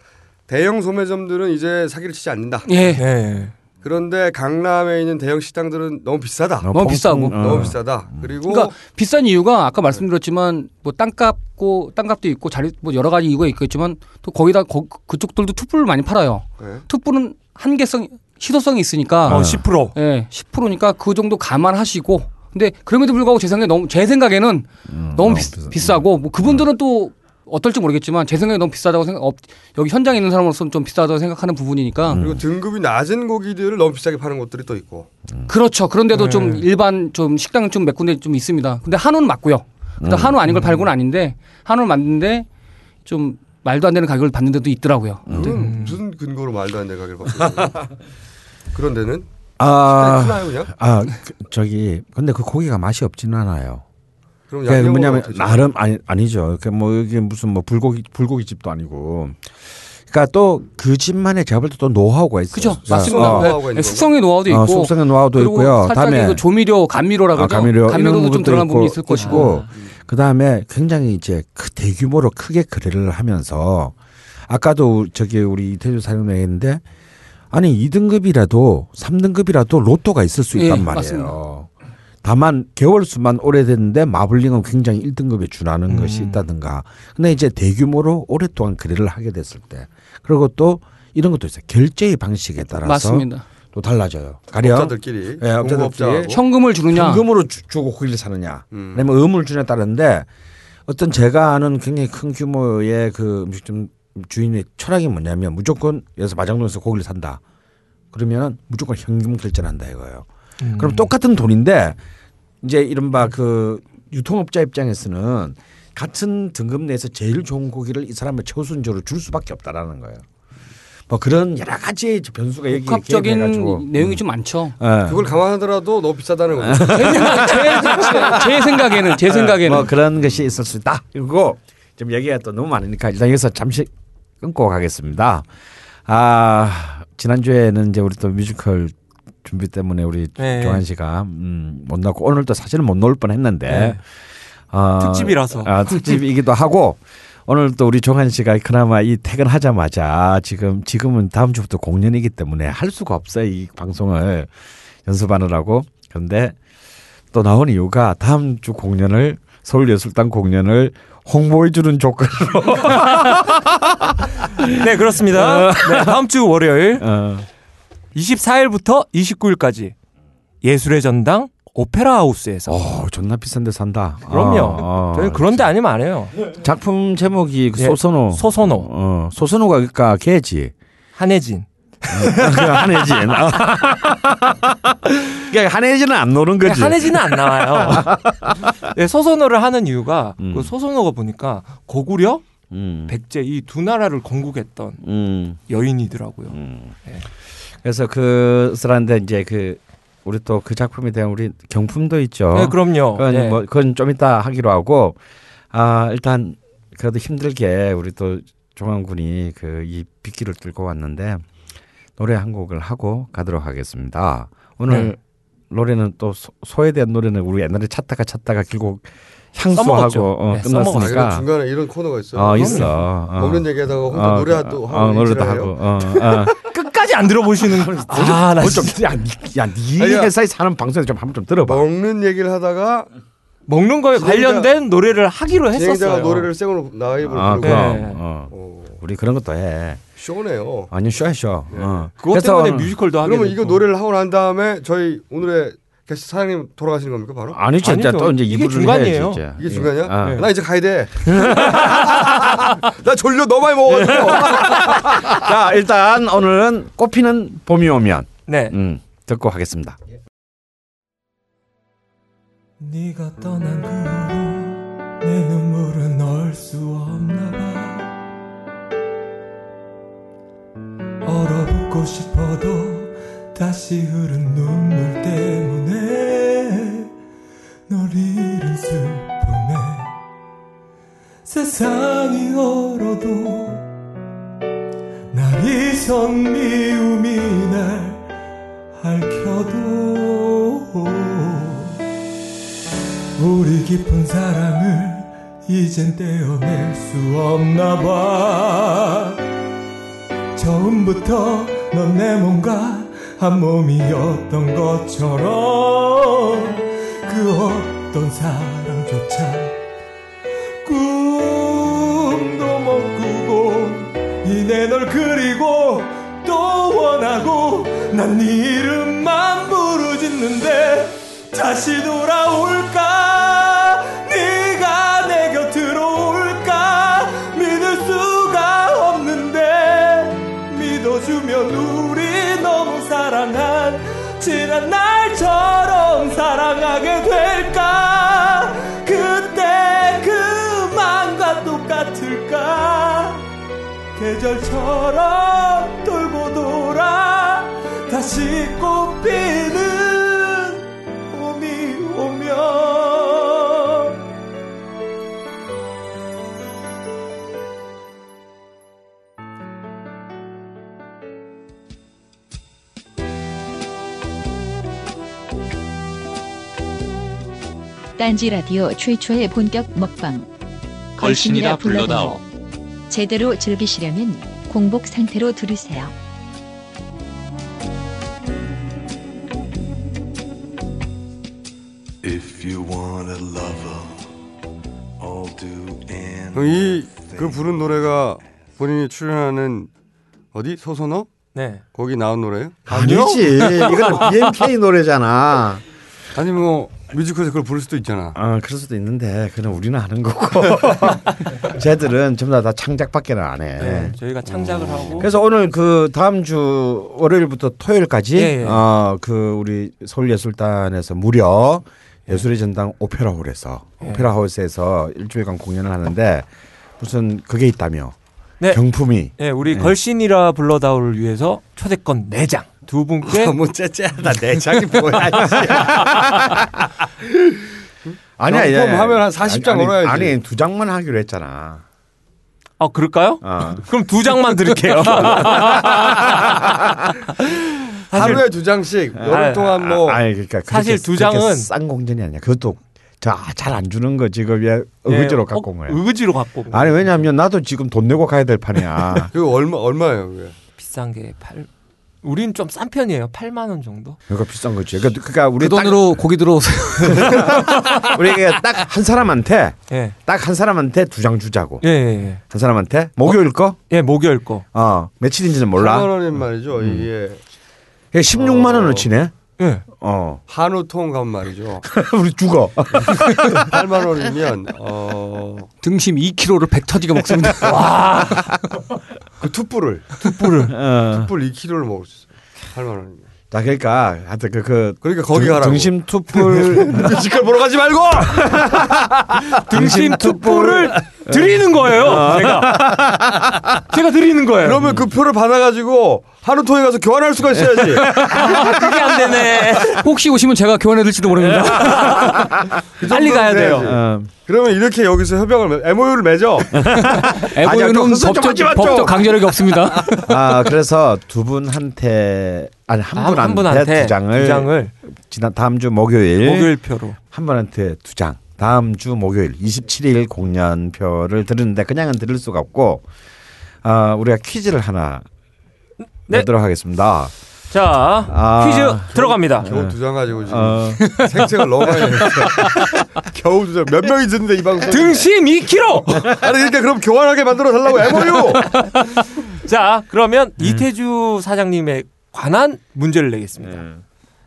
[SPEAKER 7] 대형 소매점들은 이제 사기를 치지 않는다.
[SPEAKER 8] 예.
[SPEAKER 5] 예.
[SPEAKER 7] 그런데 강남에 있는 대형 식당들은 너무 비싸다.
[SPEAKER 8] 너무 비싸고.
[SPEAKER 7] 너무 비싸다. 그리고
[SPEAKER 8] 그러니까 비싼 이유가 아까 말씀드렸지만 뭐 땅값고 땅값도 있고 자리 뭐 여러 가지 이유가 있겠지만 또 거기다 거, 그쪽들도 투뿔을 많이 팔아요.
[SPEAKER 7] 예.
[SPEAKER 8] 투뿔은 한계성 희소성이 있으니까
[SPEAKER 6] 아.
[SPEAKER 5] 어,
[SPEAKER 7] 네.
[SPEAKER 5] 10%.
[SPEAKER 8] 예, 10%니까 그 정도 감안하시고 근데 그럼에도 불구하고 제 생각에 너무 제 생각에는
[SPEAKER 6] 음.
[SPEAKER 8] 너무 비, 싸고뭐 그분들은 또 어떨지 모르겠지만 제 생각에 너무 비싸다고 생각 업- 여기 현장에 있는 사람으로서는 좀 비싸다고 생각하는 부분이니까
[SPEAKER 7] 그리고 등급이 낮은 고기들을 너무 비싸게 파는 곳들이 또 있고.
[SPEAKER 8] 그렇죠. 그런데도
[SPEAKER 5] 네.
[SPEAKER 8] 좀 일반 좀 식당은 좀 몇 군데 좀 있습니다. 근데 한우는 맞고요. 근데
[SPEAKER 6] 음.
[SPEAKER 8] 한우 아닌 걸 팔고는 아닌데 한우를 맞는데 좀 말도 안 되는 가격을 받는 데도 있더라고요.
[SPEAKER 6] 음.
[SPEAKER 7] 그건 무슨 근거로 말도 안 되는 가격을 받고. 그런 데는
[SPEAKER 6] 아,
[SPEAKER 7] 크나요 그냥?
[SPEAKER 6] 아 그, 저기 근데 그 고기가 맛이 없지는 않아요.
[SPEAKER 7] 그럼
[SPEAKER 6] 그게
[SPEAKER 7] 양념은
[SPEAKER 6] 그러니까 뭐냐면
[SPEAKER 7] 어떻게 해요?
[SPEAKER 6] 나름 아니 아니죠. 그러니까 뭐 이게 무슨 뭐 불고기 불고기 집도 아니고. 그러니까 또 그 집만의 제가 볼 때 또 노하우가 있어요.
[SPEAKER 8] 그죠?
[SPEAKER 6] 그러니까,
[SPEAKER 8] 맞습니다.
[SPEAKER 6] 어,
[SPEAKER 7] 네. 노하우가
[SPEAKER 8] 예,
[SPEAKER 7] 있는
[SPEAKER 8] 숙성의 노하우도 있고
[SPEAKER 6] 어, 속성의 노하우도
[SPEAKER 8] 그리고
[SPEAKER 6] 있고요.
[SPEAKER 8] 살짝
[SPEAKER 6] 다음에
[SPEAKER 8] 그 조미료, 감미료라고
[SPEAKER 6] 아,
[SPEAKER 8] 하죠.
[SPEAKER 6] 감미료 이런
[SPEAKER 8] 그렇죠? 감미료도 좀
[SPEAKER 6] 부분도
[SPEAKER 8] 들어간
[SPEAKER 6] 있고, 아,
[SPEAKER 8] 부분이 있을 것이고.
[SPEAKER 6] 있고. 그다음에 굉장히 이제 그 대규모로 크게 거래를 하면서 아까도 저기 우리 이태주 사장님 얘기했는데 아니 2등급이라도 3등급이라도 로또가 있을 수 있단
[SPEAKER 8] 예,
[SPEAKER 6] 말이에요.
[SPEAKER 8] 맞습니다.
[SPEAKER 6] 다만 개월수만 오래됐는데 마블링은 굉장히 1등급에 준하는
[SPEAKER 8] 음.
[SPEAKER 6] 것이 있다든가. 근데 이제 대규모로 오랫동안 거래를 하게 됐을 때 그리고 또 이런 것도 있어요. 결제의 방식에 따라서 어?
[SPEAKER 8] 맞습니다.
[SPEAKER 6] 또 달라져요. 가령
[SPEAKER 7] 업자들끼리
[SPEAKER 6] 예, 업자들끼리.
[SPEAKER 7] 공업자하고
[SPEAKER 8] 현금을 주느냐?
[SPEAKER 6] 현금으로 주- 주고 고기를 사느냐,
[SPEAKER 8] 음.
[SPEAKER 6] 아니면 의물주냐 따른데 어떤 제가 아는 굉장히 큰 규모의 그 음식점 주인의 철학이 뭐냐면 무조건 여기서 마장동에서 고기를 산다. 그러면은 무조건 현금 결제를 한다 이거예요. 그럼 똑같은 돈인데 이제 이른바 그 유통업자 입장에서는 같은 등급 내에서 제일 좋은 고기를 이 사람의 최우선적으로 줄 수밖에 없다라는 거예요. 뭐 그런 여러 가지 변수가 여기 개입해가지고.
[SPEAKER 8] 복합적인 내용이 좀 많죠.
[SPEAKER 6] 예.
[SPEAKER 7] 그걸 감안하더라도 너무 비싸다는
[SPEAKER 6] 아.
[SPEAKER 7] 거죠.
[SPEAKER 8] 제, 생각, 제, 제 생각에는 제 생각에는
[SPEAKER 6] 뭐 그런 것이 있을 수 있다. 그리고 지금 얘기가 또 너무 많으니까 일단 여기서 잠시 끊고 가겠습니다. 아 지난주에는 이제 우리 또 뮤지컬 준비 때문에 우리
[SPEAKER 5] 네.
[SPEAKER 6] 조한 씨가 음, 못 나고 오늘 또 사실은 못 나올 뻔했는데
[SPEAKER 5] 네.
[SPEAKER 6] 아,
[SPEAKER 5] 특집이라서.
[SPEAKER 6] 아, 특집이기도 하고 오늘 또 우리 조한 씨가 그나마 이 퇴근하자마자 지금 지금은 다음 주부터 공연이기 때문에 할 수가 없어요 이 방송을 연습하느라고 그런데 또 나온 이유가 다음 주 공연을 서울예술단 공연을 홍보해주는 조건으로
[SPEAKER 5] 네,
[SPEAKER 6] 아.
[SPEAKER 5] 그렇습니다. 네, 다음 주 월요일
[SPEAKER 6] 어,
[SPEAKER 5] 24일부터 29일까지 예술의 전당 오페라 하우스에서
[SPEAKER 6] 어 존나 비싼데 산다.
[SPEAKER 5] 그럼요.
[SPEAKER 6] 아,
[SPEAKER 5] 저희 그런데 아니면 안 해요.
[SPEAKER 6] 작품 제목이 그
[SPEAKER 5] 예,
[SPEAKER 6] 소선호.
[SPEAKER 5] 소선호,
[SPEAKER 6] 어, 소선호가 그니까 개지.
[SPEAKER 5] 한혜진.
[SPEAKER 6] 그 한혜진. 그러니까 한혜진은 안 노는 거지.
[SPEAKER 5] 한혜진은 안 나와요. 네, 소선호를 하는 이유가
[SPEAKER 6] 음.
[SPEAKER 5] 그 소선호가 보니까 고구려,
[SPEAKER 6] 음,
[SPEAKER 5] 백제 이 두 나라를 건국했던
[SPEAKER 6] 음,
[SPEAKER 5] 여인이더라고요.
[SPEAKER 6] 음.
[SPEAKER 5] 예.
[SPEAKER 6] 그래서 그 쓰란데 이제 그 우리 또 그 작품에 대한 우리 경품도 있죠.
[SPEAKER 5] 네, 그럼요.
[SPEAKER 6] 그러니까. 그건
[SPEAKER 5] 네.
[SPEAKER 6] 뭐 그건 좀 이따 하기로 하고 아 일단 그래도 힘들게 우리 또 종환군이 그 이 빗길을 뚫고 왔는데 노래 한 곡을 하고 가도록 하겠습니다. 오늘
[SPEAKER 5] 네.
[SPEAKER 6] 노래는 또 소, 소에 대한 노래는 우리 옛날에 찾다가 찾다가 결국
[SPEAKER 5] 써먹었죠.
[SPEAKER 6] 향수하고 어,
[SPEAKER 5] 네,
[SPEAKER 7] 아,
[SPEAKER 5] 써먹었어요.
[SPEAKER 7] 그럼
[SPEAKER 6] 끝났으니까
[SPEAKER 7] 중간에 이런 코너가 있어요.
[SPEAKER 6] 어 있어 어.
[SPEAKER 7] 먹는 얘기하다가 혼자
[SPEAKER 6] 어,
[SPEAKER 7] 노래도
[SPEAKER 6] 어,
[SPEAKER 7] 하고
[SPEAKER 6] 노래도
[SPEAKER 7] 일을 해요?
[SPEAKER 6] 하고 어, 어.
[SPEAKER 5] 끝까지 안 들어보시는 걸. 아, 나 진짜
[SPEAKER 6] 야니 네
[SPEAKER 7] 아니야.
[SPEAKER 6] 회사에 사는 방송에서 좀 한번 좀 들어봐.
[SPEAKER 7] 먹는 얘기를 하다가
[SPEAKER 5] 먹는 거에 관련된 노래를 하기로
[SPEAKER 7] 진행자가
[SPEAKER 5] 했었어요.
[SPEAKER 7] 노래를 생으로 나이브로
[SPEAKER 6] 아
[SPEAKER 7] 부르고
[SPEAKER 6] 그럼
[SPEAKER 5] 네.
[SPEAKER 6] 어.
[SPEAKER 7] 어,
[SPEAKER 6] 우리 그런 것도 해.
[SPEAKER 7] 쇼네요.
[SPEAKER 6] 아니 쇼야 쇼.
[SPEAKER 7] 예.
[SPEAKER 6] 어.
[SPEAKER 5] 그것
[SPEAKER 6] 그래서
[SPEAKER 5] 때문에
[SPEAKER 6] 오늘-
[SPEAKER 5] 뮤지컬도 하게
[SPEAKER 7] 그러면
[SPEAKER 5] 됐고.
[SPEAKER 7] 이거 노래를 하고 난 다음에 저희 오늘의 게스트 사장님 돌아가시는 겁니까 바로?
[SPEAKER 6] 아니 진짜
[SPEAKER 5] 아니죠.
[SPEAKER 6] 또 이제
[SPEAKER 5] 이게
[SPEAKER 6] 이불을
[SPEAKER 5] 중간이에요.
[SPEAKER 6] 해야지, 이제.
[SPEAKER 7] 이게 중요하냐?
[SPEAKER 6] 아.
[SPEAKER 7] 나 이제 가야 돼. 나 졸려 너무 많이 먹어가지고.
[SPEAKER 6] 네. 자 일단 오늘은 꽃피는 봄이 오면
[SPEAKER 5] 네.
[SPEAKER 6] 음, 듣고 하겠습니다.
[SPEAKER 5] 네가 떠난 그 그후내 눈물은 넣을 수 없나 봐 얼어붙고 싶어도 다시 흐른 눈물 때문에 널 잃은 슬픔에 세상이 얼어도 날 잊은 미움이 날 핥혀도 우리 깊은 사랑을 이젠 떼어낼 수 없나 봐 처음부터 넌 내 몸과 한 몸이었던 것처럼 그 어떤 사랑조차 꿈도 못 꾸고 이내 널 그리고 또 원하고 난 네 이름만 부르짖는데 다시 돌아올까 네가 내 곁으로 올까 믿을 수가 없는데 믿어주면 우리 너무 사랑한 지난 날처럼 사랑하게 될까 그때 그만과 똑같을까 계절처럼 돌고 돌아 다시 꽃피는 봄이 오면
[SPEAKER 4] 딴지 라디오 최초의 본격 먹방.
[SPEAKER 3] 걸신이라 불러다오.
[SPEAKER 4] 제대로 즐기시려면 공복 상태로 들으세요.
[SPEAKER 9] If you want a lover, I'll do anything.
[SPEAKER 7] 이 그 부른 노래가 본인이 출연하는 어디 소선호
[SPEAKER 5] 네.
[SPEAKER 7] 거기 나온 노래예요?
[SPEAKER 6] 아니지. 이건 BMK 노래잖아.
[SPEAKER 7] 아니 뭐 뮤지컬에서 그걸 부를 수도 있잖아.
[SPEAKER 6] 아, 그럴 수도 있는데 그는 우리는 아는 거고. 쟤들은 전부 다, 다 창작밖에는 안 해.
[SPEAKER 5] 네. 저희가 창작을 하고
[SPEAKER 6] 음. 그래서 오늘 그 다음 주 월요일부터 토요일까지
[SPEAKER 5] 예, 예.
[SPEAKER 6] 어, 그 우리 서울예술단에서 무려 예술의 전당 오페라홀에서
[SPEAKER 7] 예.
[SPEAKER 6] 오페라하우스에서 일주일간 공연을 하는데 무슨 그게 있다며
[SPEAKER 5] 네.
[SPEAKER 6] 경품이
[SPEAKER 5] 예, 우리 걸신이라 불러다오를 위해서 초대권 4장 두 분께
[SPEAKER 1] 너무 뭐 째째하다 내 자기 뭐야
[SPEAKER 6] 아니야 아니야, 아니야.
[SPEAKER 7] 경품하면 한 40장
[SPEAKER 6] 아니, 아니,
[SPEAKER 7] 올라야지.
[SPEAKER 6] 아니 두 장만 하기로 했잖아.
[SPEAKER 5] 아 그럴까요?
[SPEAKER 6] 어.
[SPEAKER 5] 그럼 두 장만 드릴게요.
[SPEAKER 6] 네.
[SPEAKER 7] 하루에 두 장씩
[SPEAKER 5] 아,
[SPEAKER 7] 열흘 동안 뭐
[SPEAKER 6] 아, 아니, 그러니까 그렇게-
[SPEAKER 5] 사실 두 장은-
[SPEAKER 6] 그렇게 싼 공전이 아니야. 그것도 잘 안 주는 거 지금 왜 의지로
[SPEAKER 5] 예,
[SPEAKER 6] 갖고
[SPEAKER 5] 어,
[SPEAKER 6] 온 거야.
[SPEAKER 5] 의지로 갖고 온 거예요.
[SPEAKER 6] 아니 왜냐하면 나도 지금 돈 내고 가야 될 판이야.
[SPEAKER 7] 그거 얼마 얼마예요? 그게?
[SPEAKER 5] 비싼 게 8. 우린 좀 싼 편이에요. 8만 원 정도.
[SPEAKER 6] 그러니까 비싼 거지. 그러니까, 그러니까 우리
[SPEAKER 8] 그 돈으로 고기 들어오세요.
[SPEAKER 6] 딱, 우리가 딱 한 사람한테
[SPEAKER 5] 예.
[SPEAKER 6] 딱 한 사람한테 두 장 주자고.
[SPEAKER 5] 예, 예,
[SPEAKER 6] 한 사람한테 목요일 거?
[SPEAKER 5] 예. 예, 목요일 거.
[SPEAKER 6] 어 며칠인지는
[SPEAKER 7] 만
[SPEAKER 6] 몰라. 음.
[SPEAKER 7] 원인 말이죠. 이게
[SPEAKER 6] 16만 원어치네.
[SPEAKER 5] 예.
[SPEAKER 6] 어
[SPEAKER 7] 한우 통감 말이죠.
[SPEAKER 6] 우리 죽어.
[SPEAKER 7] 8만 원이면 어
[SPEAKER 8] 등심 2kg를 100터지게 먹습니다.
[SPEAKER 6] 그 투뿔을.
[SPEAKER 7] 숯불 2kg를 먹을 수 있어요. 8만 원이면.
[SPEAKER 6] 자 그러니까 하여튼 그, 그
[SPEAKER 7] 그러니까 거기 가라고.
[SPEAKER 6] 등심 투뿔
[SPEAKER 7] 뮤지컬 그 보러 가지 말고.
[SPEAKER 5] 등심 투포를 드리는 거예요. 제가 제가 드리는 거예요.
[SPEAKER 7] 그러면 그 표를 받아가지고 한우 통에 가서 교환할 수가 있어야지.
[SPEAKER 5] 그게 안 되네.
[SPEAKER 8] 혹시 오시면 제가 교환해드릴지도 모릅니다.
[SPEAKER 5] 빨리 가야 돼요.
[SPEAKER 7] 돼야지.
[SPEAKER 6] 어,
[SPEAKER 7] 네. 그러면 이렇게 여기서 협약을 MOU를 맺어.
[SPEAKER 6] 아니야, 좀
[SPEAKER 8] 에고는
[SPEAKER 6] 그건 좀
[SPEAKER 8] 법적,
[SPEAKER 6] 하지 마, 좀.
[SPEAKER 8] 법적 강제력이 없습니다.
[SPEAKER 6] 아 그래서 두 분한테 아니 한 분한테, 두 장을, 예.
[SPEAKER 5] 두 장을
[SPEAKER 6] 지난 다음 주 목요일,
[SPEAKER 5] 목요일 표로.
[SPEAKER 6] 한 분한테 두 장. 다음 주 목요일 27일 공연표를 드리는데 그냥은 드릴 수가 없고 아 우리가 퀴즈를 하나
[SPEAKER 5] 네.
[SPEAKER 6] 내도록 하겠습니다.
[SPEAKER 5] 자,
[SPEAKER 6] 아.
[SPEAKER 5] 퀴즈 들어갑니다.
[SPEAKER 7] 겨우 두 장 가지고 지금
[SPEAKER 6] 어,
[SPEAKER 7] 생색을 너무 많이 했어. 겨우 두 장. 몇 명이 듣는데 이 방송.
[SPEAKER 5] 등심 2kg.
[SPEAKER 7] 아니 그러니까 그럼 교환하게 만들어 달라고 MOU.
[SPEAKER 5] 자, 그러면 이태주 사장님에 관한 문제를 내겠습니다.
[SPEAKER 6] 예.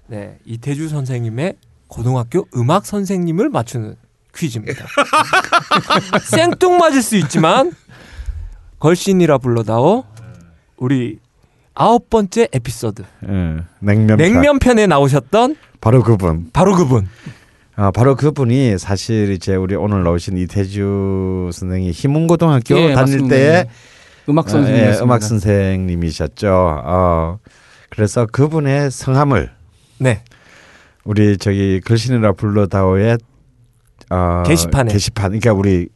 [SPEAKER 5] 네, 이태주 선생님의 고등학교 음악 선생님을 맞추는 퀴즈입니다. 생뚱맞을 수 있지만 걸신이라 불러다오 우리 아홉 번째 에피소드
[SPEAKER 6] 예, 냉면 냉면
[SPEAKER 5] 냉면편에 나오셨던
[SPEAKER 6] 바로 그분
[SPEAKER 5] 바로 그분
[SPEAKER 6] 아 바로 그분이 사실 이제 우리 오늘 나오신 이태주 선생이 희문고등학교
[SPEAKER 8] 예,
[SPEAKER 6] 다닐
[SPEAKER 8] 맞습니다.
[SPEAKER 6] 때에
[SPEAKER 8] 음악
[SPEAKER 6] 예,
[SPEAKER 8] 선생님.
[SPEAKER 6] 음악 선생님이셨죠. 어, 그래서 그분의 성함을
[SPEAKER 5] 네
[SPEAKER 6] 우리 저기 글신이라 불러다오의 어,
[SPEAKER 5] 게시판에.
[SPEAKER 6] 게시판 그러니까 우리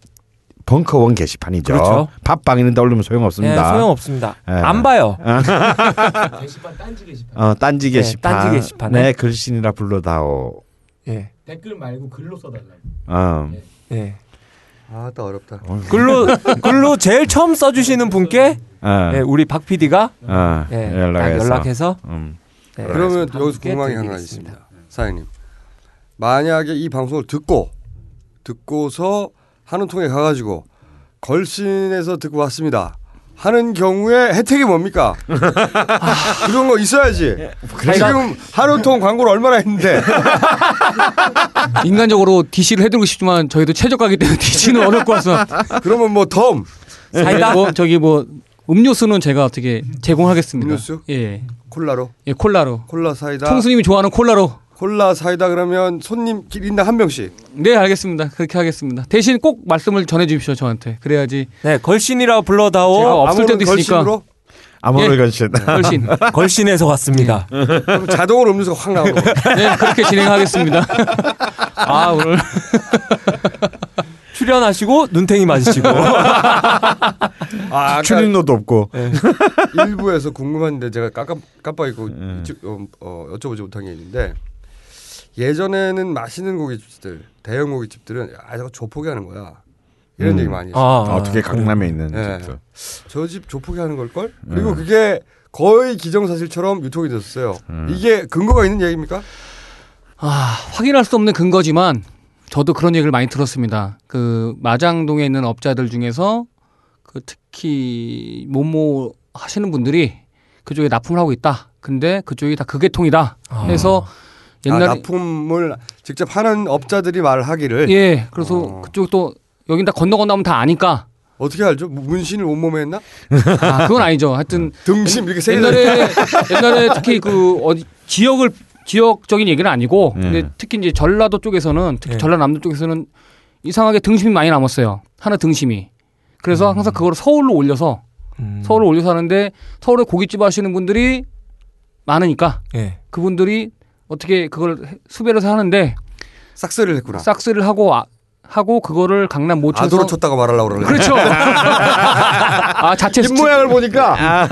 [SPEAKER 6] 벙커원 게시판이죠.
[SPEAKER 5] 그렇죠.
[SPEAKER 6] 팟빵 있는데 올리면 소용없습니다.
[SPEAKER 5] 네, 소용없습니다
[SPEAKER 6] 예.
[SPEAKER 5] 안 봐요
[SPEAKER 6] 어, 딴지
[SPEAKER 5] 네,
[SPEAKER 6] 게시판.
[SPEAKER 5] 딴지 게시판에.
[SPEAKER 6] 네, 글신이라 불러다오.
[SPEAKER 5] 예,
[SPEAKER 6] 어.
[SPEAKER 5] 예.
[SPEAKER 7] 아따 어렵다.
[SPEAKER 5] 글로 글로 제일 처음 써주시는 분께
[SPEAKER 6] 어,
[SPEAKER 5] 예, 우리 박 PD가
[SPEAKER 6] 어,
[SPEAKER 5] 예,
[SPEAKER 6] 연락해서.
[SPEAKER 5] 딱 연락해서
[SPEAKER 6] 음.
[SPEAKER 5] 네,
[SPEAKER 7] 그러면
[SPEAKER 5] 박
[SPEAKER 7] 여기서
[SPEAKER 5] PD께
[SPEAKER 7] 궁금한 게 하나
[SPEAKER 5] 드리겠습니다.
[SPEAKER 7] 있습니다. 사장님. 만약에 이 방송을 듣고 듣고서 한우통에 가가지고 걸신에서 듣고 왔습니다. 하는 경우에 혜택이 뭡니까? 아, 그런 거 있어야지.
[SPEAKER 8] 예,
[SPEAKER 7] 지금 한우통 광고를 얼마나 했는데
[SPEAKER 8] 인간적으로 DC를 해드리고 싶지만 저희도 최저가기 때문에 DC는 어렵고 와서
[SPEAKER 7] 그러면 뭐 덤,
[SPEAKER 8] 사이다 뭐 저기 뭐 음료수는 제가 어떻게 제공하겠습니다.
[SPEAKER 7] 음료수?
[SPEAKER 8] 예,
[SPEAKER 7] 콜라로,
[SPEAKER 8] 예 콜라로.
[SPEAKER 7] 콜라 사이다,
[SPEAKER 8] 총수님이 좋아하는 콜라로.
[SPEAKER 7] 콜라 사이다 그러면 손님 인당 한 명씩.
[SPEAKER 8] 네 알겠습니다. 그렇게 하겠습니다. 대신 꼭 말씀을 전해주십시오 저한테. 그래야지
[SPEAKER 5] 네 걸신이라 불러다오
[SPEAKER 8] 제가 없을 때도
[SPEAKER 7] 아무런
[SPEAKER 8] 있으니까.
[SPEAKER 7] 걸신으로
[SPEAKER 6] 아무를
[SPEAKER 8] 예.
[SPEAKER 6] 건신.
[SPEAKER 8] 훨씬.
[SPEAKER 5] 걸신에서 왔습니다.
[SPEAKER 7] 그럼 자동으로 음료수가 확 나오고.
[SPEAKER 8] 네 그렇게 진행하겠습니다. 아 오늘
[SPEAKER 5] 출연하시고 눈탱이 맞으시고. 예.
[SPEAKER 7] 아, 아까
[SPEAKER 6] 출입로도 없고.
[SPEAKER 5] 네.
[SPEAKER 7] 일부에서 궁금한데 제가 깜깜 깜빡이고 이쪽, 어, 어, 여쭤보지 못한 게 있는데 예전에는 맛있는 고깃집들 대형 고깃집들은 아 저거 조폭이 하는 거야 이런
[SPEAKER 6] 음.
[SPEAKER 7] 얘기 많이 했어요.
[SPEAKER 5] 아, 네.
[SPEAKER 6] 어떻게 강남에 있는
[SPEAKER 7] 예.
[SPEAKER 6] 집도.
[SPEAKER 7] 저 집 조폭이 하는 걸 걸? 그리고 아, 그게 거의 기정사실처럼 유통이 됐었어요. 이게 근거가 있는 얘기입니까?
[SPEAKER 8] 아, 확인할 수 없는 근거지만 저도 그런 얘기를 많이 들었습니다. 그 마장동에 있는 업자들 중에서 그 특히 뭐뭐 하시는 분들이 그쪽에 납품을 하고 있다. 근데 그쪽이 다 극계통이다. 해서
[SPEAKER 7] 아,
[SPEAKER 8] 옛날에
[SPEAKER 7] 납품을 직접 하는 업자들이 말하기를
[SPEAKER 8] 예, 그래서
[SPEAKER 7] 어.
[SPEAKER 8] 그쪽 또 여긴 다 건너 건너면 다 아니까.
[SPEAKER 7] 어떻게 알죠? 뭐 문신을 온몸에 했나?
[SPEAKER 8] 아, 그건 아니죠. 하여튼
[SPEAKER 7] 등심 이렇게 세게
[SPEAKER 8] 옛날에 옛날에 특히 그 어디 지역을 지역적인 얘기는
[SPEAKER 7] 예.
[SPEAKER 8] 아니고 근데 특히 이제 전라도 쪽에서는 특히
[SPEAKER 5] 예.
[SPEAKER 8] 전라남도 쪽에서는 이상하게 등심이 많이 남았어요. 하나 등심이. 그래서
[SPEAKER 7] 음.
[SPEAKER 8] 항상 그걸 서울로 올려서
[SPEAKER 5] 아, 음.
[SPEAKER 8] 서울로 올려서 하는데 서울에 고깃집 하시는 분들이 많으니까
[SPEAKER 5] 예.
[SPEAKER 8] 그분들이 어떻게 그걸 해- 수배를 해서 하는데
[SPEAKER 7] 싹스를 했구나.
[SPEAKER 8] 싹스를 하고 아- 하고 그거를 강남 모처에서
[SPEAKER 7] 아도로 쳤다고 말하려고 그러네.
[SPEAKER 8] 그렇죠. 아 자체 아,
[SPEAKER 7] 입 모양을
[SPEAKER 8] 예.
[SPEAKER 7] 보니까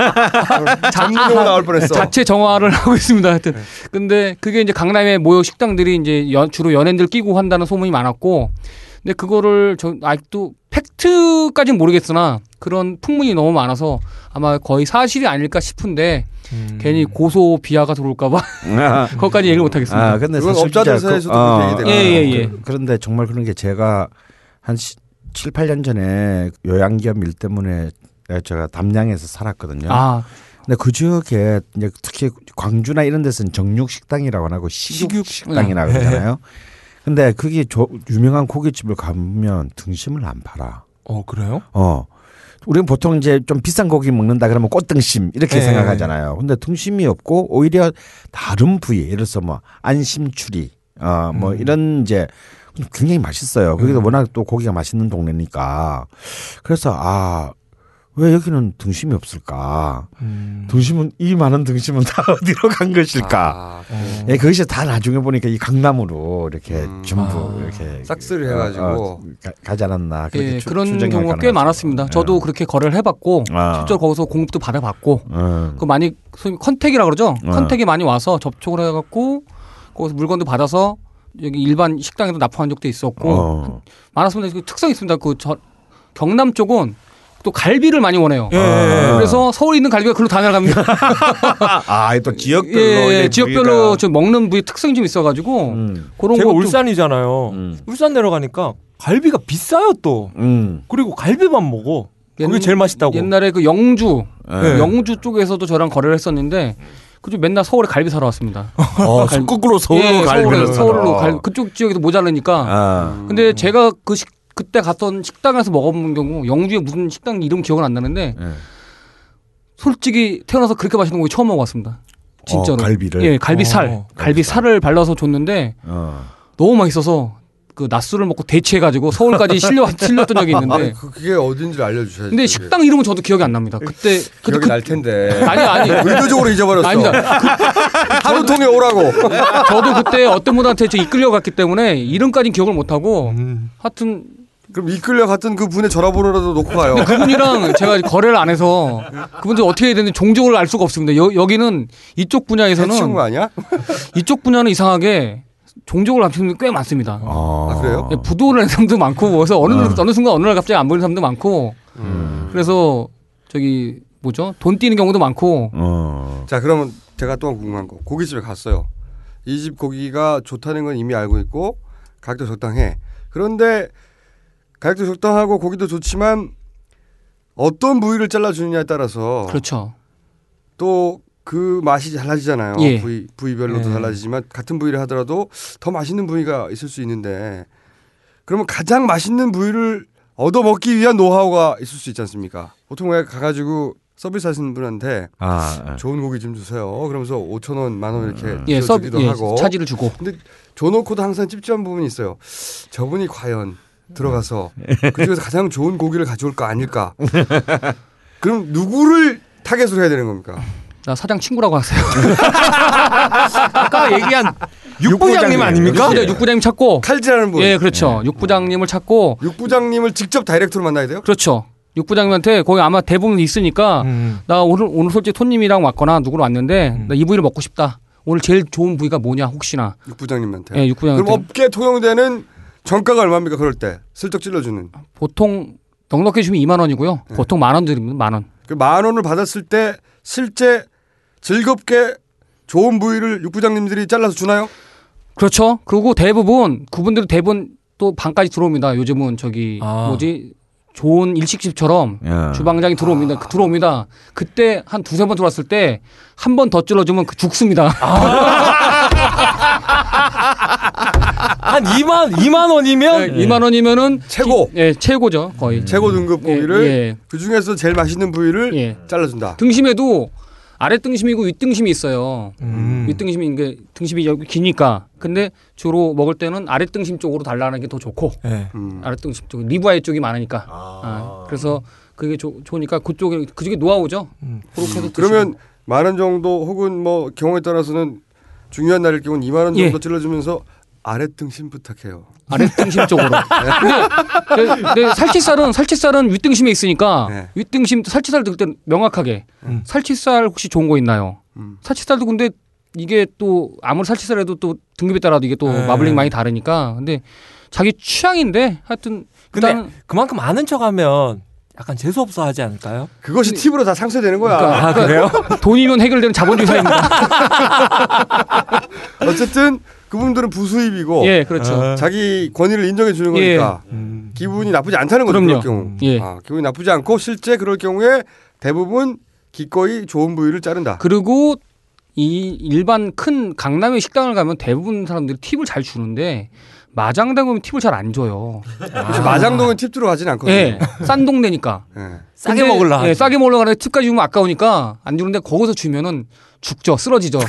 [SPEAKER 7] 전문용어 나올 뻔했어.
[SPEAKER 8] 자체 정화를 하고 있습니다. 하여튼
[SPEAKER 6] 네.
[SPEAKER 8] 근데 그게 이제 강남에 모여 식당들이 이제 연- 주로 연예인들 끼고 한다는 소문이 많았고 근데 그거를 저 아직도 팩트까지는 모르겠으나 그런 풍문이 너무 많아서 아마 거의 사실이 아닐까 싶은데
[SPEAKER 6] 음.
[SPEAKER 8] 괜히 고소 비하가 들어올까봐
[SPEAKER 6] 아,
[SPEAKER 8] 그것까지 얘기를 못하겠습니다.
[SPEAKER 6] 아, 근데
[SPEAKER 7] 그건
[SPEAKER 6] 사실 진짜
[SPEAKER 7] 업자들
[SPEAKER 6] 그-
[SPEAKER 7] 사이에서도 그렇게 얘기되나.
[SPEAKER 8] 예, 예, 예.
[SPEAKER 6] 그, 런데 정말 그런 게 제가 한 시, 7, 8년 전에 요양기업 일 때문에 제가 담양에서 살았거든요.
[SPEAKER 8] 아,
[SPEAKER 6] 근데 그 지역에 이제 특히 광주나 이런 데서는 정육 식당이라고 안 하고 식육
[SPEAKER 8] 네.
[SPEAKER 6] 식당이라고 그러잖아요. 근데 그게 조- 유명한 고깃집을 가면 등심을 안 팔아.
[SPEAKER 5] 어 그래요?
[SPEAKER 6] 어. 우리는 보통 이제 좀 비싼 고기 먹는다 그러면 꽃등심 이렇게
[SPEAKER 5] 네.
[SPEAKER 6] 생각하잖아요. 근데 등심이 없고 오히려 다른 부위, 예를 들어서 뭐 안심추리, 어, 뭐 이런 이제 굉장히 맛있어요. 거기도 워낙 또 고기가 맛있는 동네니까. 그래서 아, 왜 여기는 등심이 없을까?
[SPEAKER 5] 음.
[SPEAKER 6] 등심은 이 많은 등심은 다 어디로 간 것일까?
[SPEAKER 7] 아,
[SPEAKER 6] 예, 그것이 다 나중에 보니까 이 강남으로 이렇게 전부 이렇게
[SPEAKER 7] 싹스를
[SPEAKER 6] 어, 어,
[SPEAKER 7] 해가지고.
[SPEAKER 6] 가- 가지 않았나 그렇게
[SPEAKER 8] 예,
[SPEAKER 6] 추-
[SPEAKER 8] 그런
[SPEAKER 6] 추정이
[SPEAKER 8] 경우가 꽤
[SPEAKER 6] 가능하죠. 네.
[SPEAKER 8] 많았습니다. 저도 그렇게 거래를 해봤고
[SPEAKER 6] 아.
[SPEAKER 8] 실제로 거기서 공급도 받아봤고
[SPEAKER 6] 음.
[SPEAKER 8] 그 많이 소위 컨택이라 그러죠.
[SPEAKER 6] 네.
[SPEAKER 8] 컨택이 많이 와서 접촉을 해갖고 거기서 물건도 받아서 여기 일반 식당에도 납품한 적도 있었고
[SPEAKER 6] 어.
[SPEAKER 8] 많았습니다. 그 특성이 있습니다. 그 저, 경남 쪽은 또 갈비를 많이 원해요.
[SPEAKER 5] 아.
[SPEAKER 6] 예.
[SPEAKER 8] 네, 그래서 서울에 있는 갈비가 그로 다 날아갑니다.
[SPEAKER 6] 아, 또 지역별로
[SPEAKER 8] 예,
[SPEAKER 6] 이제
[SPEAKER 8] 지역별로
[SPEAKER 6] 부위가-
[SPEAKER 8] 좀 먹는 부위 특성이 좀 있어가지고
[SPEAKER 6] 음.
[SPEAKER 8] 그런
[SPEAKER 5] 제가
[SPEAKER 8] 것도
[SPEAKER 5] 울산이잖아요.
[SPEAKER 6] 음.
[SPEAKER 5] 울산 내려가니까 갈비가 비싸요 또.
[SPEAKER 6] 음.
[SPEAKER 5] 그리고 갈비만 먹어. 그게
[SPEAKER 8] 옛-
[SPEAKER 5] 제일 맛있다고.
[SPEAKER 8] 옛날에 그 영주
[SPEAKER 6] 예.
[SPEAKER 8] 영주 쪽에서도 저랑 거래를 했었는데 그중 맨날 서울에 갈비 사러 왔습니다.
[SPEAKER 6] 어,
[SPEAKER 8] 갈비.
[SPEAKER 6] 거꾸로 서울로
[SPEAKER 8] 예,
[SPEAKER 6] 갈비를 사러.
[SPEAKER 8] 서울에- 서울로 갈 그쪽 지역에도 모자라니까
[SPEAKER 6] 아.
[SPEAKER 8] 근데 제가 그 식, 그때 갔던 식당에서 먹어본 경우 영주에 무슨 식당 이름 기억은 안 나는데
[SPEAKER 6] 예.
[SPEAKER 8] 솔직히 태어나서 그렇게 맛있는 고기 처음 먹어봤습니다. 진짜로.
[SPEAKER 6] 어, 갈비를?
[SPEAKER 8] 예, 갈비살.
[SPEAKER 5] 어,
[SPEAKER 8] 갈비살을 발라서 줬는데
[SPEAKER 6] 어.
[SPEAKER 8] 너무 맛있어서 그 낮술을 먹고 대체해가지고 서울까지 실려 실렸던 적이 있는데.
[SPEAKER 7] 그- 그게 어딘지를 알려주셔야죠.
[SPEAKER 8] 근데
[SPEAKER 7] 그게.
[SPEAKER 8] 식당 이름은 저도 기억이 안 납니다. 그때 그때
[SPEAKER 7] 기억이
[SPEAKER 8] 그
[SPEAKER 7] 날 텐데.
[SPEAKER 8] 아니 아니.
[SPEAKER 7] 의도적으로 잊어버렸어.
[SPEAKER 8] 아닙니다.
[SPEAKER 7] 하루 통에 오라고.
[SPEAKER 8] 저도 그때 어떤 분한테 저 이끌려갔기 때문에 이름까지는 기억을 못하고 하여튼
[SPEAKER 7] 그럼 이끌려 갔던 그 분의 전화번호라도 놓고 가요.
[SPEAKER 8] 그분이랑 제가 거래를 안 해서 그분들 어떻게 해야 되는지 종족을 알 수가 없습니다. 여, 기는 이쪽
[SPEAKER 7] 해치운 거
[SPEAKER 8] 분야에서는
[SPEAKER 7] 아니야?
[SPEAKER 8] 이쪽 분야는 이상하게 종족을 합치는 분들이 꽤 많습니다.
[SPEAKER 6] 어.
[SPEAKER 7] 아, 음. 그래요?
[SPEAKER 8] 예, 부도를 하는 사람도 많고 그래서 어느 어느 순간 어느 날 갑자기 안 보이는 사람도 많고
[SPEAKER 7] 음.
[SPEAKER 8] 그래서 저기 뭐죠 돈 뛰는 경우도 많고
[SPEAKER 6] 어.
[SPEAKER 7] 자, 그러면 제가 또 궁금한 거. 고깃집에 갔어요. 이 집 고기가 좋다는 건 이미 알고 있고 가격도 적당해. 그런데 가격도 적당하고 고기도 좋지만 어떤 부위를 잘라주느냐에 따라서
[SPEAKER 8] 그렇죠.
[SPEAKER 7] 또 그 맛이 달라지잖아요.
[SPEAKER 8] 예.
[SPEAKER 7] 부위 부위별로도
[SPEAKER 5] 예.
[SPEAKER 7] 달라지지만 같은 부위를 하더라도 더 맛있는 부위가 있을 수 있는데 그러면 가장 맛있는 부위를 얻어 먹기 위한 노하우가 있을 수 있지 않습니까? 보통 왜 가가지고 서비스 하시는 분한테
[SPEAKER 6] 아.
[SPEAKER 7] 좋은 고기 좀 주세요. 그러면서 5천 원, 만 원 이렇게
[SPEAKER 8] 예, 서비
[SPEAKER 7] 주기도
[SPEAKER 8] 예,
[SPEAKER 7] 음, 하고
[SPEAKER 8] 차지를 주고
[SPEAKER 7] 근데 줘놓고도 항상 찝찝한 부분이 있어요. 저분이 과연 들어가서 그중에서 가장 좋은 고기를 가져올까 아닐까? 그럼 누구를 타겟으로 해야 되는 겁니까?
[SPEAKER 8] 나 사장 친구라고 하세요.
[SPEAKER 5] 아까 얘기한 육부장님 아닙니까?
[SPEAKER 8] 그러니까 육부장, 육부장님 찾고
[SPEAKER 7] 칼질하는 분. 네.
[SPEAKER 8] 예 그렇죠. 육부장님을 찾고
[SPEAKER 7] 육부장님을 직접 다이렉트로 만나야 돼요?
[SPEAKER 8] 그렇죠. 육부장님한테 거기 아마 대부분 있으니까
[SPEAKER 5] 음.
[SPEAKER 8] 나 오늘 오늘 솔직히 손님이랑 왔거나 누구로 왔는데
[SPEAKER 7] 음.
[SPEAKER 8] 나 이 부위를 먹고 싶다. 오늘 제일 좋은 부위가 뭐냐 혹시나
[SPEAKER 7] 육부장님한테.
[SPEAKER 8] 예, 육부장한테
[SPEAKER 7] 그럼 뭐 업계 통용되는 정가가 얼마입니까? 그럴 때 슬쩍 찔러주는.
[SPEAKER 8] 보통 넉넉히 주면 2만 원이고요.
[SPEAKER 7] 예.
[SPEAKER 8] 보통 만 원 드립니다. 만 원.
[SPEAKER 7] 그 만 원을 받았을 때 실제 즐겁게 좋은 부위를 육부장님들이 잘라서 주나요?
[SPEAKER 8] 그렇죠. 그리고 대부분 그분들은 대부분 또 방까지 들어옵니다. 요즘은 저기
[SPEAKER 5] 아.
[SPEAKER 8] 뭐지 좋은 일식집처럼
[SPEAKER 6] 예.
[SPEAKER 8] 주방장이 들어옵니다. 그- 들어옵니다. 그때 한 두세 번 들어왔을 때 한 번 더 찔러주면 그 죽습니다.
[SPEAKER 7] 아,
[SPEAKER 5] 한 2만 2만 네, 원이면
[SPEAKER 8] 2만 원이면은
[SPEAKER 7] 예. 최고.
[SPEAKER 8] 기- 예, 최고죠. 거의.
[SPEAKER 7] 최고 등급
[SPEAKER 8] 예,
[SPEAKER 7] 부위를
[SPEAKER 8] 예.
[SPEAKER 7] 그 중에서 제일 맛있는 부위를
[SPEAKER 8] 예.
[SPEAKER 7] 잘라준다.
[SPEAKER 8] 등심에도 아래 등심이고 윗 등심이 있어요.
[SPEAKER 5] 음.
[SPEAKER 8] 윗 등심이 이게 등심이 여기 기니까. 근데 주로 먹을 때는 아래 등심 쪽으로 달라는 게 더 좋고
[SPEAKER 5] 예.
[SPEAKER 7] 음.
[SPEAKER 8] 아래 등심 쪽 리브아이 쪽이 많으니까. 아, 그래서 그게 좋- 좋으니까 그쪽에 그쪽이 노하우죠.
[SPEAKER 5] 음.
[SPEAKER 8] 그렇게 해서
[SPEAKER 7] 그러면 만 원 정도 혹은 뭐 경우에 따라서는 중요한 날일 경우는 2만 원 정도
[SPEAKER 8] 예.
[SPEAKER 7] 찔러주면서 아래 등심 부탁해요.
[SPEAKER 8] 아래 등심 쪽으로. 네. 근데, 근데 살치살은 살치살은 윗등심에 있으니까
[SPEAKER 7] 네.
[SPEAKER 8] 윗등심 살치살 들 때 명확하게
[SPEAKER 5] 음.
[SPEAKER 8] 살치살 혹시 좋은 거 있나요?
[SPEAKER 7] 음.
[SPEAKER 8] 살치살도 근데 이게 또 아무리 살치살해도 또 등급에 따라도 이게 또
[SPEAKER 5] 네.
[SPEAKER 8] 마블링 많이 다르니까 근데 자기 취향인데 하여튼
[SPEAKER 5] 근데
[SPEAKER 8] 일단
[SPEAKER 5] 그만큼 아는 척하면 약간 재수 없어 하지 않을까요?
[SPEAKER 7] 그것이 팁으로 다 상쇄되는 거야.
[SPEAKER 8] 그러니까
[SPEAKER 5] 아 그래요?
[SPEAKER 8] 돈이면 해결되는 자본주의 사입니다.
[SPEAKER 7] 어쨌든 그분들은 부수입이고
[SPEAKER 8] 예, 그렇죠.
[SPEAKER 5] 아.
[SPEAKER 7] 자기 권위를 인정해 주는
[SPEAKER 8] 예.
[SPEAKER 7] 거니까
[SPEAKER 5] 음.
[SPEAKER 7] 기분이 나쁘지 않다는 거죠. 그럴
[SPEAKER 8] 그럼요.
[SPEAKER 7] 경우.
[SPEAKER 8] 예.
[SPEAKER 7] 아, 기분이 나쁘지 않고 실제 그럴 경우에 대부분 기꺼이 좋은 부위를 자른다.
[SPEAKER 8] 그리고 이 일반 큰 강남의 식당을 가면 대부분 사람들이 팁을 잘 주는데 마장당 가면 팁을 잘 안 줘요.
[SPEAKER 5] 아,
[SPEAKER 7] 사실 마장동은 팁 들어가진 않거든요.
[SPEAKER 8] 아. 예, 싼 동네니까.
[SPEAKER 7] 예.
[SPEAKER 5] 싸게
[SPEAKER 8] 근데,
[SPEAKER 5] 먹으려
[SPEAKER 8] 예,
[SPEAKER 5] 하지.
[SPEAKER 8] 싸게 먹으려고 하는데 팁까지 주면 아까우니까 안 주는데 거기서 주면은 죽죠. 쓰러지죠.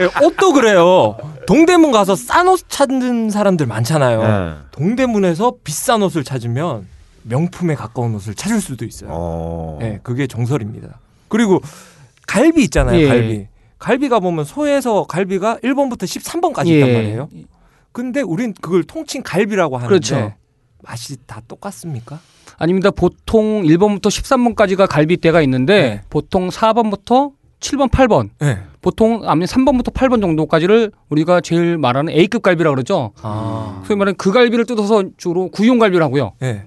[SPEAKER 5] 예, 옷도 그래요. 동대문 가서 싼 옷 찾는 사람들 많잖아요.
[SPEAKER 8] 네.
[SPEAKER 6] 예.
[SPEAKER 5] 동대문에서 비싼 옷을 찾으면 명품에 가까운 옷을 찾을 수도 있어요.
[SPEAKER 6] 어.
[SPEAKER 5] 예, 그게 정설입니다. 그리고 갈비 있잖아요,
[SPEAKER 8] 예.
[SPEAKER 5] 갈비. 갈비가 보면 소에서 갈비가 1번부터 13번까지
[SPEAKER 8] 예.
[SPEAKER 5] 있단 말이에요. 근데 우린 그걸 통칭 갈비라고 하는데
[SPEAKER 8] 그렇죠.
[SPEAKER 5] 맛이 다 똑같습니까?
[SPEAKER 8] 아닙니다. 보통 1번부터 13번까지가 갈비대가 있는데 보통 4번부터 7번, 8번.
[SPEAKER 7] 예,
[SPEAKER 5] 네.
[SPEAKER 8] 보통 아니 3번부터 8번 정도까지를 우리가 제일 말하는 A급 갈비라고 그러죠.
[SPEAKER 5] 아.
[SPEAKER 8] 소위 말하는 그 갈비를 뜯어서 주로 구용갈비라고요.
[SPEAKER 5] 예.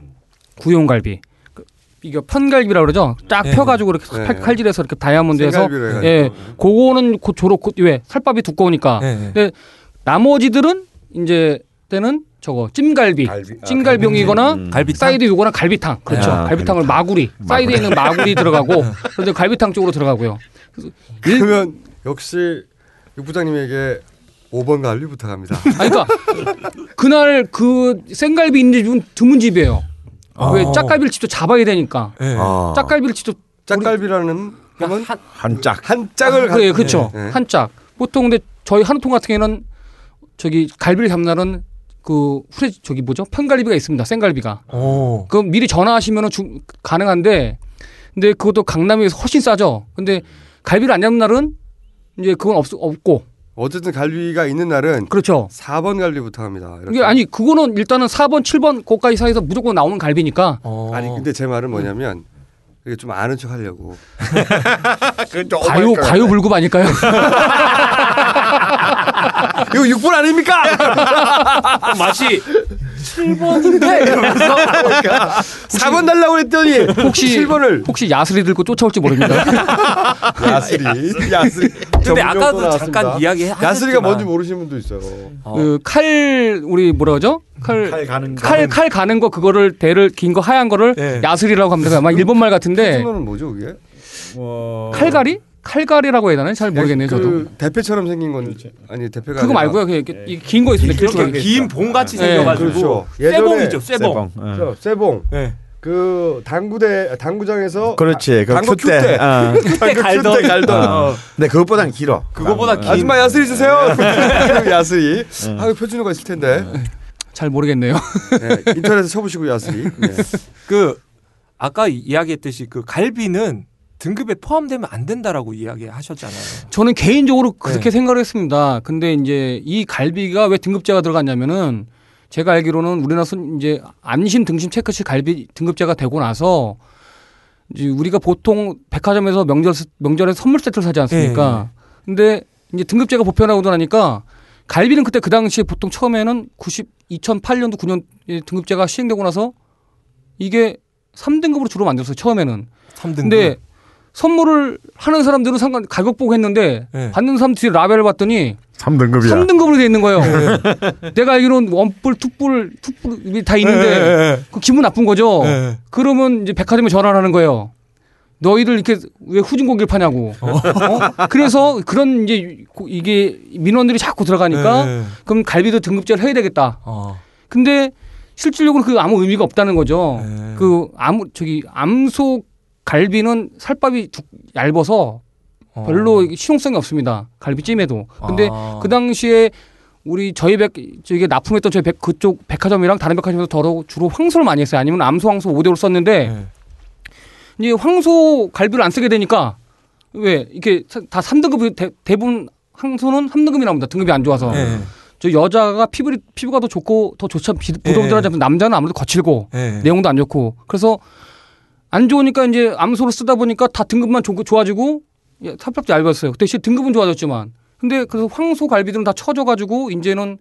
[SPEAKER 8] 구용갈비. 그 이게 편갈비라고 그러죠. 딱
[SPEAKER 5] 네.
[SPEAKER 8] 펴가지고 이렇게
[SPEAKER 7] 네.
[SPEAKER 8] 칼- 칼질해서 이렇게 다이아몬드에서
[SPEAKER 7] 생갈비로 해가지고.
[SPEAKER 8] 예, 그거는 고- 주로 고- 왜 살밥이 두꺼우니까.
[SPEAKER 5] 예,
[SPEAKER 7] 네.
[SPEAKER 5] 예.
[SPEAKER 8] 근데 나머지들은 이제 때는 저거 찜갈비,
[SPEAKER 7] 갈비. 아,
[SPEAKER 8] 찜갈비용이거나
[SPEAKER 5] 갈비
[SPEAKER 8] 사이드 요거나 갈비탕 그렇죠.
[SPEAKER 6] 아,
[SPEAKER 8] 갈비탕을 마구리, 사이드에 있는 마구리 들어가고 그런데 갈비탕 쪽으로 들어가고요.
[SPEAKER 7] 그러면 역시 육 부장님에게 5번 갈비 부탁합니다.
[SPEAKER 8] 아 그러니까 그날 그 생갈비 있는 집은 드문 집이에요. 왜 짝갈비를 직접 잡아야 되니까
[SPEAKER 5] 예.
[SPEAKER 6] 아.
[SPEAKER 8] 짝갈비를 직접
[SPEAKER 7] 짝갈비라는 하면
[SPEAKER 6] 한 짝.
[SPEAKER 7] 한 짝을 가-
[SPEAKER 8] 예, 그렇죠.
[SPEAKER 7] 예, 예.
[SPEAKER 8] 한 짝. 보통 근데 저희 한우통 같은 경우는 저기 갈비를 잡는 날은 그 후레 저기 뭐죠? 편갈비가 있습니다. 생갈비가.
[SPEAKER 5] 어. 오.
[SPEAKER 8] 그럼 미리 전화하시면은 주- 가능한데 근데 그것도 강남에서 훨씬 싸죠. 근데 갈비를 안 잡는 날은 이제 그건 없, 없고
[SPEAKER 7] 어쨌든 갈비가 있는 날은
[SPEAKER 8] 그렇죠.
[SPEAKER 7] 4번 갈비 부탁합니다. 이렇게.
[SPEAKER 8] 이게 아니 그거는 일단은 4번, 7번 고까지 사이에서 무조건 나오는 갈비니까
[SPEAKER 5] 어.
[SPEAKER 7] 아니, 근데 제 말은 뭐냐면 이게 좀 아는 척 하려고.
[SPEAKER 8] 과요 과요 어, 불급 아닐까요?
[SPEAKER 7] 이거 6분 아닙니까?
[SPEAKER 5] 맛이 7번인데 이러면서
[SPEAKER 7] 4번 달라고 했더니
[SPEAKER 8] 혹시
[SPEAKER 7] 7번을
[SPEAKER 8] 혹시 야스리 들고 쫓아올지 모릅니다.
[SPEAKER 7] 야스리. 야스리.
[SPEAKER 5] 근데
[SPEAKER 7] 전문용어
[SPEAKER 5] 아까도
[SPEAKER 7] 나왔습니다.
[SPEAKER 5] 잠깐 이야기 하셨지만
[SPEAKER 7] 야스리가 뭔지 모르시는 분도 있어요.
[SPEAKER 5] 어.
[SPEAKER 8] 그 칼 우리 뭐라 그러죠? 칼
[SPEAKER 6] 가는
[SPEAKER 8] 칼, 칼 가는 거 그거를 대를 긴 거 하얀 거를
[SPEAKER 5] 예.
[SPEAKER 8] 야슬이라고 합니다. 아마 일본 말 같은데
[SPEAKER 7] 그 칼로는 뭐죠, 그게?
[SPEAKER 8] 칼갈이? 칼갈이라고 해야 되나? 잘 모르겠네요, 저도.
[SPEAKER 7] 그 대패처럼 생긴 건 아니 대패가
[SPEAKER 8] 그거
[SPEAKER 7] 아니라
[SPEAKER 8] 말고요. 그냥 긴거 있습니다. 길
[SPEAKER 5] 이렇게
[SPEAKER 8] 줄
[SPEAKER 5] 긴 봉같이
[SPEAKER 8] 네,
[SPEAKER 5] 생겨가지고
[SPEAKER 7] 예, 그렇죠.
[SPEAKER 5] 쇠봉이죠, 쇠봉.
[SPEAKER 6] 세봉. 예.
[SPEAKER 7] 저, 쇠봉.
[SPEAKER 5] 예.
[SPEAKER 7] 그 당구대 당구장에서
[SPEAKER 10] 그렇지. 그
[SPEAKER 7] 당구
[SPEAKER 10] 큐대.
[SPEAKER 7] 큐대.
[SPEAKER 10] 어.
[SPEAKER 5] 그때 갈던
[SPEAKER 10] 그때 갈던.
[SPEAKER 5] 어.
[SPEAKER 10] 근데 그것보단 길어.
[SPEAKER 5] 그거보다 긴
[SPEAKER 7] 아. 아줌마 야스리 주세요. 그럼 야스리. 아, 이거 표준어가 있을 텐데.
[SPEAKER 8] 잘 모르겠네요.
[SPEAKER 7] 네, 인터넷에 쳐보시고 야스리. 네.
[SPEAKER 5] 그 아까 이- 이야기했듯이 그 갈비는 등급에 포함되면 안 된다라고 이야기하셨잖아요.
[SPEAKER 8] 저는 개인적으로 그렇게
[SPEAKER 5] 네.
[SPEAKER 8] 생각을 했습니다. 근데 이제 이 갈비가 왜 등급제가 들어갔냐면은 제가 알기로는 우리나라 손 이제 안심 등심 체크치 갈비 등급제가 되고 나서 이제 우리가 보통 백화점에서 명절 명절에 선물 세트를 사지 않습니까? 근데 이제 등급제가 보편화하고 나니까 갈비는 그때 그 당시에 보통 처음에는 90 2008년도 9년 등급제가 시행되고 나서 이게 3등급으로 주로 만들었어요. 처음에는.
[SPEAKER 5] 3등급.
[SPEAKER 8] 근데 선물을 하는 사람들은 상관 가격 보고 했는데
[SPEAKER 5] 네.
[SPEAKER 8] 받는 사람 뒤에 라벨을 봤더니
[SPEAKER 6] 3등급이야.
[SPEAKER 8] 3등급으로 돼 있는 거예요. 내가 알기로는 원뿔, 투뿔, 투뿔이 다 있는데
[SPEAKER 5] 예,
[SPEAKER 8] 그 기분 나쁜 거죠.
[SPEAKER 5] 예, 예.
[SPEAKER 8] 그러면 이제 백화점에 전화를 하는 거예요. 너희들 이렇게 왜 후진 고기를 파냐고. 어? 그래서 그런 이제 고- 이게 민원들이 자꾸 들어가니까
[SPEAKER 5] 예, 예.
[SPEAKER 8] 그럼 갈비도 등급제를 해야 되겠다.
[SPEAKER 5] 어.
[SPEAKER 8] 근데 실질적으로 그 아무 의미가 없다는 거죠.
[SPEAKER 5] 예.
[SPEAKER 8] 그 아무 저기 암소 갈비는 살밥이 두- 얇아서
[SPEAKER 5] 어.
[SPEAKER 8] 별로 이게 실용성이 없습니다. 갈비찜에도. 근데
[SPEAKER 5] 아.
[SPEAKER 8] 그 당시에 우리 저희 백 저기 납품했던 저희 백 그쪽 백화점이랑 다른 백화점에서 더러 주로 황소를 많이 했어요. 아니면 암소 황소 5대로 썼는데
[SPEAKER 5] 예.
[SPEAKER 8] 이제 황소 갈비를 안 쓰게 되니까 왜 이렇게 사- 다 3등급이 대, 대부분 황소는 3등급이 나옵니다. 등급이 안 좋아서.
[SPEAKER 5] 예,
[SPEAKER 8] 저 여자가 피부 피부가 더 좋고 더 좋죠. 비- 부들부들하지 않고 남자는 아무래도 거칠고
[SPEAKER 5] 예.
[SPEAKER 8] 내용도 안 좋고 그래서 안 좋으니까 이제 암소를 쓰다 보니까 다 등급만 좋, 좋아지고 예, 탑탑도 얇았어요. 그 대신 등급은 좋아졌지만 근데 그래서 황소 갈비들은 다 쳐져가지고 이제는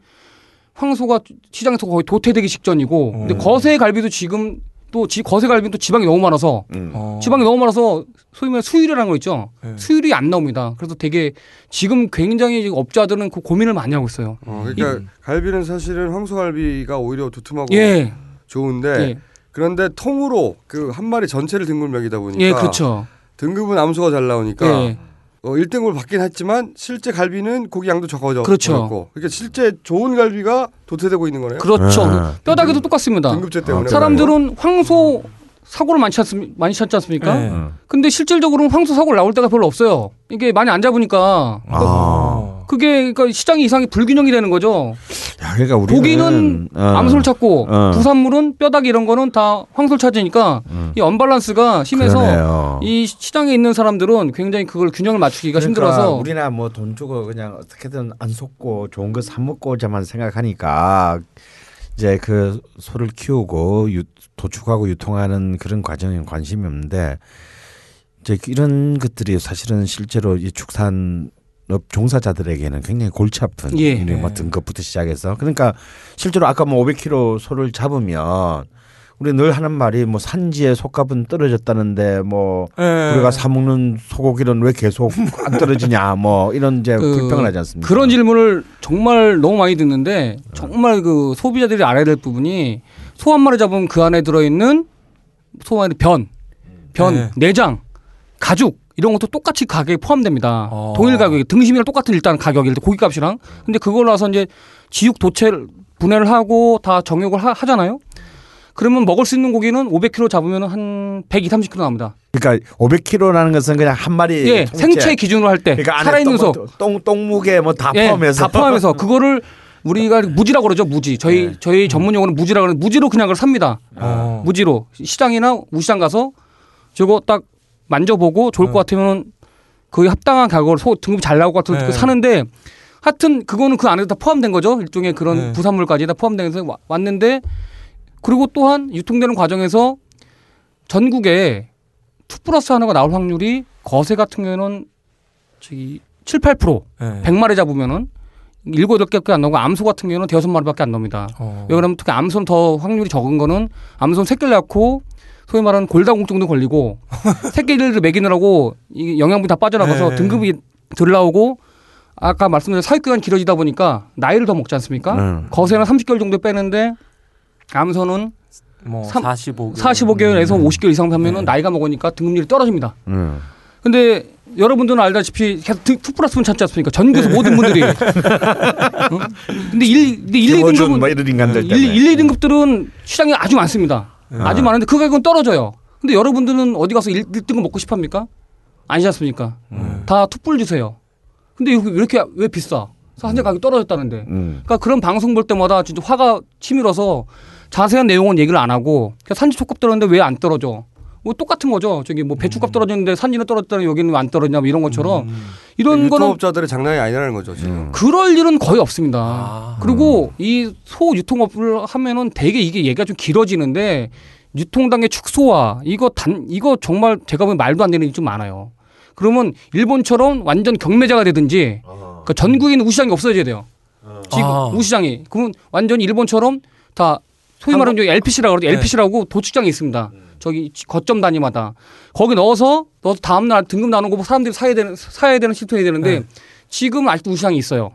[SPEAKER 8] 황소가 시장에서 거의 도태되기 직전이고 근데
[SPEAKER 5] 어.
[SPEAKER 8] 거세 갈비도 지금 또 지, 거세 갈비는 또 지방이 너무 많아서
[SPEAKER 5] 어.
[SPEAKER 8] 지방이 너무 많아서 소위 말해 수율이라는 거 있죠.
[SPEAKER 5] 예.
[SPEAKER 8] 수율이 안 나옵니다. 그래서 되게 지금 굉장히 지금 업자들은 그 고민을 많이 하고 있어요.
[SPEAKER 7] 어, 그러니까 갈비는 사실은 황소갈비가 오히려 두툼하고
[SPEAKER 8] 예,
[SPEAKER 7] 좋은데
[SPEAKER 8] 예,
[SPEAKER 7] 그런데 통으로 그 한 마리 전체를 등급 매기다 보니까
[SPEAKER 8] 예, 그렇죠.
[SPEAKER 7] 등급은 암소가 잘 나오니까
[SPEAKER 8] 예,
[SPEAKER 7] 어, 1등급을 받긴 했지만 실제 갈비는 고기 양도 적어져
[SPEAKER 8] 그렇죠.
[SPEAKER 7] 고 그러니까 실제 좋은 갈비가 도태되고 있는 거네요.
[SPEAKER 8] 그렇죠.
[SPEAKER 6] 예.
[SPEAKER 8] 뼈다귀도 똑같습니다. 아,
[SPEAKER 7] 등급제 때문에
[SPEAKER 8] 사람들은 황소 사고를 많이 찾습 많이 찾지 않습니까?
[SPEAKER 5] 예.
[SPEAKER 8] 근데 실질적으로는 황소 사고 를 나올 때가 별로 없어요. 이게 많이 안 잡으니까
[SPEAKER 6] 아.
[SPEAKER 5] 어.
[SPEAKER 8] 그게 그러니까 시장이 이상이 불균형이 되는 거죠.
[SPEAKER 6] 야, 그러니까 우리는
[SPEAKER 8] 고기는
[SPEAKER 6] 어.
[SPEAKER 8] 암소를 찾고
[SPEAKER 6] 어.
[SPEAKER 8] 부산물은 뼈다귀 이런 거는 다 황소를 찾으니까 이 언밸런스가 심해서
[SPEAKER 6] 음. 그러네요.
[SPEAKER 8] 이 시장에 있는 사람들은 굉장히 그걸 균형을 맞추기가
[SPEAKER 6] 그러니까
[SPEAKER 8] 힘들어서
[SPEAKER 6] 우리나 뭐 돈 주고 그냥 어떻게든 안 속고 좋은 거 사 먹고자만 생각하니까 이제 그 소를 키우고 유, 도축하고 유통하는 그런 과정에 관심이 없는데 이제 이런 것들이 사실은 실제로 이 축산 업 종사자들에게는 굉장히 골치 아픈
[SPEAKER 8] 예.
[SPEAKER 6] 일이 뭐 등급부터 시작해서 그러니까 실제로 아까 뭐 500kg 소를 잡으면 우리 늘 하는 말이 뭐 산지의 속값은 떨어졌다는데 뭐
[SPEAKER 5] 예.
[SPEAKER 6] 우리가 사 먹는 소고기는 왜 계속 안 떨어지냐 뭐 이런 이제
[SPEAKER 8] 그-
[SPEAKER 6] 불평을 하지 않습니까?
[SPEAKER 8] 그런 질문을 정말 너무 많이 듣는데 정말 그 소비자들이 알아야 될 부분이 소 한 마리 잡으면 그 안에 들어있는 소 안에 변, 변,
[SPEAKER 5] 네.
[SPEAKER 8] 내장, 가죽 이런 것도 똑같이 가격에 포함됩니다.
[SPEAKER 5] 어.
[SPEAKER 8] 동일 가격, 등심이랑 똑같은 일단 가격일 때 고기값이랑 근데 그걸 나서 이제 지육 도체 분해를 하고 다 정육을 하, 잖아요 그러면 먹을 수 있는 고기는 500kg 잡으면 한 120, 30kg 나옵니다.
[SPEAKER 6] 그러니까 500kg라는 것은 그냥 한 마리
[SPEAKER 8] 예,
[SPEAKER 6] 통째.
[SPEAKER 8] 생체 기준으로 할 때
[SPEAKER 6] 그러니까 안에
[SPEAKER 8] 살아있는 소
[SPEAKER 6] 똥, 똥 똥무게 뭐 다
[SPEAKER 8] 예,
[SPEAKER 6] 포함해서
[SPEAKER 8] 다 포함해서 그거를 우리가 무지라고 그러죠 무지 저희
[SPEAKER 6] 네.
[SPEAKER 8] 저희 전문 용어는 무지라고 그러는데 무지로 그냥 그걸 삽니다
[SPEAKER 6] 아.
[SPEAKER 5] 어.
[SPEAKER 8] 무지로 시장이나 우시장 가서 저거 딱 만져보고
[SPEAKER 6] 네.
[SPEAKER 8] 좋을 것 같으면 거의 합당한 가격으로 소 등급이 잘 나올 것 같아서
[SPEAKER 5] 네.
[SPEAKER 8] 그거 사는데 하여튼 그거는 그 안에 다 포함된 거죠 일종의 그런
[SPEAKER 5] 네.
[SPEAKER 8] 부산물까지 다 포함돼서 와- 왔는데 그리고 또한 유통되는 과정에서 전국에 투 플러스 하나가 나올 확률이 거세 같은 경우는 저기 7, 8%
[SPEAKER 5] 예.
[SPEAKER 8] 100마리 잡으면은 일곱 여덟 개밖에 안 나오고 암소 같은 경우는 대여섯 마리밖에 안 나옵니다.
[SPEAKER 5] 어.
[SPEAKER 8] 왜 그러면 특히 암소는 더 확률이 적은 거는 암소는 새끼를 낳고 소위 말하는 골다공증도 걸리고 새끼를 먹이느라고 이 영양분이 다 빠져나가서
[SPEAKER 5] 네.
[SPEAKER 8] 등급이 덜 나오고 아까 말씀드린 사육기간이 길어지다 보니까 나이를 더 먹지 않습니까?
[SPEAKER 6] 음.
[SPEAKER 8] 거세는 30개월 정도 빼는데 암소는
[SPEAKER 5] 뭐
[SPEAKER 8] 삼-
[SPEAKER 5] 45개월.
[SPEAKER 8] 45개월에서 50개월 이상 하면은
[SPEAKER 5] 네.
[SPEAKER 8] 나이가 먹으니까 등급률이 떨어집니다.
[SPEAKER 6] 음.
[SPEAKER 8] 근데 여러분들은 알다시피 계속 등- 투 플러스 분 찾지 않습니까? 전국에서 모든 분들이. 응? 근데 일, 근데 일, 이
[SPEAKER 6] 김어준 뭐
[SPEAKER 8] 등급은
[SPEAKER 6] 이런 인간들 때문에 음.
[SPEAKER 8] 일, 일, 이 등급들은 시장에 아주 많습니다. 아주 많은데 그 가격은 떨어져요. 근데 여러분들은 어디 가서 일일등급 먹고 싶합니까? 아니지 않습니까?
[SPEAKER 6] 음.
[SPEAKER 8] 다 투뿔 주세요. 근데 이렇게- 이렇게 왜 비싸? 한재 가격이 떨어졌다는데.
[SPEAKER 6] 음.
[SPEAKER 8] 그러니까 그런 방송 볼 때마다 진짜 화가 치밀어서 자세한 내용은 얘기를 안 하고 그냥 산지 초값 떨어졌는데 왜 안 떨어져? 뭐 똑같은 거죠. 저기 뭐 배추값 떨어졌는데 산지는 떨어졌다는 여기는 왜 안 떨어지냐 뭐 이런 것처럼 이런 거는 음.
[SPEAKER 7] 유통업자들의 장난이 아니라는 거죠 지금.
[SPEAKER 8] 그럴 일은 거의 없습니다.
[SPEAKER 5] 음. 아.
[SPEAKER 8] 그리고 이 소 유통업을 하면은 되게 이게 얘기가 좀 길어지는데 유통단계 축소화 이거 단 이거 정말 제가 보면 말도 안 되는 일이 좀 많아요. 그러면 일본처럼 완전 경매자가 되든지 그러니까 전국에 있는 우시장이 없어져야 돼요. 지금
[SPEAKER 5] 아.
[SPEAKER 8] 우시장이
[SPEAKER 5] 음.
[SPEAKER 8] 그러면 완전 일본처럼 다 소위 말하는 LPC라고 그러죠. LPC라고 도축장이 있습니다. 저기 지- 거점 단위마다 거기 넣어서 넣어서 다음 날 등급 나누고 뭐 사람들이 사야 되는 사야 되는 시스템이 되는데 지금 아직도 우시장이 있어요.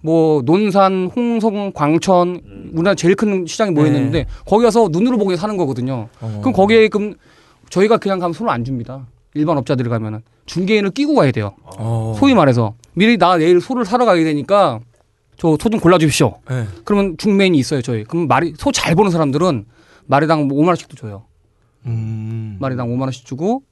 [SPEAKER 8] 뭐 논산, 홍성, 광천 우리나라 제일 큰 시장이 모여 있는데 거기 가서 눈으로 보고 사는 거거든요. 그럼 거기에 그럼 저희가 그냥 가면 손을 안 줍니다. 일반 업자들 가면은 중개인을 끼고 가야 돼요.
[SPEAKER 5] 어.
[SPEAKER 8] 소위 말해서 미리 나 내일 소를 사러 가게 되니까 저 소 좀 골라주십시오.
[SPEAKER 5] 예.
[SPEAKER 8] 그러면 중매인이 있어요 저희. 그럼 말이 소 잘 보는 사람들은 마리당 5만 원씩도 줘요.
[SPEAKER 5] 음.
[SPEAKER 8] 마리당 5만 원씩 주고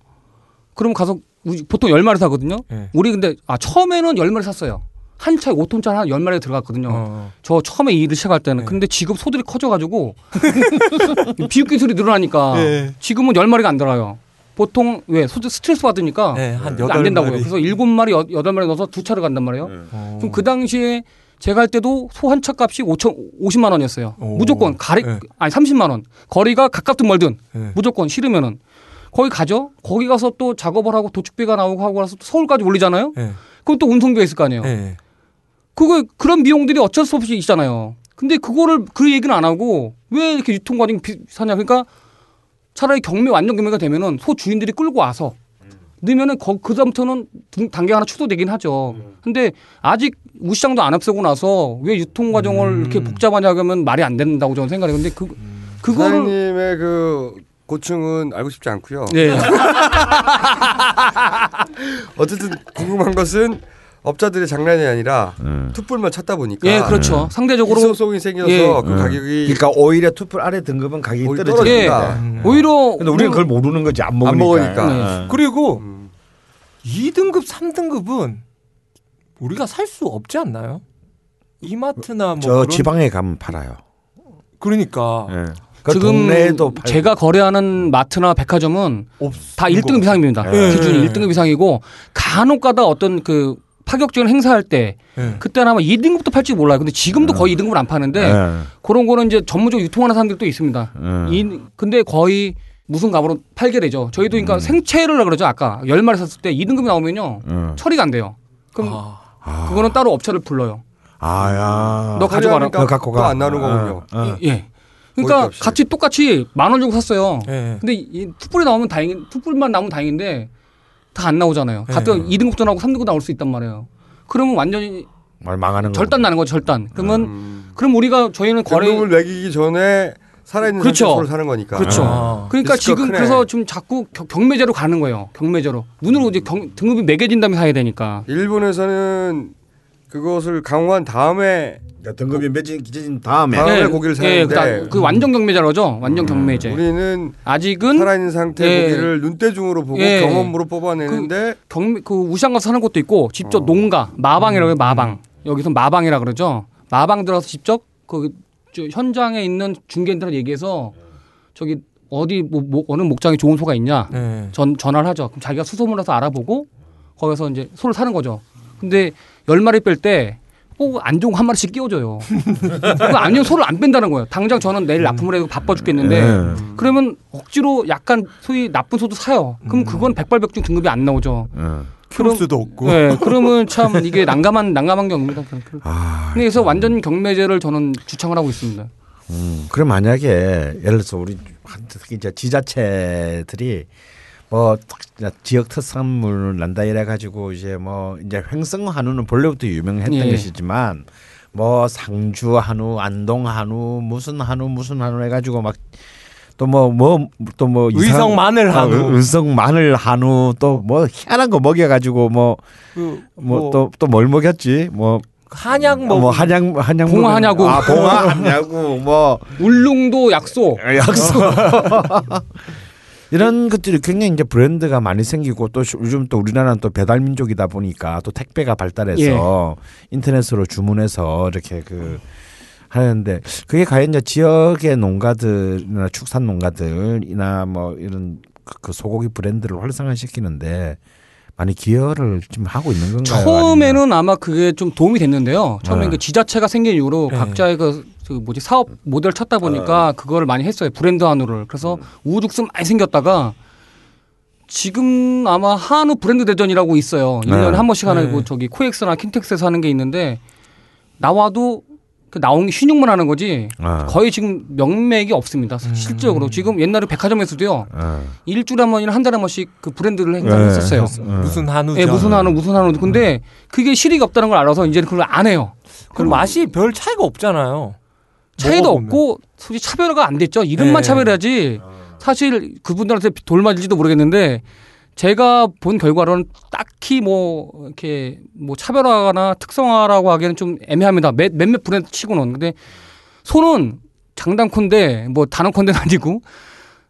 [SPEAKER 8] 그럼 가서 우리 보통 10마리 사거든요.
[SPEAKER 5] 예.
[SPEAKER 8] 우리 근데 아 처음에는 10마리 샀어요. 한 차에 5톤짜리 한 10마리가 들어갔거든요.
[SPEAKER 5] 어.
[SPEAKER 8] 저 처음에 이 일을 시작할 때는
[SPEAKER 5] 네.
[SPEAKER 8] 근데 지금 소들이 커져가지고 비육 기술이 늘어나니까
[SPEAKER 5] 예.
[SPEAKER 8] 지금은 10마리가 안 들어요. 보통 왜 소들 스트레스 받으니까
[SPEAKER 5] 예, 한 여덟
[SPEAKER 8] 안 된다고요.
[SPEAKER 5] 마리.
[SPEAKER 8] 그래서 7마리, 8마리 넣어서 두 차를 간단 말이에요.
[SPEAKER 5] 어.
[SPEAKER 8] 그럼 그 당시에 제가 할 때도 소 한 차 값이 5천 50만 원이었어요.
[SPEAKER 5] 오.
[SPEAKER 8] 무조건 가리
[SPEAKER 5] 네.
[SPEAKER 8] 아니 30만 원. 거리가 가깝든 멀든
[SPEAKER 5] 예.
[SPEAKER 8] 무조건 싫으면은 거기 가죠. 거기 가서 또 작업을 하고 도축비가 나오고 하고 나서 또 서울까지 올리잖아요.
[SPEAKER 5] 예.
[SPEAKER 8] 그럼 또 운송비가 있을 거 아니에요.
[SPEAKER 5] 예.
[SPEAKER 8] 그거 그런 비용들이 어쩔 수 없이 있잖아요. 근데 그거를 그 얘기는 안 하고 왜 이렇게 유통 과정이 비싸냐. 그러니까 차라리 경매 완전 경매가 되면은 소 주인들이 끌고 와서 넣으면은 거- 그 다음부터는 등- 단계 하나 축소되긴 하죠. 근데 아직 우시장도 안 앞서고 나서 왜 유통 과정을
[SPEAKER 6] 음.
[SPEAKER 8] 이렇게 복잡하냐 하면 말이 안 된다고 저는 생각해요. 근데 그 그거를
[SPEAKER 7] 사장님의 그 고충은 알고 싶지 않고요.
[SPEAKER 8] 예.
[SPEAKER 7] 어쨌든 궁금한 것은 업자들의 장난이 아니라
[SPEAKER 11] 음.
[SPEAKER 7] 투뿔만 찾다 보니까
[SPEAKER 8] 예, 그렇죠. 상대적으로
[SPEAKER 7] 소송이 생겨서
[SPEAKER 8] 예.
[SPEAKER 7] 그 가격이
[SPEAKER 6] 그러니까 오히려 투표 아래 등급은 가격이
[SPEAKER 7] 오히려
[SPEAKER 6] 떨어지니까.
[SPEAKER 7] 떨어진다.
[SPEAKER 8] 오히려 뭐
[SPEAKER 6] 근데 우리는 그걸 모르는 거지 예. 안 먹으니까.
[SPEAKER 7] 안
[SPEAKER 8] 네.
[SPEAKER 7] 먹으니까.
[SPEAKER 6] 어.
[SPEAKER 5] 그리고
[SPEAKER 7] 음.
[SPEAKER 5] 2등급, 3등급은 우리가 살 수 없지 않나요? 이마트나 뭐
[SPEAKER 6] 저
[SPEAKER 5] 그런-
[SPEAKER 6] 지방에 가면 팔아요.
[SPEAKER 5] 그러니까
[SPEAKER 6] 예. 그
[SPEAKER 8] 지금
[SPEAKER 6] 동네에도 팔고.
[SPEAKER 8] 제가 거래하는 마트나 백화점은
[SPEAKER 5] 없.
[SPEAKER 8] 다 1등급 이상입니다.
[SPEAKER 5] 예.
[SPEAKER 8] 기준이 1등급 이상이고 간혹가다 어떤 그 파격적인 행사할 때
[SPEAKER 5] 예.
[SPEAKER 8] 그때는 아마 2등급도 팔지 몰라요. 근데 지금도 거의 2등급을 안 파는데
[SPEAKER 6] 예.
[SPEAKER 8] 그런 거는 이제 전문적으로 유통하는 사람들도 있습니다.
[SPEAKER 6] 예.
[SPEAKER 8] 이, 근데 거의 무슨 값으로 팔게 되죠. 저희도 그러니까 생채를 그러죠. 아까 10마리 샀을 때 2등급이 나오면요.
[SPEAKER 6] 예.
[SPEAKER 8] 처리가 안 돼요. 그럼
[SPEAKER 5] 아,
[SPEAKER 8] 그거는 따로 업체를 불러요.
[SPEAKER 6] 아야.
[SPEAKER 8] 너 가져가라.
[SPEAKER 7] 그러니까
[SPEAKER 6] 너 갖고 가.
[SPEAKER 7] 또안 나오는 거군요.
[SPEAKER 6] 어, 어.
[SPEAKER 8] 예. 그러니까
[SPEAKER 7] 거기값이.
[SPEAKER 8] 같이 똑같이 만 원 주고 샀어요.
[SPEAKER 5] 예.
[SPEAKER 8] 근데 이 풋불이 나오면 다행, 풋불만 나오면 다행인데 다 안 나오잖아요.
[SPEAKER 5] 네.
[SPEAKER 8] 가끔 2등급도 나오고 3등급 나올 수 있단 말이에요. 그러면 완전히
[SPEAKER 6] 말 망하는 거.
[SPEAKER 8] 절단 나는 거죠, 절단. 그러면
[SPEAKER 7] 음.
[SPEAKER 8] 그럼 우리가 저희는 거래
[SPEAKER 7] 등급을 매기기 전에 살아있는
[SPEAKER 8] 그렇죠.
[SPEAKER 7] 상태로 사는 거니까.
[SPEAKER 8] 그렇죠.
[SPEAKER 5] 아.
[SPEAKER 8] 그러니까
[SPEAKER 7] 리스크가
[SPEAKER 8] 지금
[SPEAKER 7] 크네.
[SPEAKER 8] 그래서 지금 자꾸 겨- 경매제로 가는 거예요. 경매제로 눈으로 이제 경- 등급이 매겨진 다음에 사야 되니까.
[SPEAKER 7] 일본에서는 그것을 강화한 다음에
[SPEAKER 6] 그러니까 등급이 매진 기준 다음에.
[SPEAKER 7] 다음에 고기를 사는데 음.
[SPEAKER 8] 예, 그다- 그 완전 경매제로죠. 완전 경매제.
[SPEAKER 7] 우리는
[SPEAKER 8] 네. 아직은
[SPEAKER 7] 살아있는 상태
[SPEAKER 8] 예.
[SPEAKER 7] 고기를 눈대중으로 보고
[SPEAKER 8] 예.
[SPEAKER 7] 경험으로 뽑아내는데
[SPEAKER 8] 경매 그 우시장 가서 사는 것도 있고 직접 농가 마방이라고 해요 마방 여기서 마방이라 그러죠 마방 들어서 직접 그 저 현장에 있는 중개인들한테 얘기해서 저기 어디 뭐, 뭐 어느 목장에 좋은 소가 있냐
[SPEAKER 5] 예.
[SPEAKER 8] 전 전화를 하죠 그럼 자기가 수소문을 해서 알아보고 거기서 이제 소를 사는 거죠 근데 열 마리 뺄 때 꼭 안 좋은 거 한 마리씩 끼워줘요 그거 아니면 소를 안 뺀다는 거예요 당장 저는 내일 납품을 해도 바빠 죽겠는데
[SPEAKER 6] 예.
[SPEAKER 8] 그러면 억지로 약간 소위 나쁜 소도 사요 그럼 그건 백발백중 등급이 안 나오죠
[SPEAKER 6] 예.
[SPEAKER 5] 키울 수도 없고.
[SPEAKER 8] 네, 그러면 참 이게 난감한 난감한 경우입니다. 그런- 그런-
[SPEAKER 6] 아,
[SPEAKER 8] 근데 그래서 완전 경매제를 저는 주창을 하고 있습니다.
[SPEAKER 6] 음. 그럼 만약에 예를 들어서 우리 한- 특히 이제 지자체들이 뭐 딱 그냥 지역 특산물 난다 이래 가지고 이제 뭐 이제 횡성 한우는 본래부터 유명했던
[SPEAKER 8] 예.
[SPEAKER 6] 것이지만 뭐 상주 한우, 안동 한우, 무슨 한우, 무슨 한우 해가지고 막 또 뭐 뭐 또 뭐 아, 그,
[SPEAKER 5] 의성 마늘 한우.
[SPEAKER 6] 의성 마늘 한우 또 뭐 희한한 거 먹여가지고
[SPEAKER 5] 그,
[SPEAKER 6] 뭐 뭐 또 또 뭘 먹였지 뭐
[SPEAKER 5] 한약
[SPEAKER 6] 뭐,
[SPEAKER 5] 먹.
[SPEAKER 6] 한양 한양
[SPEAKER 8] 봉화
[SPEAKER 6] 먹은-
[SPEAKER 8] 한야구.
[SPEAKER 6] 아 봉화 한야구 뭐
[SPEAKER 8] 울릉도 아, 약소.
[SPEAKER 6] 약속 이런 것들이 굉장히 이제 브랜드가 많이 생기고 또 시- 요즘 또 우리나라는 또 배달 민족이다 보니까 또 택배가 발달해서
[SPEAKER 8] 예.
[SPEAKER 6] 인터넷으로 주문해서 이렇게 그 하는데 그게 과연 이제 지역의 농가들이나 축산 농가들이나 뭐 이런 그- 그 소고기 브랜드를 활성화시키는데 많이 기여를 지금 하고 있는 건가요? 네, 아니면-
[SPEAKER 8] 처음에는 아마 그게 좀 도움이 됐는데요. 처음에
[SPEAKER 6] 네.
[SPEAKER 8] 그 지자체가 생긴 이후로
[SPEAKER 5] 네.
[SPEAKER 8] 각자의 그, 그 뭐지 사업 모델 찾다 보니까
[SPEAKER 6] 네.
[SPEAKER 8] 그걸 많이 했어요. 브랜드 한우를.
[SPEAKER 6] 음.
[SPEAKER 8] 그래서 우후죽순 많이 생겼다가 지금 아마 한우 브랜드 대전이라고 있어요. 일년에
[SPEAKER 6] 네.
[SPEAKER 8] 한 번씩 하는
[SPEAKER 5] 네.
[SPEAKER 8] 그 저기 코엑스나 킨텍스에서 하는 게 있는데 나와도 그 나온 게 신용만 하는 거지
[SPEAKER 10] 아.
[SPEAKER 8] 거의 지금 명맥이 없습니다. 실적으로 지금 옛날에 백화점에서도요
[SPEAKER 10] 아.
[SPEAKER 8] 일주일에 한 번이나 한 달에 한 번씩 그 브랜드를
[SPEAKER 6] 예.
[SPEAKER 8] 행사했었어요.
[SPEAKER 6] 네.
[SPEAKER 5] 무슨 한우죠?
[SPEAKER 8] 예, 무슨 한우 무슨 한우 근데 그게 실익이 없다는 걸 알아서 이제는 그걸 안 해요.
[SPEAKER 5] 그 맛이 별 차이가 없잖아요.
[SPEAKER 8] 차이도
[SPEAKER 5] 먹어보면.
[SPEAKER 8] 없고 솔직히 차별화가 안 됐죠. 이름만
[SPEAKER 5] 네.
[SPEAKER 8] 차별해야지 사실 그분들한테 돌맞을지도 모르겠는데 제가 본 결과로는 딱히 뭐 이렇게 뭐 차별화나 특성화라고 하기에는 좀 애매합니다. 몇- 몇몇 브랜드 치고는 근데 소는 장담컨대 뭐 단언컨대는 아니고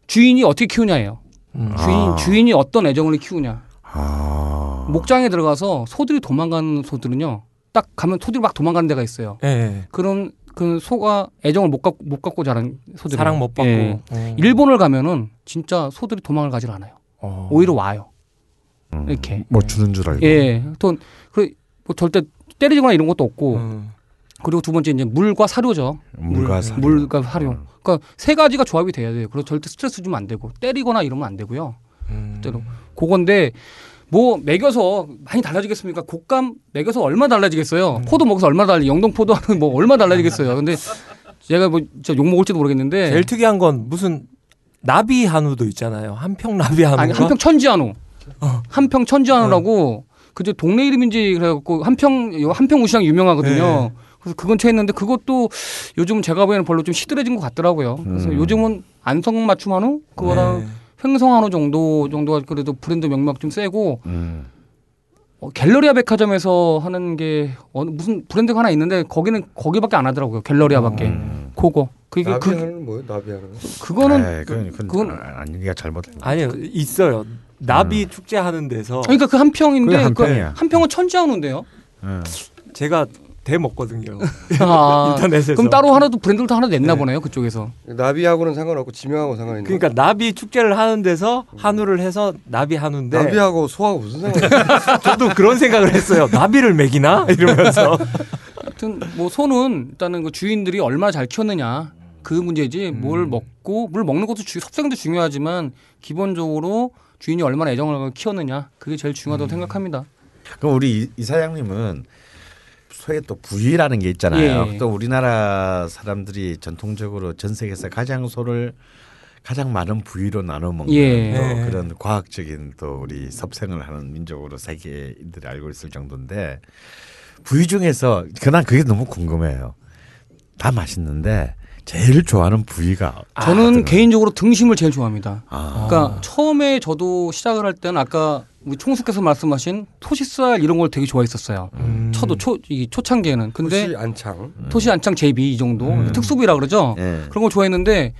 [SPEAKER 8] 주인이 어떻게 키우냐예요.
[SPEAKER 5] 음.
[SPEAKER 8] 주인
[SPEAKER 10] 아.
[SPEAKER 8] 주인이 어떤 애정을 키우냐.
[SPEAKER 10] 아.
[SPEAKER 8] 목장에 들어가서 소들이 도망가는 소들은요. 딱 가면 소들이 막 도망가는 데가 있어요.
[SPEAKER 5] 예, 예.
[SPEAKER 8] 그런 그 소가 애정을 못 갖고 못 갖고 자란 소들
[SPEAKER 5] 사랑 못 받고. 어.
[SPEAKER 8] 일본을 가면은 진짜 소들이 도망을 가질 않아요.
[SPEAKER 5] 어.
[SPEAKER 8] 오히려 와요.
[SPEAKER 10] 음.
[SPEAKER 8] 이렇게
[SPEAKER 10] 뭐 주는 줄 알고.
[SPEAKER 8] 예, 또그뭐 절대 때리거나 이런 것도 없고
[SPEAKER 5] 음.
[SPEAKER 8] 그리고 두 번째 이제 물과 사료죠.
[SPEAKER 10] 물과 사료. 음.
[SPEAKER 8] 물과 사료. 그러니까 세 가지가 조합이 돼야 돼요. 그리고 절대 스트레스 주면 안 되고 때리거나 이러면 안 되고요.
[SPEAKER 5] 음.
[SPEAKER 8] 실제로 그건데 뭐 먹여서 많이 달라지겠습니까? 곶감 먹여서 얼마 달라지겠어요?
[SPEAKER 5] 음.
[SPEAKER 8] 포도 먹여서 얼마 달라? 영동 포도는 뭐 얼마 달라지겠어요? 근데 제가 뭐욕 먹을지도 모르겠는데
[SPEAKER 5] 제일 특이한 건 무슨 나비 한우도 있잖아요. 한평 나비 한우가.
[SPEAKER 8] 아니 한평 천지한우
[SPEAKER 5] 어.
[SPEAKER 8] 한평 천지한우라고 그저 동네 이름인지 그래갖고 한평 요 한평 우시랑 유명하거든요.
[SPEAKER 5] 네.
[SPEAKER 8] 그래서 그건 채했는데 그것도 요즘 제가 보기에는 별로 좀 시들해진 것 같더라고요. 그래서
[SPEAKER 10] 음.
[SPEAKER 8] 요즘은 안성 맞춤 한우 그거랑
[SPEAKER 5] 네.
[SPEAKER 8] 횡성 한우 정도 정도가 그래도 브랜드 명맥 좀 세고
[SPEAKER 10] 음.
[SPEAKER 8] 어, 갤러리아 백화점에서 하는 게 어느 무슨 브랜드가 하나 있는데 거기는 거기밖에 안 하더라고요. 갤러리아밖에.
[SPEAKER 10] 음.
[SPEAKER 8] 그거. 그게
[SPEAKER 7] 나비
[SPEAKER 8] 그
[SPEAKER 7] 하는 뭐예요? 나비 하는
[SPEAKER 8] 그거는
[SPEAKER 6] 네.
[SPEAKER 10] 에이, 그건 그건,
[SPEAKER 8] 그건-
[SPEAKER 10] 아, 아니 가 잘못.
[SPEAKER 5] 아니요 있어요. 나비 축제 하는 데서
[SPEAKER 8] 그러니까 그 한 평인데
[SPEAKER 10] 그게 한
[SPEAKER 8] 그
[SPEAKER 10] 평이야.
[SPEAKER 8] 한 평은 천지한우인데요.
[SPEAKER 10] 음.
[SPEAKER 5] 제가 대 먹거든요.
[SPEAKER 8] 아,
[SPEAKER 5] 인터넷에서.
[SPEAKER 8] 그럼 따로 하나도 브랜드를 다 하나 냈나
[SPEAKER 5] 네.
[SPEAKER 8] 보네요 그쪽에서.
[SPEAKER 7] 나비하고는 상관없고 지명하고 상관 있는.
[SPEAKER 5] 그러니까 나비 축제를 하는 데서 한우를 해서 나비 한우인데
[SPEAKER 8] 네.
[SPEAKER 7] 나비하고 소하고 무슨 상관이야?
[SPEAKER 5] 저도 그런 생각을 했어요. 나비를 먹이나 이러면서
[SPEAKER 8] 하여튼 뭐 소는 일단은 그 주인들이 얼마나 잘 키웠느냐 그 문제지 뭘 먹고 물 먹는 것도 주, 섭생도 중요하지만 기본적으로 주인이 얼마나 애정을 키웠느냐 그게 제일 중요하다고 생각합니다.
[SPEAKER 10] 그럼 우리 이, 이 사장님은 소에 또 부위라는 게 있잖아요.
[SPEAKER 8] 예.
[SPEAKER 10] 또 우리나라 사람들이 전통적으로 전 세계에서 가장 소를 가장 많은 부위로 나눠 먹는
[SPEAKER 8] 예.
[SPEAKER 10] 또
[SPEAKER 5] 예.
[SPEAKER 10] 그런 과학적인 또 우리 섭생을 하는 민족으로 세계인들이 알고 있을 정도인데 부위 중에서 그난 그게 너무 궁금해요. 다 맛있는데 제일 좋아하는 부위가
[SPEAKER 8] 저는
[SPEAKER 10] 어떤 거예요?
[SPEAKER 8] 개인적으로 등심을 제일 좋아합니다.
[SPEAKER 10] 아,
[SPEAKER 8] 그러니까 처음에 저도 시작을 할 때는 아까 우리 총수께서 말씀하신 토시살 이런 걸 되게 좋아했었어요. 쳐도 초, 이 초창기에는 근데
[SPEAKER 7] 혹시 안창.
[SPEAKER 8] 토시 안창 제비 이 정도 특수부위라 그러죠.
[SPEAKER 10] 예.
[SPEAKER 8] 그런 걸 좋아했는데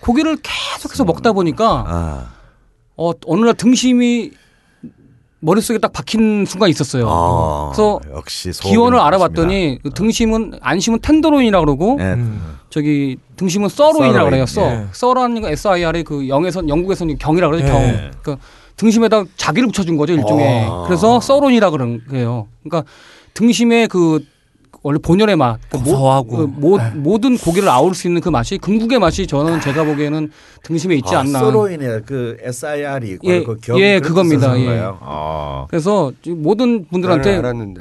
[SPEAKER 8] 고기를 계속해서 먹다 보니까
[SPEAKER 10] 아,
[SPEAKER 8] 어, 어느 날 등심이 머릿속에 딱 박힌 순간 있었어요.
[SPEAKER 10] 아,
[SPEAKER 8] 그래서
[SPEAKER 10] 역시 소고기는
[SPEAKER 8] 기원을
[SPEAKER 10] 그렇습니다.
[SPEAKER 8] 알아봤더니 등심은 네. 안심은 텐더로인이라 그러고
[SPEAKER 10] 예.
[SPEAKER 5] 음.
[SPEAKER 8] 저기 등심은 썰로인이라
[SPEAKER 10] 썰로인.
[SPEAKER 8] 그래요. 써.
[SPEAKER 5] 예.
[SPEAKER 8] 썰라는 거 SIR의 그 영에선 영국에서는 경이라 그러죠.
[SPEAKER 5] 예.
[SPEAKER 8] 경. 그러니까 등심에다 자기를 붙여준 거죠 일종의.
[SPEAKER 10] 아.
[SPEAKER 8] 그래서 썰로인이라 그런 거예요. 그러니까 등심의 그 원래 본연의 맛, 그 모-
[SPEAKER 5] 고소하고. 네.
[SPEAKER 8] 그 모, 모든 고기를 아울 수 있는 그 맛이 궁극의 맛이 저는 제가 보기에는 등심에 있지
[SPEAKER 10] 아,
[SPEAKER 8] 않나.
[SPEAKER 10] 서로인의 그 SIR이 있고
[SPEAKER 8] 예,
[SPEAKER 10] 그 기억이
[SPEAKER 8] 예,
[SPEAKER 10] 그렇게
[SPEAKER 8] 그겁니다.
[SPEAKER 10] 있었던
[SPEAKER 8] 예.
[SPEAKER 10] 거예요? 아.
[SPEAKER 8] 그래서 지금 모든
[SPEAKER 7] 나는
[SPEAKER 8] 분들한테
[SPEAKER 7] 알았는데.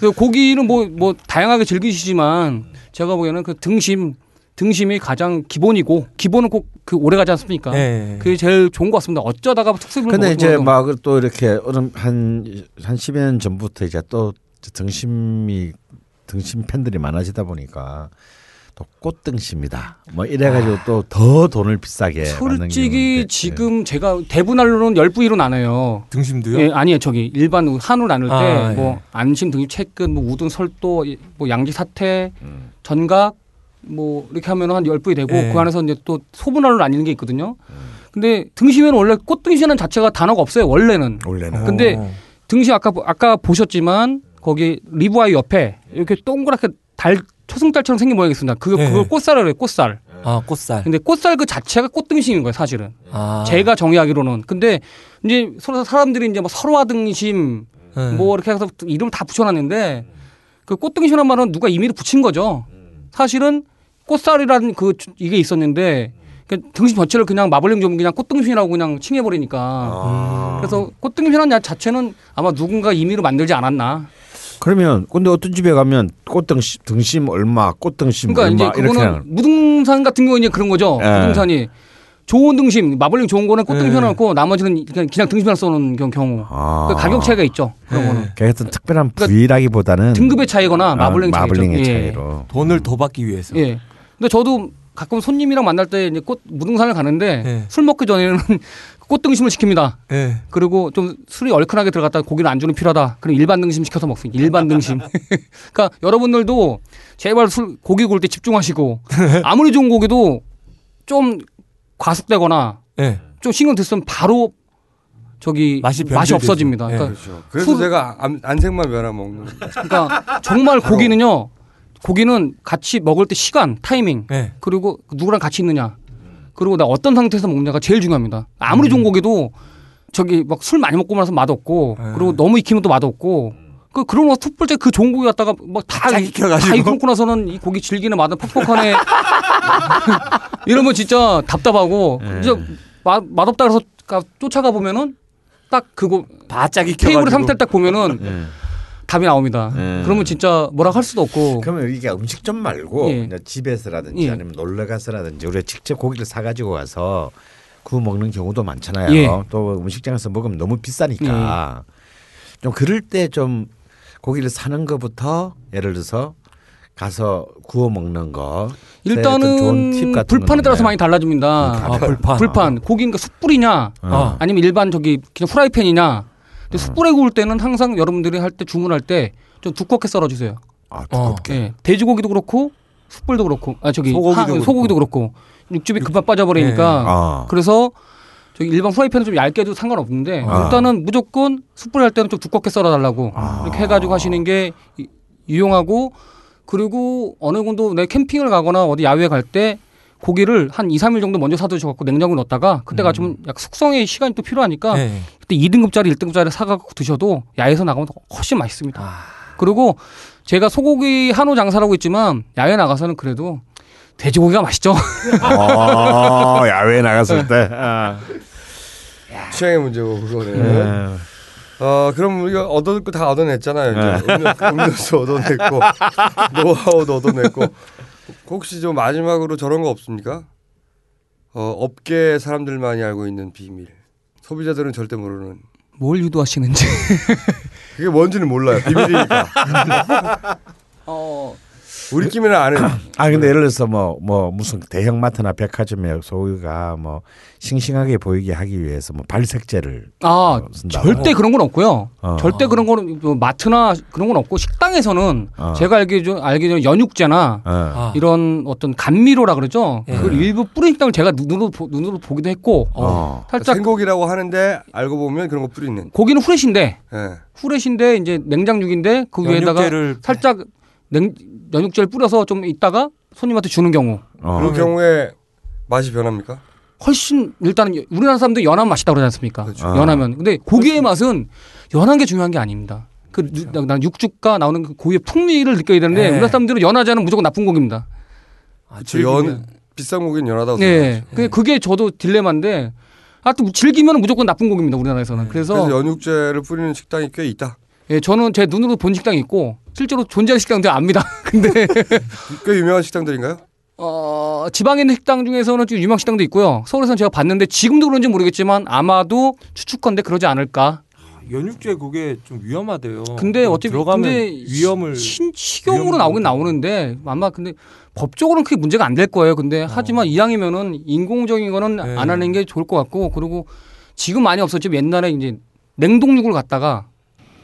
[SPEAKER 8] 그 고기는 뭐, 뭐 다양하게 즐기시지만 제가 보기에는 그 등심 등심이 가장 기본이고 기본은 꼭 그 오래 가지 않습니까?
[SPEAKER 5] 예.
[SPEAKER 8] 그게 제일 좋은 것 같습니다. 어쩌다가 특수분
[SPEAKER 10] 네. 근데 이제
[SPEAKER 8] 그러니까
[SPEAKER 10] 막 또 이렇게 어른 한한 10여 년 전부터 이제 또 등심이 등심 팬들이 많아지다 보니까 또 꽃등심이다. 뭐 이래 가지고 또 더 돈을
[SPEAKER 6] 예,
[SPEAKER 10] 비싸게 받는
[SPEAKER 8] 아. 솔직히
[SPEAKER 10] 경우인데.
[SPEAKER 8] 지금 제가 대분할로는 열 부위로 나눠요.
[SPEAKER 5] 등심도요.
[SPEAKER 8] 예, 아니에요. 저기 일반 한우 나눌 때
[SPEAKER 5] 아,
[SPEAKER 10] 예.
[SPEAKER 8] 뭐 안심 등심 채끝 뭐 우둔 설도 뭐 양지 사태
[SPEAKER 10] 예.
[SPEAKER 8] 전각 뭐 이렇게 하면 한 열 부위 되고
[SPEAKER 5] 예.
[SPEAKER 8] 그 안에서 이제 또 소분할로 나뉘는 게 있거든요. 근데 등심에는 원래 꽃등심이라는 자체가 단어가 없어요. 원래는.
[SPEAKER 10] 원래는
[SPEAKER 8] 근데
[SPEAKER 5] 어.
[SPEAKER 8] 등심 아까 보- 아까 보셨지만 거기 리브아이 옆에 이렇게 동그랗게 달 초승달처럼 생긴 모양이 있습니다. 그거
[SPEAKER 5] 네.
[SPEAKER 8] 그걸 꽃살이라고 해요. 꽃살.
[SPEAKER 5] 아 꽃살.
[SPEAKER 8] 근데 꽃살 그 자체가 꽃등심인 거예요, 사실은.
[SPEAKER 5] 아.
[SPEAKER 8] 제가 정의하기로는. 근데 이제 서로 사람들이 이제 뭐 설화 등심
[SPEAKER 5] 예.
[SPEAKER 8] 뭐 이렇게 해서 이름을 다 붙여놨는데 그 꽃등심이라는 말은 누가 임의로 붙인 거죠. 사실은 꽃살이라는 그 주- 이게 있었는데 그 등심 전체를 그냥 마블링 좀 그냥 꽃등심이라고 그냥
[SPEAKER 10] 아.
[SPEAKER 8] 칭해버리니까. 그래서 꽃등심이라는 야- 자체는 아마 누군가 임의로 만들지 않았나.
[SPEAKER 10] 그러면 근데 어떤 집에 가면 꽃등심 등심 얼마, 꽃등심
[SPEAKER 8] 그러니까
[SPEAKER 10] 얼마
[SPEAKER 8] 이제
[SPEAKER 10] 이렇게
[SPEAKER 8] 그거는
[SPEAKER 10] 하는.
[SPEAKER 8] 무등산 같은 경우는 이제 그런 거죠.
[SPEAKER 10] 예.
[SPEAKER 8] 무등산이 좋은 등심, 마블링 좋은 거는
[SPEAKER 10] 예.
[SPEAKER 8] 꽃등심 하나 놓고 나머지는 그냥, 그냥 등심 하나 써놓은 경- 경우.
[SPEAKER 10] 아.
[SPEAKER 8] 그 가격 차이가 있죠. 그런 거는.
[SPEAKER 10] 그러니까 하여튼 특별한
[SPEAKER 8] 그러니까
[SPEAKER 10] 부위라기보다는
[SPEAKER 8] 등급의 차이거나 마블링
[SPEAKER 10] 아,
[SPEAKER 8] 차이죠.
[SPEAKER 10] 마블링의
[SPEAKER 8] 예.
[SPEAKER 10] 차이로.
[SPEAKER 5] 돈을 더 받기 위해서.
[SPEAKER 8] 예. 근데 저도 가끔 손님이랑 만날 때 이제 꽃 무등산을 가는데
[SPEAKER 5] 예.
[SPEAKER 8] 술 먹기 전에는 꽃등심을 시킵니다.
[SPEAKER 5] 예.
[SPEAKER 8] 그리고 좀 술이 얼큰하게 들어갔다 고기는 안주는 필요하다. 그럼 일반 등심 시켜서 먹습니다. 일반 등심. 그러니까 여러분들도 제발 술 고기 구울 때 집중하시고 아무리 좋은 고기도 좀 과숙되거나
[SPEAKER 5] 예.
[SPEAKER 8] 좀 신경 들으면 바로 저기
[SPEAKER 5] 맛이
[SPEAKER 8] 맛이,
[SPEAKER 5] 변질되죠.
[SPEAKER 8] 없어집니다.
[SPEAKER 5] 예.
[SPEAKER 8] 그러니까,
[SPEAKER 7] 그렇죠. 그래서
[SPEAKER 8] 후-
[SPEAKER 7] 제가 안, 안색만 면화 먹는. 거예요.
[SPEAKER 8] 그러니까 정말 고기는요. 고기는 같이 먹을 때 시간, 타이밍,
[SPEAKER 5] 예.
[SPEAKER 8] 그리고 누구랑 같이 있느냐 그리고 나 어떤 상태에서 먹냐가 제일 중요합니다 아무리 좋은 고기도 저기 막 술 많이 먹고 나서 맛없고
[SPEAKER 5] 네.
[SPEAKER 8] 그리고 너무 익히면 또 맛없고 그 그런 거 툭불째 그 좋은 고기 갖다가 막다
[SPEAKER 5] 쫙 익혀가지고.
[SPEAKER 8] 다 익혀놓고 나서는 이 고기 질기는 맛은 퍽퍽하네 이러면 진짜 답답하고 진짜 맛 맛없다 그래서 가- 쫓아가 보면은 딱 그거
[SPEAKER 5] 바짝이
[SPEAKER 8] 테이블 상태 를딱 보면은 답이 나옵니다 그러면 진짜 뭐라 할 수도 없고
[SPEAKER 6] 네,
[SPEAKER 10] 그러면 이게 음식점 말고
[SPEAKER 8] 예.
[SPEAKER 10] 그냥 집에서라든지
[SPEAKER 8] 예.
[SPEAKER 10] 아니면 놀러 가서라든지 우리가 직접 고기를 사 가지고 와서 구워 먹는 경우도 많잖아요.
[SPEAKER 8] 예.
[SPEAKER 10] 또 음식점에서 먹으면 너무 비싸니까
[SPEAKER 8] 예.
[SPEAKER 10] 좀 그럴 때 좀 고기를 사는 것부터 예를 들어서 가서 구워 먹는 거 네, 어떤 좋은 팁
[SPEAKER 8] 일단은
[SPEAKER 10] 같은
[SPEAKER 8] 불판에
[SPEAKER 10] 건
[SPEAKER 8] 따라서
[SPEAKER 10] 없나요?
[SPEAKER 8] 많이 달라집니다
[SPEAKER 5] 아, 불판.
[SPEAKER 8] 불판 고기니까 숯불이냐
[SPEAKER 5] 아.
[SPEAKER 8] 아니면 일반 저기 그냥 후라이팬이냐 근데 숯불에 구울 때는 항상 여러분들이 할 때 주문할 때 좀 두껍게 썰어주세요
[SPEAKER 10] 아,
[SPEAKER 5] 어.
[SPEAKER 8] 예, 돼지고기도 그렇고 숯불도 그렇고 아 저기
[SPEAKER 5] 소고기도
[SPEAKER 8] 하-
[SPEAKER 5] 그렇고. 네.
[SPEAKER 8] 소고기도 그렇고 육즙이 금방 빠져버리니까
[SPEAKER 10] 아.
[SPEAKER 8] 그래서 저기 일반 후라이팬은 좀 얇게 해도 상관없는데
[SPEAKER 10] 아.
[SPEAKER 8] 일단은 무조건 숯불 할 때는 좀 두껍게 썰어달라고 이렇게 해가지고 하시는 게 이- 유용하고 그리고 어느 정도 내 캠핑을 가거나 어디 야외 갈 때 고기를 한 2, 3일 정도 먼저 사두셔갖고 냉장고에 넣었다가 그때 가시면 약 숙성의 시간이 또 필요하니까
[SPEAKER 5] 예.
[SPEAKER 8] 그때 2등급짜리, 1등급짜리 사갖고 드셔도 야외에서 나가면 훨씬 맛있습니다. 그리고 제가 소고기 한우 장사라고 있지만 야외 나가서는 그래도 돼지고기가 맛있죠.
[SPEAKER 10] 어, 야외에 나갔을 때. 아.
[SPEAKER 7] 취향의 문제고
[SPEAKER 8] 예.
[SPEAKER 6] 네.
[SPEAKER 7] 그거는.
[SPEAKER 10] 네.
[SPEAKER 7] 어 그럼 우리가 얻어낼 거 다 얻어냈잖아요. 이제 음료- 음료수 얻어냈고 노하우도 얻어냈고 혹시 좀 마지막으로 저런 거 없습니까? 어 업계 사람들만이 알고 있는 비밀. 소비자들은 절대 모르는.
[SPEAKER 8] 뭘 유도하시는지.
[SPEAKER 7] 그게 뭔지는 몰라요. 비밀이니까.
[SPEAKER 8] 어,
[SPEAKER 7] 우리끼리는 아는.
[SPEAKER 10] 아
[SPEAKER 7] 네.
[SPEAKER 10] 근데 예를 들어서 뭐 뭐 무슨 대형 마트나 백화점에 소유가 뭐 싱싱하게 보이게 하기 위해서 뭐 발색제를
[SPEAKER 8] 아,
[SPEAKER 10] 쓴다.
[SPEAKER 8] 절대 그런 건 없고요.
[SPEAKER 10] 어.
[SPEAKER 8] 절대 그런 거는 뭐 마트나 그런 건 없고 식당에서는
[SPEAKER 10] 어.
[SPEAKER 8] 제가 알기로 알기로
[SPEAKER 10] 어.
[SPEAKER 8] 연육제나
[SPEAKER 5] 아.
[SPEAKER 8] 이런 어떤 감미로라 그러죠.
[SPEAKER 5] 예.
[SPEAKER 8] 그걸 일부 뿌리는 식당을 제가 눈으로 보, 눈으로 보기도 했고
[SPEAKER 10] 어.
[SPEAKER 8] 살짝
[SPEAKER 7] 그러니까 생고기라고 하는데 알고 보면 그런 거 뿌리는.
[SPEAKER 8] 고기는 후레쉬인데
[SPEAKER 7] 예.
[SPEAKER 8] 후레쉬인데 이제 냉장육인데 그 위에다가
[SPEAKER 5] 연육제를-
[SPEAKER 8] 살짝 냉, 연육제를 뿌려서 좀 있다가 손님한테 주는 경우
[SPEAKER 10] 어.
[SPEAKER 7] 그런 경우에 맛이 변합니까?
[SPEAKER 8] 훨씬 일단 은 우리나라 사람들 연한 맛이다 그러지 않습니까? 아.
[SPEAKER 7] 그렇죠.
[SPEAKER 8] 연하면 근데 고기의 맛은 연한 게 중요한 게 아닙니다. 그
[SPEAKER 7] 그렇죠.
[SPEAKER 8] 난 육즙과 나오는 그 고유의 풍미를 느껴야 되는데
[SPEAKER 5] 네.
[SPEAKER 8] 우리나라 사람들은 연하지 않으면 무조건 나쁜 고기입니다.
[SPEAKER 5] 아,
[SPEAKER 7] 연 비싼 고기는 연하다고
[SPEAKER 8] 네,
[SPEAKER 7] 생각하죠. 그렇죠.
[SPEAKER 8] 그게, 그게 저도 딜레마인데 하여튼 뭐 즐기면 무조건 나쁜 고기입니다 우리나라에서는. 그래서,
[SPEAKER 7] 네. 그래서 연육제를 뿌리는 식당이 꽤 있다.
[SPEAKER 8] 예, 저는 제 눈으로 본 식당이 있고 실제로 존재하는 식당도 압니다. 근데
[SPEAKER 7] 꽤 유명한 식당들인가요?
[SPEAKER 8] 어, 지방에 있는 식당 중에서는 좀 유명 식당도 있고요. 서울에서는 제가 봤는데 지금도 그런지 모르겠지만 아마도 추측컨대 그러지 않을까.
[SPEAKER 5] 연육제 그게 좀 위험하대요.
[SPEAKER 8] 근데 어차피
[SPEAKER 5] 들어가면
[SPEAKER 8] 근데
[SPEAKER 5] 위험을
[SPEAKER 8] 신, 식용으로
[SPEAKER 5] 위험을-
[SPEAKER 8] 나오긴 나오는데 아마 근데 법적으로는 크게 문제가 안 될 거예요. 근데 하지만 이왕이면은 인공적인 거는
[SPEAKER 5] 어. 네.
[SPEAKER 8] 안 하는 게 좋을 것 같고 그리고 지금 많이 없었지만 옛날에 이제 냉동육을 갖다가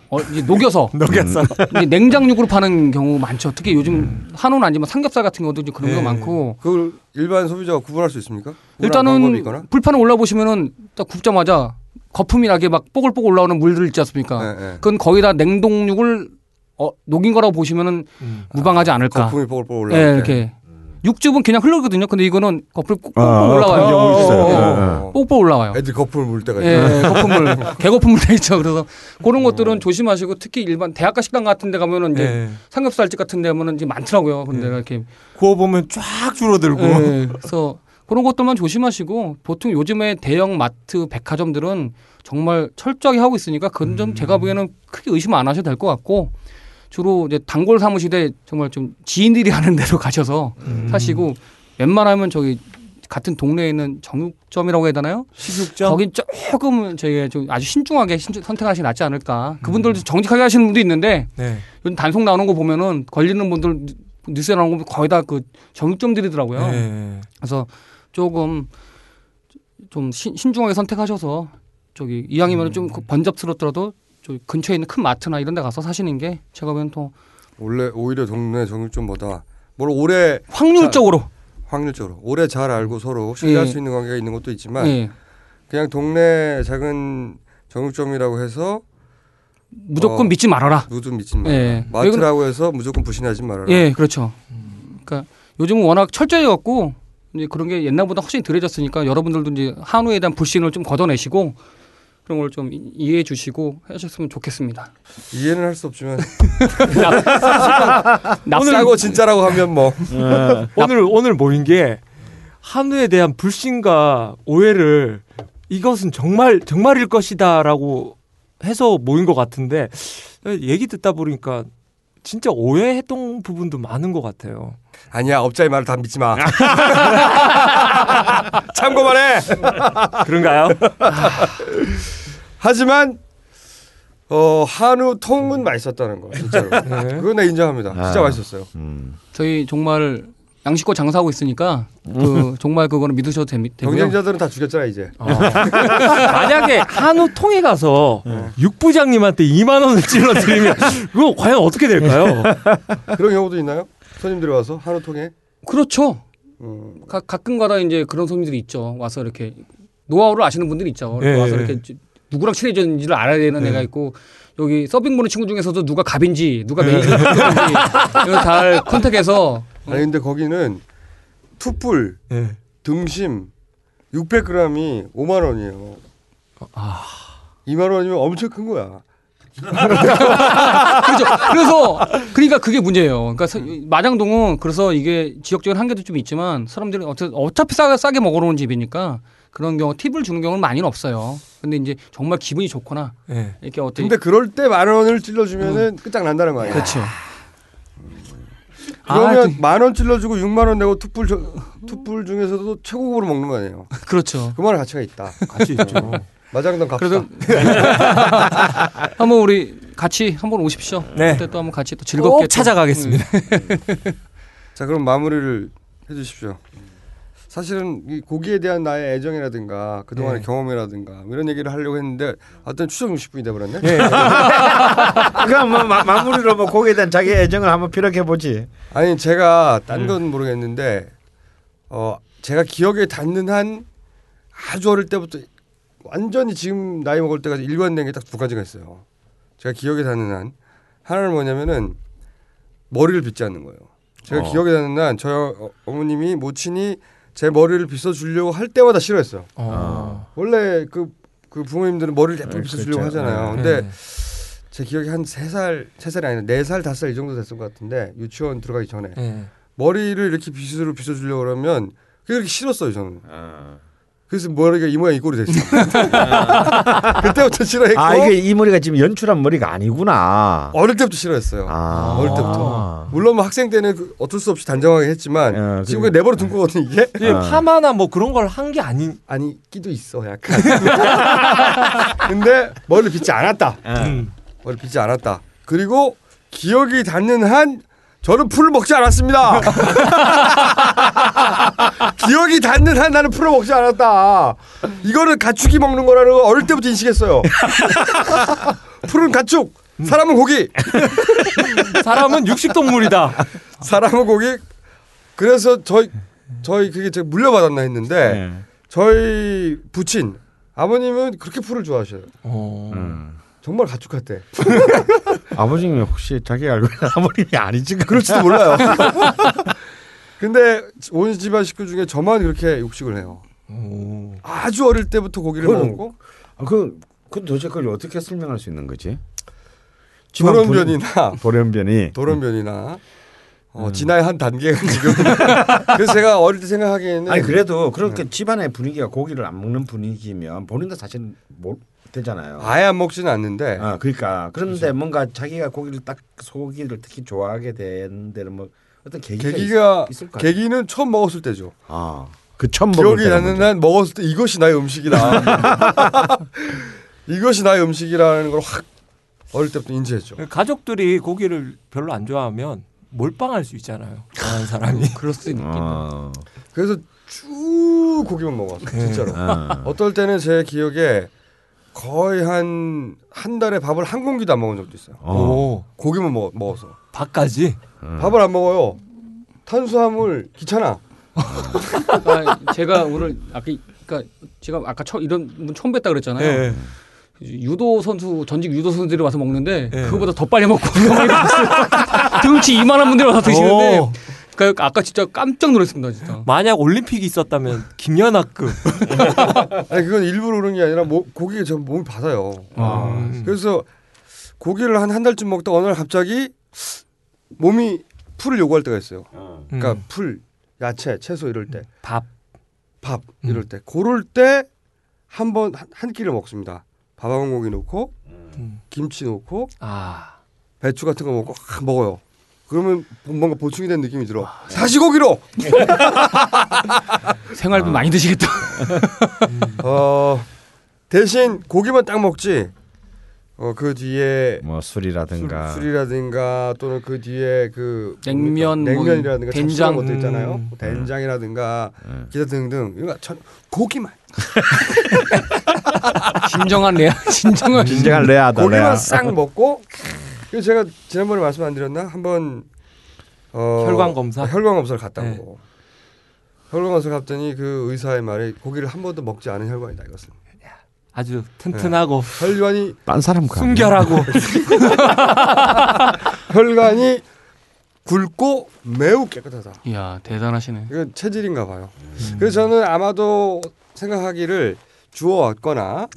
[SPEAKER 8] 어, 이제 녹여서
[SPEAKER 5] 녹였어.
[SPEAKER 8] 이제 냉장육으로 파는 경우 많죠. 특히 요즘 한우는 아니지만 삼겹살 같은 것도 이제 그런 거
[SPEAKER 5] 음. 네.
[SPEAKER 8] 많고
[SPEAKER 7] 그걸 일반 소비자가 구분할 수 있습니까? 구분할 방법이 있거나?
[SPEAKER 8] 일단은 불판에 올라 보시면은 딱 굽자마자 거품이 나게 막 뽀글뽀글 올라오는 물들 있지 않습니까?
[SPEAKER 5] 네.
[SPEAKER 7] 예, 예.
[SPEAKER 8] 그건 거의 다 냉동육을 어, 녹인 거라고 보시면은
[SPEAKER 5] 음.
[SPEAKER 8] 무방하지 않을까.
[SPEAKER 7] 아, 거품이 뽀글뽀글
[SPEAKER 8] 예,
[SPEAKER 7] 올라. 음.
[SPEAKER 8] 이렇게 육즙은 그냥 흘러거든요. 근데 이거는 거품이 꼭-
[SPEAKER 10] 아,
[SPEAKER 8] 꼭꼭 올라와요.
[SPEAKER 10] 그런 경우 있어요.
[SPEAKER 8] 어, 어, 어.
[SPEAKER 10] 예, 예.
[SPEAKER 8] 꼭꼭 올라와요.
[SPEAKER 7] 네. 애들 거품을 물 때가 있어요. 어.
[SPEAKER 8] 예, 거품물, 개거품물 돼 있죠. 그래서 그런 것들은 조심하시고 특히 일반 대학가 식당 같은 데 가면은 이제
[SPEAKER 5] 예.
[SPEAKER 8] 삼겹살집 같은 데 가면은 이제
[SPEAKER 7] 네.
[SPEAKER 8] 많더라고요. 근데 이렇게
[SPEAKER 5] 구워 보면 쫙 줄어들고.
[SPEAKER 8] 예, 그래서 그런 것들만 조심하시고 보통 요즘에 대형 마트
[SPEAKER 5] 음.
[SPEAKER 8] 백화점들은 정말 철저하게 하고 있으니까 그건 좀 제가 보기에는 크게 의심 안 하셔도 될 것 같고 주로 이제 단골 사무실에 정말 좀 지인들이 하는 데로 가셔서
[SPEAKER 5] 음.
[SPEAKER 8] 사시고 웬만하면 저기 같은 동네에 있는 정육점이라고 해야 되나요?
[SPEAKER 5] 16점.
[SPEAKER 8] 거긴 조금 저희가 좀 아주 신중하게 신중- 선택하시는 게 낫지 않을까.
[SPEAKER 5] 음.
[SPEAKER 8] 그분들도 정직하게 하시는 분도 있는데
[SPEAKER 5] 네.
[SPEAKER 8] 요즘 단속 나오는 거 보면은 걸리는 분들 뉴- 뉴스에 나오는 거 보면 거의 다 그 정육점들이더라고요.
[SPEAKER 5] 네.
[SPEAKER 8] 그래서 조금 좀 신, 중하게 선택하셔서 저기 이왕이면
[SPEAKER 7] 음.
[SPEAKER 8] 좀그 번잡스럽더라도 저 근처에 있는 큰 마트나 이런 데 가서 사시는 게 제가 보기엔 더
[SPEAKER 7] 원래 오히려 동네 정육점보다 뭘 오래
[SPEAKER 8] 확률적으로
[SPEAKER 7] 확률적으로 오래 잘 알고 서로 신뢰할
[SPEAKER 8] 예.
[SPEAKER 7] 수 있는 관계가 있는 것도 있지만
[SPEAKER 8] 예,
[SPEAKER 7] 그냥 동네 작은 정육점이라고 해서
[SPEAKER 8] 무조건
[SPEAKER 7] 어.
[SPEAKER 8] 믿지 말아라.
[SPEAKER 7] 무조건 믿지 말아라.
[SPEAKER 8] 예.
[SPEAKER 7] 마트라고 해서 무조건 부신하지 말아라.
[SPEAKER 8] 예, 그렇죠.
[SPEAKER 7] 음.
[SPEAKER 8] 그러니까 요즘은 워낙 철저해갖고 이제 그런 게 옛날보다 훨씬 덜해졌으니까 여러분들도 이제 한우에 대한 불신을 좀 걷어내시고 그런 걸 좀 이해해 주시고 하셨으면 좋겠습니다.
[SPEAKER 7] 이해는 할 수 없지만
[SPEAKER 8] 납사고
[SPEAKER 7] 싸고 진짜라고 하면 뭐
[SPEAKER 5] 오늘 오늘 모인 게 한우에 대한 불신과 오해를 이것은 정말 정말일 것이다라고 해서 모인 것 같은데 얘기 듣다 보니까 진짜 오해했던 부분도 많은 것 같아요.
[SPEAKER 7] 아니야 업자의 말을 다 믿지 마. 참고만 해.
[SPEAKER 5] 아, 그런가요?
[SPEAKER 7] 하지만 어 한우 통은 맛있었다는 거 진짜로.
[SPEAKER 5] 네.
[SPEAKER 7] 그건 내 인정합니다. 진짜
[SPEAKER 10] 아.
[SPEAKER 7] 맛있었어요.
[SPEAKER 10] 음.
[SPEAKER 8] 저희 정말 양식고 장사하고 있으니까 그 정말 그거는 믿으셔도 되, 되고요.
[SPEAKER 7] 경쟁자들은 다 죽였잖아 이제.
[SPEAKER 5] 만약에 한우 통에 가서 육부장님한테 2만 원을 찔러 드리면 그거 과연 어떻게 될까요?
[SPEAKER 7] 그런 경우도 있나요? 손님들이 와서 한우 통에.
[SPEAKER 8] 그렇죠.
[SPEAKER 7] 음.
[SPEAKER 8] 가, 가끔가다 이제 그런 손님들이 있죠. 와서 이렇게 노하우를 아시는 분들이 있죠.
[SPEAKER 5] 예,
[SPEAKER 8] 와서
[SPEAKER 5] 예.
[SPEAKER 8] 이렇게 지- 누구랑 친해졌는지를 알아야 되는 애가 있고 여기 서빙 보는 친구 중에서도 누가 갑인지 누가 메인인지 이걸 잘 컨택해서
[SPEAKER 7] 아니 근데 거기는 투뿔
[SPEAKER 5] 네.
[SPEAKER 7] 등심 600g이 5만 원이에요. 2만 원이면 엄청 큰 거야.
[SPEAKER 8] 그렇죠. 그래서 그러니까 그게 문제예요. 그러니까 서- 마장동은 그래서 이게 지역적인 한계도 좀 있지만 사람들이 어차- 어차피 싸게, 싸게 먹으러 오는 집이니까 그런 경우 팁을 주는 경우는 많이는 없어요. 근데 이제 정말 기분이 좋거나
[SPEAKER 5] 네.
[SPEAKER 8] 이렇게 어떻게
[SPEAKER 7] 근데 그럴 때 만 원을 찔러주면은 끝장 난다는 거 아니야?
[SPEAKER 8] 그렇죠.
[SPEAKER 7] 그러면
[SPEAKER 8] 아,
[SPEAKER 7] 만 원 찔러주고 6만 원 내고 투뿔 저, 투뿔 중에서도 최고급으로 먹는 거 아니에요?
[SPEAKER 8] 그렇죠.
[SPEAKER 7] 그 말에 가치가 있다. 어.
[SPEAKER 5] 같이 있죠.
[SPEAKER 7] 마장동 갑시다.
[SPEAKER 8] 그래서 한번 우리 같이 한번 오십시오.
[SPEAKER 5] 네.
[SPEAKER 8] 그때 또 한번 같이 또
[SPEAKER 5] 즐겁게
[SPEAKER 8] 즐겁게 또-
[SPEAKER 5] 찾아가겠습니다.
[SPEAKER 7] 자 그럼 마무리를 해주십시오. 사실은 이 고기에 대한 나의 애정이라든가 그동안의
[SPEAKER 5] 네.
[SPEAKER 7] 경험이라든가 뭐 이런 얘기를 하려고 했는데 어떤 추정 60분이 돼버렸네.
[SPEAKER 5] 예.
[SPEAKER 10] 그럼 뭐 마, 마무리로 뭐 거기에 대한 자기 애정을 한번 피력해 보지.
[SPEAKER 7] 아니 제가 딴 건 모르겠는데 어 제가 기억에 닿는 한 아주 어릴 때부터 완전히 지금 나이 먹을 때까지 일관된 게 딱 두 가지가 있어요. 제가 기억에 닿는 한 하나는 뭐냐면은 머리를 빗지 않는 거예요. 제가
[SPEAKER 10] 어.
[SPEAKER 7] 기억에 닿는 한 저희 어- 어머님이 모친이 제 머리를 빗어 주려고 할 때마다 싫어했어요.
[SPEAKER 5] 어.
[SPEAKER 7] 원래 그 그 부모님들은 머리를 예쁘게
[SPEAKER 10] 네,
[SPEAKER 7] 빗어 주려고
[SPEAKER 10] 그렇죠.
[SPEAKER 7] 하잖아요. 근데 제 기억에 한 세 살, 세 살이 아니라 네 살, 다섯 살 이 정도 됐을 것 같은데 유치원 들어가기 전에
[SPEAKER 5] 네. 네.
[SPEAKER 7] 머리를 이렇게 빗으로 빗어주려고 그러면 그게 그렇게 싫었어요 저는. 그래서 머리가 이 모양 이 꼴이 됐어요. 네, 그때부터 싫어했고
[SPEAKER 10] 아 이게 이 머리가 지금 연출한 머리가 아니구나.
[SPEAKER 7] 어릴 때부터 싫어했어요.
[SPEAKER 10] 아.
[SPEAKER 7] 어릴 때부터. 물론 뭐 학생 때는 그 어쩔 수 없이 단정하게 했지만
[SPEAKER 10] 어,
[SPEAKER 7] 지금
[SPEAKER 10] 그-
[SPEAKER 7] 그냥 내버려 둔 거거든요 이게.
[SPEAKER 5] 이게
[SPEAKER 10] 아.
[SPEAKER 5] 파마나 뭐 그런 걸 한 게 아닌
[SPEAKER 7] 아니 끼도 있어 약간. 근데 머리를 빗지 않았다.
[SPEAKER 5] 음.
[SPEAKER 7] 머리 빗지 않았다. 그리고 기억이 닿는 한 저는 풀을 먹지 않았습니다. 기억이 닿는 한 나는 풀을 먹지 않았다. 이거는 가축이 먹는 거라는 걸 어릴 때부터 인식했어요. 풀은 가축, 사람은 고기,
[SPEAKER 5] 사람은 육식동물이다.
[SPEAKER 7] 사람은 고기. 그래서 저희 저희 그게 제가 물려받았나 했는데
[SPEAKER 6] 네.
[SPEAKER 7] 저희 부친 아버님은 그렇게 풀을 좋아하셔요.
[SPEAKER 5] 어.
[SPEAKER 7] 정말 가축할때
[SPEAKER 10] 아버지님 혹시 자기 알고 있는 아버님이 아니지?
[SPEAKER 7] 그럴지도 몰라요. 근데 온 집안 식구 중에 저만 그렇게 육식을 해요.
[SPEAKER 5] 오.
[SPEAKER 7] 아주 어릴 때부터 고기를
[SPEAKER 10] 그건
[SPEAKER 7] 먹고
[SPEAKER 10] 그, 그 도대체 그걸 어떻게 설명할 수 있는 거지?
[SPEAKER 7] 돌연변이나
[SPEAKER 10] 돌연변이.
[SPEAKER 7] 돌연변이나 어,
[SPEAKER 6] 음.
[SPEAKER 7] 진화의 한 단계가 지금. 그래서 제가 어릴 때 생각하기에는
[SPEAKER 10] 아니 그래도 그렇게 집안의 분위기가 고기를 안 먹는 분위기면 본인도 사실 뭘
[SPEAKER 6] 되잖아요.
[SPEAKER 7] 아예 안 먹지는 않는데
[SPEAKER 6] 아, 그러니까 그런데 뭔가 자기가 고기를 딱 소고기를 특히 좋아하게 되는 데는 뭐 어떤 계기가,
[SPEAKER 7] 계기가
[SPEAKER 6] 있, 있을 거 아니에요.
[SPEAKER 7] 계기는 처음 먹었을 때죠.
[SPEAKER 6] 아, 그 처음 먹을
[SPEAKER 7] 기억이
[SPEAKER 6] 때가
[SPEAKER 7] 나는
[SPEAKER 6] 먼저.
[SPEAKER 7] 난 먹었을 때 이것이 나의 음식이다. 이것이 나의 음식이라는 걸 확 어릴 때부터 인지했죠.
[SPEAKER 5] 가족들이 고기를 별로 안 좋아하면 몰빵할 수 있잖아요. 좋아하는 사람이.
[SPEAKER 8] 음, 뭐 그럴 수 있겠다.
[SPEAKER 6] 어,
[SPEAKER 7] 그래서 쭉 고기만 먹었어. 진짜로.
[SPEAKER 6] 어.
[SPEAKER 7] 어떨 때는 제 기억에 거의 한 한 달에 밥을 한 공기도 안 먹은 적도 있어요.
[SPEAKER 5] 오,
[SPEAKER 7] 고기만 먹, 먹어서.
[SPEAKER 5] 밥까지.
[SPEAKER 7] 밥을 안 먹어요. 탄수화물 귀찮아.
[SPEAKER 8] 아, 제가 오늘 아까 그러니까 제가 아까 처, 이런 분 처음 뵀다
[SPEAKER 7] 네.
[SPEAKER 8] 그랬잖아요.
[SPEAKER 5] 예.
[SPEAKER 8] 유도 선수 전직 유도 선수들이 와서 먹는데
[SPEAKER 5] 네.
[SPEAKER 8] 그거보다 더 빨리 먹고 운동하게 됐어요. 등치 이만한 분들이 와서 드시는데
[SPEAKER 5] 오.
[SPEAKER 8] 그러니까 아까 진짜 깜짝 놀랐습니다 진짜.
[SPEAKER 5] 만약 올림픽이 있었다면 김연아급.
[SPEAKER 7] 아니 그건 일부러 그런 게 아니라 뭐, 고기에 전 몸이 받아요.
[SPEAKER 5] 음.
[SPEAKER 7] 그래서 고기를 한 한 달쯤 먹다 어느 날 갑자기 몸이 풀을 요구할 때가 있어요. 그러니까
[SPEAKER 5] 음,
[SPEAKER 7] 풀, 야채, 채소 이럴 때,
[SPEAKER 5] 밥. 음.
[SPEAKER 7] 밥 이럴 때, 그럴 때 한번 한, 한 끼를 먹습니다. 밥한 공기 넣고
[SPEAKER 5] 음.
[SPEAKER 7] 김치 넣고
[SPEAKER 5] 아.
[SPEAKER 7] 배추 같은 거 먹고 확 먹어요. 그러면 뭔가 보충이 된 느낌이 들어.
[SPEAKER 5] 아, 네.
[SPEAKER 7] 사시고기로.
[SPEAKER 8] 생활비 많이 드시겠다.
[SPEAKER 7] 어 대신 고기만 딱 먹지. 어 그 뒤에
[SPEAKER 6] 뭐 술이라든가
[SPEAKER 7] 술, 이라든가 또는 그 뒤에 그
[SPEAKER 8] 냉면,
[SPEAKER 7] 뭡니까?
[SPEAKER 8] 뭐
[SPEAKER 7] 냉면이라든가
[SPEAKER 8] 된장.
[SPEAKER 7] 된장 것도 있잖아요.
[SPEAKER 5] 음.
[SPEAKER 7] 뭐 된장이라든가
[SPEAKER 6] 음.
[SPEAKER 7] 기타 등등. 이거 전 고기만
[SPEAKER 8] 진정한 레아, 진정한
[SPEAKER 6] 진정한 레아다
[SPEAKER 7] 고기만
[SPEAKER 6] 레아.
[SPEAKER 7] 싹 먹고. 그 제가 지난번에 말씀 안 드렸나? 한번 어,
[SPEAKER 5] 혈관 검사?
[SPEAKER 7] 아, 혈관 검사를 갔다고.
[SPEAKER 5] 네.
[SPEAKER 7] 혈관 검사 갔더니 그 의사의 말에 고기를 한 번도 먹지 않은 혈관이다 이것은.
[SPEAKER 5] 아주
[SPEAKER 7] 네.
[SPEAKER 5] 튼튼하고
[SPEAKER 7] 혈관이
[SPEAKER 6] 딴 사람 가.
[SPEAKER 5] 순결하고
[SPEAKER 7] 혈관이 굵고 매우 깨끗하다.
[SPEAKER 8] 이야 대단하시네.
[SPEAKER 7] 이건 체질인가 봐요. 그래서 저는 아마도 생각하기를 주워왔거나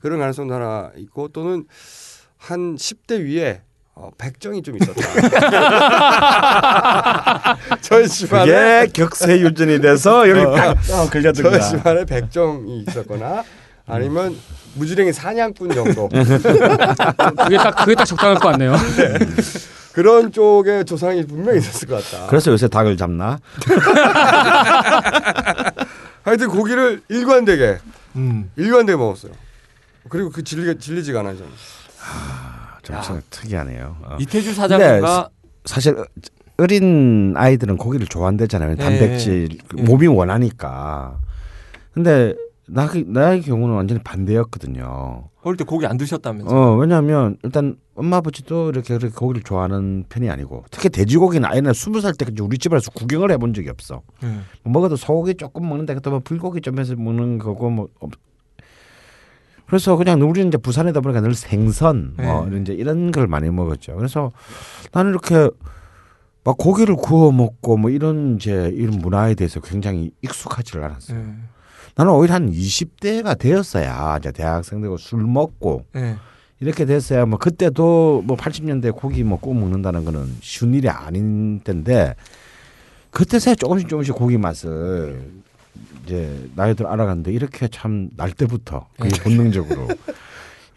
[SPEAKER 7] 그런 가능성도 하나 있고 또는 한 10대 위에 어, 백정이 좀 있었다. 저희 집안에
[SPEAKER 6] 그게 격세 유전이 돼서 여기 딱 걸려든
[SPEAKER 7] 저희
[SPEAKER 6] 거야.
[SPEAKER 7] 집안에 백정이 있었거나 아니면 무지랭이 사냥꾼 정도
[SPEAKER 8] 그게 딱 그게 딱 적당할 것 같네요.
[SPEAKER 7] 그런 쪽의 조상이 분명히 있었을 것 같다.
[SPEAKER 6] 그래서 요새 닭을 잡나?
[SPEAKER 7] 하여튼 고기를 일관되게
[SPEAKER 5] 음.
[SPEAKER 7] 일관되게 먹었어요. 그리고 그 질리, 질리지가 않아요. 저는.
[SPEAKER 6] 좀 특이하네요. 어.
[SPEAKER 5] 이태주 사장님과
[SPEAKER 7] 네.
[SPEAKER 6] 사실 어린 아이들은 고기를 좋아한대잖아요. 단백질 몸이 원하니까. 근데 나 그- 나의 경우는 완전히 반대였거든요.
[SPEAKER 5] 어릴 때 고기 안 드셨다면서.
[SPEAKER 6] 어 왜냐하면 일단 엄마 아버지도 이렇게 그렇게 고기를 좋아하는 편이 아니고 특히 돼지고기는 아예 나 스무 살 때까지 우리 집에서 구경을 해본 적이 없어. 뭐
[SPEAKER 5] 음.
[SPEAKER 6] 먹어도 소고기 조금 먹는데 그다음에 불고기 좀 해서 먹는 거고 뭐 없- 그래서 그냥 우리는 이제 부산에다 보니까 늘 생선 뭐 이런 이제 이런 걸 많이 먹었죠. 그래서 나는 이렇게 막 고기를 구워 먹고 뭐 이런 이제 이런 문화에 대해서 굉장히 익숙하지를 않았어요.
[SPEAKER 5] 예.
[SPEAKER 6] 나는 오히려 한 20대가 되었어야 이제 대학생 되고 술 먹고
[SPEAKER 5] 예.
[SPEAKER 6] 이렇게 됐어야 뭐 그때도 뭐 80년대 고기 뭐 구워 먹는다는 거는 쉬운 일이 아닌 텐데 그때서야 조금씩 조금씩 고기 맛을 이제 나이 들어 알아갔는데 이렇게 참 날 때부터 그게
[SPEAKER 10] 네.
[SPEAKER 6] 본능적으로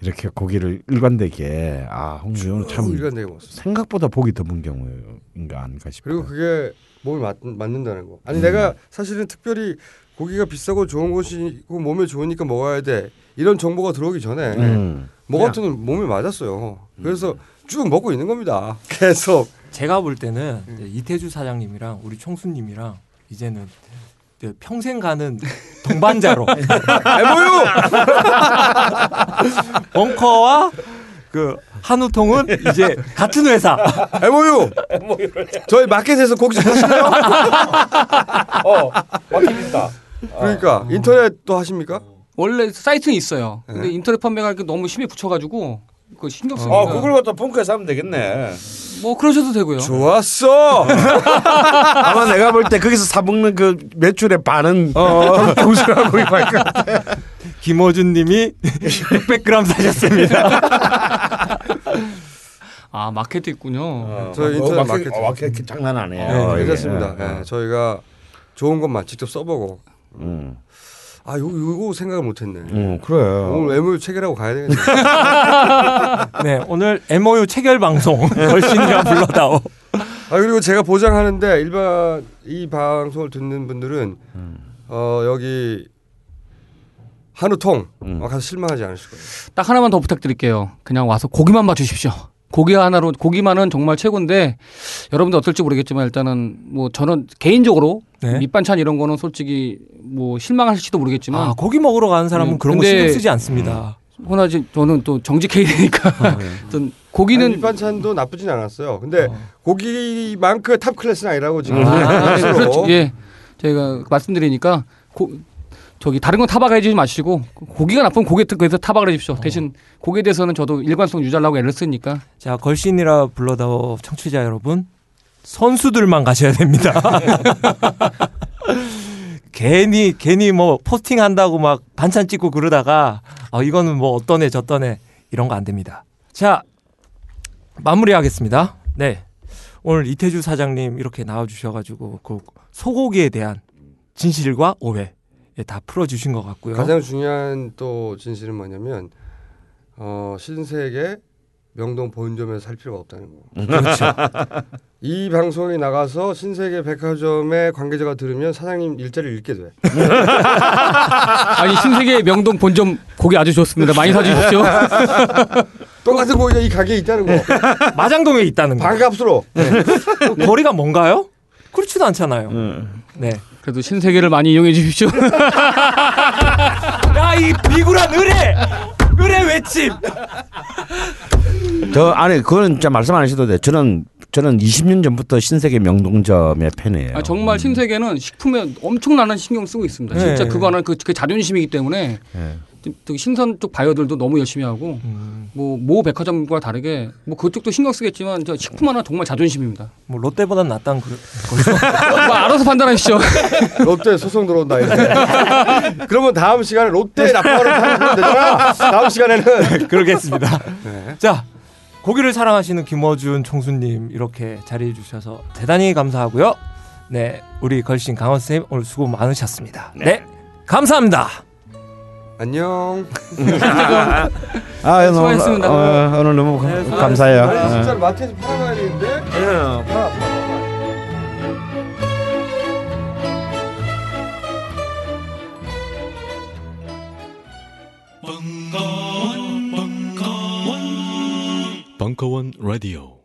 [SPEAKER 6] 이렇게 고기를 일관되게 아 홍준호는 참
[SPEAKER 7] 일관되게 먹었어요.
[SPEAKER 6] 생각보다 보기 드문 경우인가 아닌가 싶어요.
[SPEAKER 7] 그리고 그게 몸에 맞, 맞는다는 거. 아니 내가 사실은 특별히 고기가 비싸고 좋은 곳이고 몸에 좋으니까 먹어야 돼. 이런 정보가 들어오기 전에
[SPEAKER 6] 음.
[SPEAKER 7] 먹었더니 몸에 맞았어요. 그래서 쭉 먹고 있는 겁니다. 계속.
[SPEAKER 5] 제가 볼 때는 이제 이태주 사장님이랑 우리 총수님이랑 이제는 이제 평생 가는 동반자로
[SPEAKER 7] MOU!
[SPEAKER 5] 벙커와 그 한우통은 이제 같은 회사.
[SPEAKER 7] MOU! 저희 마켓에서 고기 좀 사실래요? 어, 마켓입니다. 어. 그러니까 인터넷도 하십니까?
[SPEAKER 8] 원래 사이트는 있어요. 근데
[SPEAKER 7] 네.
[SPEAKER 8] 인터넷 판매가 이렇게 너무 심해 붙여가지고 그 신경 쓰니까.
[SPEAKER 10] 어 그걸 갖다 펑크에서 하면 되겠네.
[SPEAKER 8] 뭐 그러셔도 되고요.
[SPEAKER 7] 좋았어.
[SPEAKER 6] 아마 내가 볼 때 거기서 사 먹는 그 매출의 반은
[SPEAKER 10] 어, 동수라고 이거
[SPEAKER 5] 김어준님이 600g 사셨습니다.
[SPEAKER 8] 아 마켓도 있군요.
[SPEAKER 7] 저 인터넷 마케팅.
[SPEAKER 6] 어, 네, 마켓 장난 안
[SPEAKER 7] 아, 예,
[SPEAKER 6] 해요.
[SPEAKER 5] 네,
[SPEAKER 6] 이게.
[SPEAKER 7] 괜찮습니다.
[SPEAKER 6] 어, 어.
[SPEAKER 7] 예, 저희가 좋은 것만 직접 써보고
[SPEAKER 6] 음.
[SPEAKER 7] 아, 요, 요거 생각을 못했네.
[SPEAKER 10] 어, 그래.
[SPEAKER 7] 오늘 외모 체결하고 가야 되겠네.
[SPEAKER 5] 네, 오늘 MOU 체결 방송 걸신이라 불러다오.
[SPEAKER 7] 아 그리고 제가 보장하는데 일반 이 방송을 듣는 분들은 어 여기 한우통
[SPEAKER 8] 음.
[SPEAKER 7] 어, 가서 실망하지 않으실 거예요.
[SPEAKER 8] 딱 하나만 더 부탁드릴게요. 그냥 와서 고기만 봐주십시오. 고기 하나로 고기만은 정말 최고인데 여러분들 어떨지 모르겠지만 일단은 뭐 저는 개인적으로
[SPEAKER 5] 네.
[SPEAKER 8] 밑반찬 이런 거는 솔직히 뭐 실망하실지도 모르겠지만
[SPEAKER 5] 아, 고기 먹으러 가는 사람은
[SPEAKER 8] 음,
[SPEAKER 5] 그런 거
[SPEAKER 8] 근데-
[SPEAKER 5] 신경 쓰지 않습니다.
[SPEAKER 8] 호나 지 저는
[SPEAKER 5] 아,
[SPEAKER 8] 또
[SPEAKER 5] 네.
[SPEAKER 8] 정직해이니까 어떤
[SPEAKER 7] 아니,
[SPEAKER 8] 고기는
[SPEAKER 7] 밑반찬도 나쁘진 않았어요. 근데 고기만큼 탑 클래스는 아니라고 지금
[SPEAKER 8] 아, 네,
[SPEAKER 7] 스스로.
[SPEAKER 8] 그렇죠. 예 저희가 말씀드리니까 고, 저기 다른 건 타박하지 마시고 고기가 나쁜 고기에 대해서 타박을 해주십시오.
[SPEAKER 5] 어.
[SPEAKER 8] 대신 고기에 대해서는 저도 일관성 유지하려고 애를 쓰니까
[SPEAKER 5] 자, 걸신이라 불러다오 청취자 여러분. 선수들만 가셔야 됩니다. 괜히 괜히 뭐 포스팅 한다고 막 반찬 찍고 그러다가 어 이거는 뭐 어떤 애 저떤 애 이런 거 안 됩니다. 자, 마무리하겠습니다. 네. 오늘 이태주 사장님 이렇게 나와 주셔 가지고 그 소고기에 대한 진실과 오해 예, 다 풀어 주신 것 같고요.
[SPEAKER 7] 가장 중요한 또 진실은 뭐냐면 어 신세계 명동 본점에서 살 필요가 없다는 거.
[SPEAKER 8] 음.
[SPEAKER 5] 그렇죠.
[SPEAKER 7] 이 방송이 나가서 신세계 백화점의 관계자가 들으면 사장님 일자리를 잃게 돼.
[SPEAKER 8] 아니 신세계 명동 본점 고기 아주 좋습니다. 많이 사주십시오.
[SPEAKER 7] 똑같은 고기가 이 가게에 있다는 거.
[SPEAKER 5] 마장동에 있다는 거.
[SPEAKER 7] 반값으로.
[SPEAKER 8] 네.
[SPEAKER 5] 거리가 뭔가요? 그렇지도 않잖아요. 네.
[SPEAKER 8] 그래도 신세계를 많이 이용해 주십시오.
[SPEAKER 5] 야, 이 비굴한 의뢰! 의뢰 외침!
[SPEAKER 6] 저 아니 그건 진짜 말씀 안 하셔도 돼. 저는 저는 20년 전부터 신세계 명동점의 팬이에요.
[SPEAKER 8] 아, 정말 신세계는 식품에 엄청난 신경 쓰고 있습니다.
[SPEAKER 5] 네.
[SPEAKER 8] 진짜 그거는 그, 그 자존심이기 때문에 또- 또 신선 쪽 바이어들도 너무 열심히 하고 뭐 모 백화점과 다르게 뭐 그쪽도 신경 쓰겠지만 저 식품 하나 정말 자존심입니다.
[SPEAKER 5] 뭐, 롯데보단 낫다는 그,
[SPEAKER 8] 뭐 알아서 판단하시죠.
[SPEAKER 7] 롯데 소송 들어온다 이제. 그러면 다음 시간에 롯데 나빠로 하면 되잖아. 다음 시간에는
[SPEAKER 5] 그러겠습니다. 자, 고기를 사랑하시는 김어준 총수님, 이렇게 자리해주셔서 대단히 감사하고요. 네, 우리 걸신 강원쌤, 오늘 수고 많으셨습니다. 네, 감사합니다.
[SPEAKER 7] 안녕.
[SPEAKER 6] 아, 오늘,
[SPEAKER 8] 수고하셨습니다. 네,
[SPEAKER 6] 어, 오늘 너무 감- 감사해요.
[SPEAKER 7] 아니
[SPEAKER 6] 어.
[SPEAKER 7] 진짜 마트에서 팔아가야 되는데.
[SPEAKER 9] 벙커원 라디오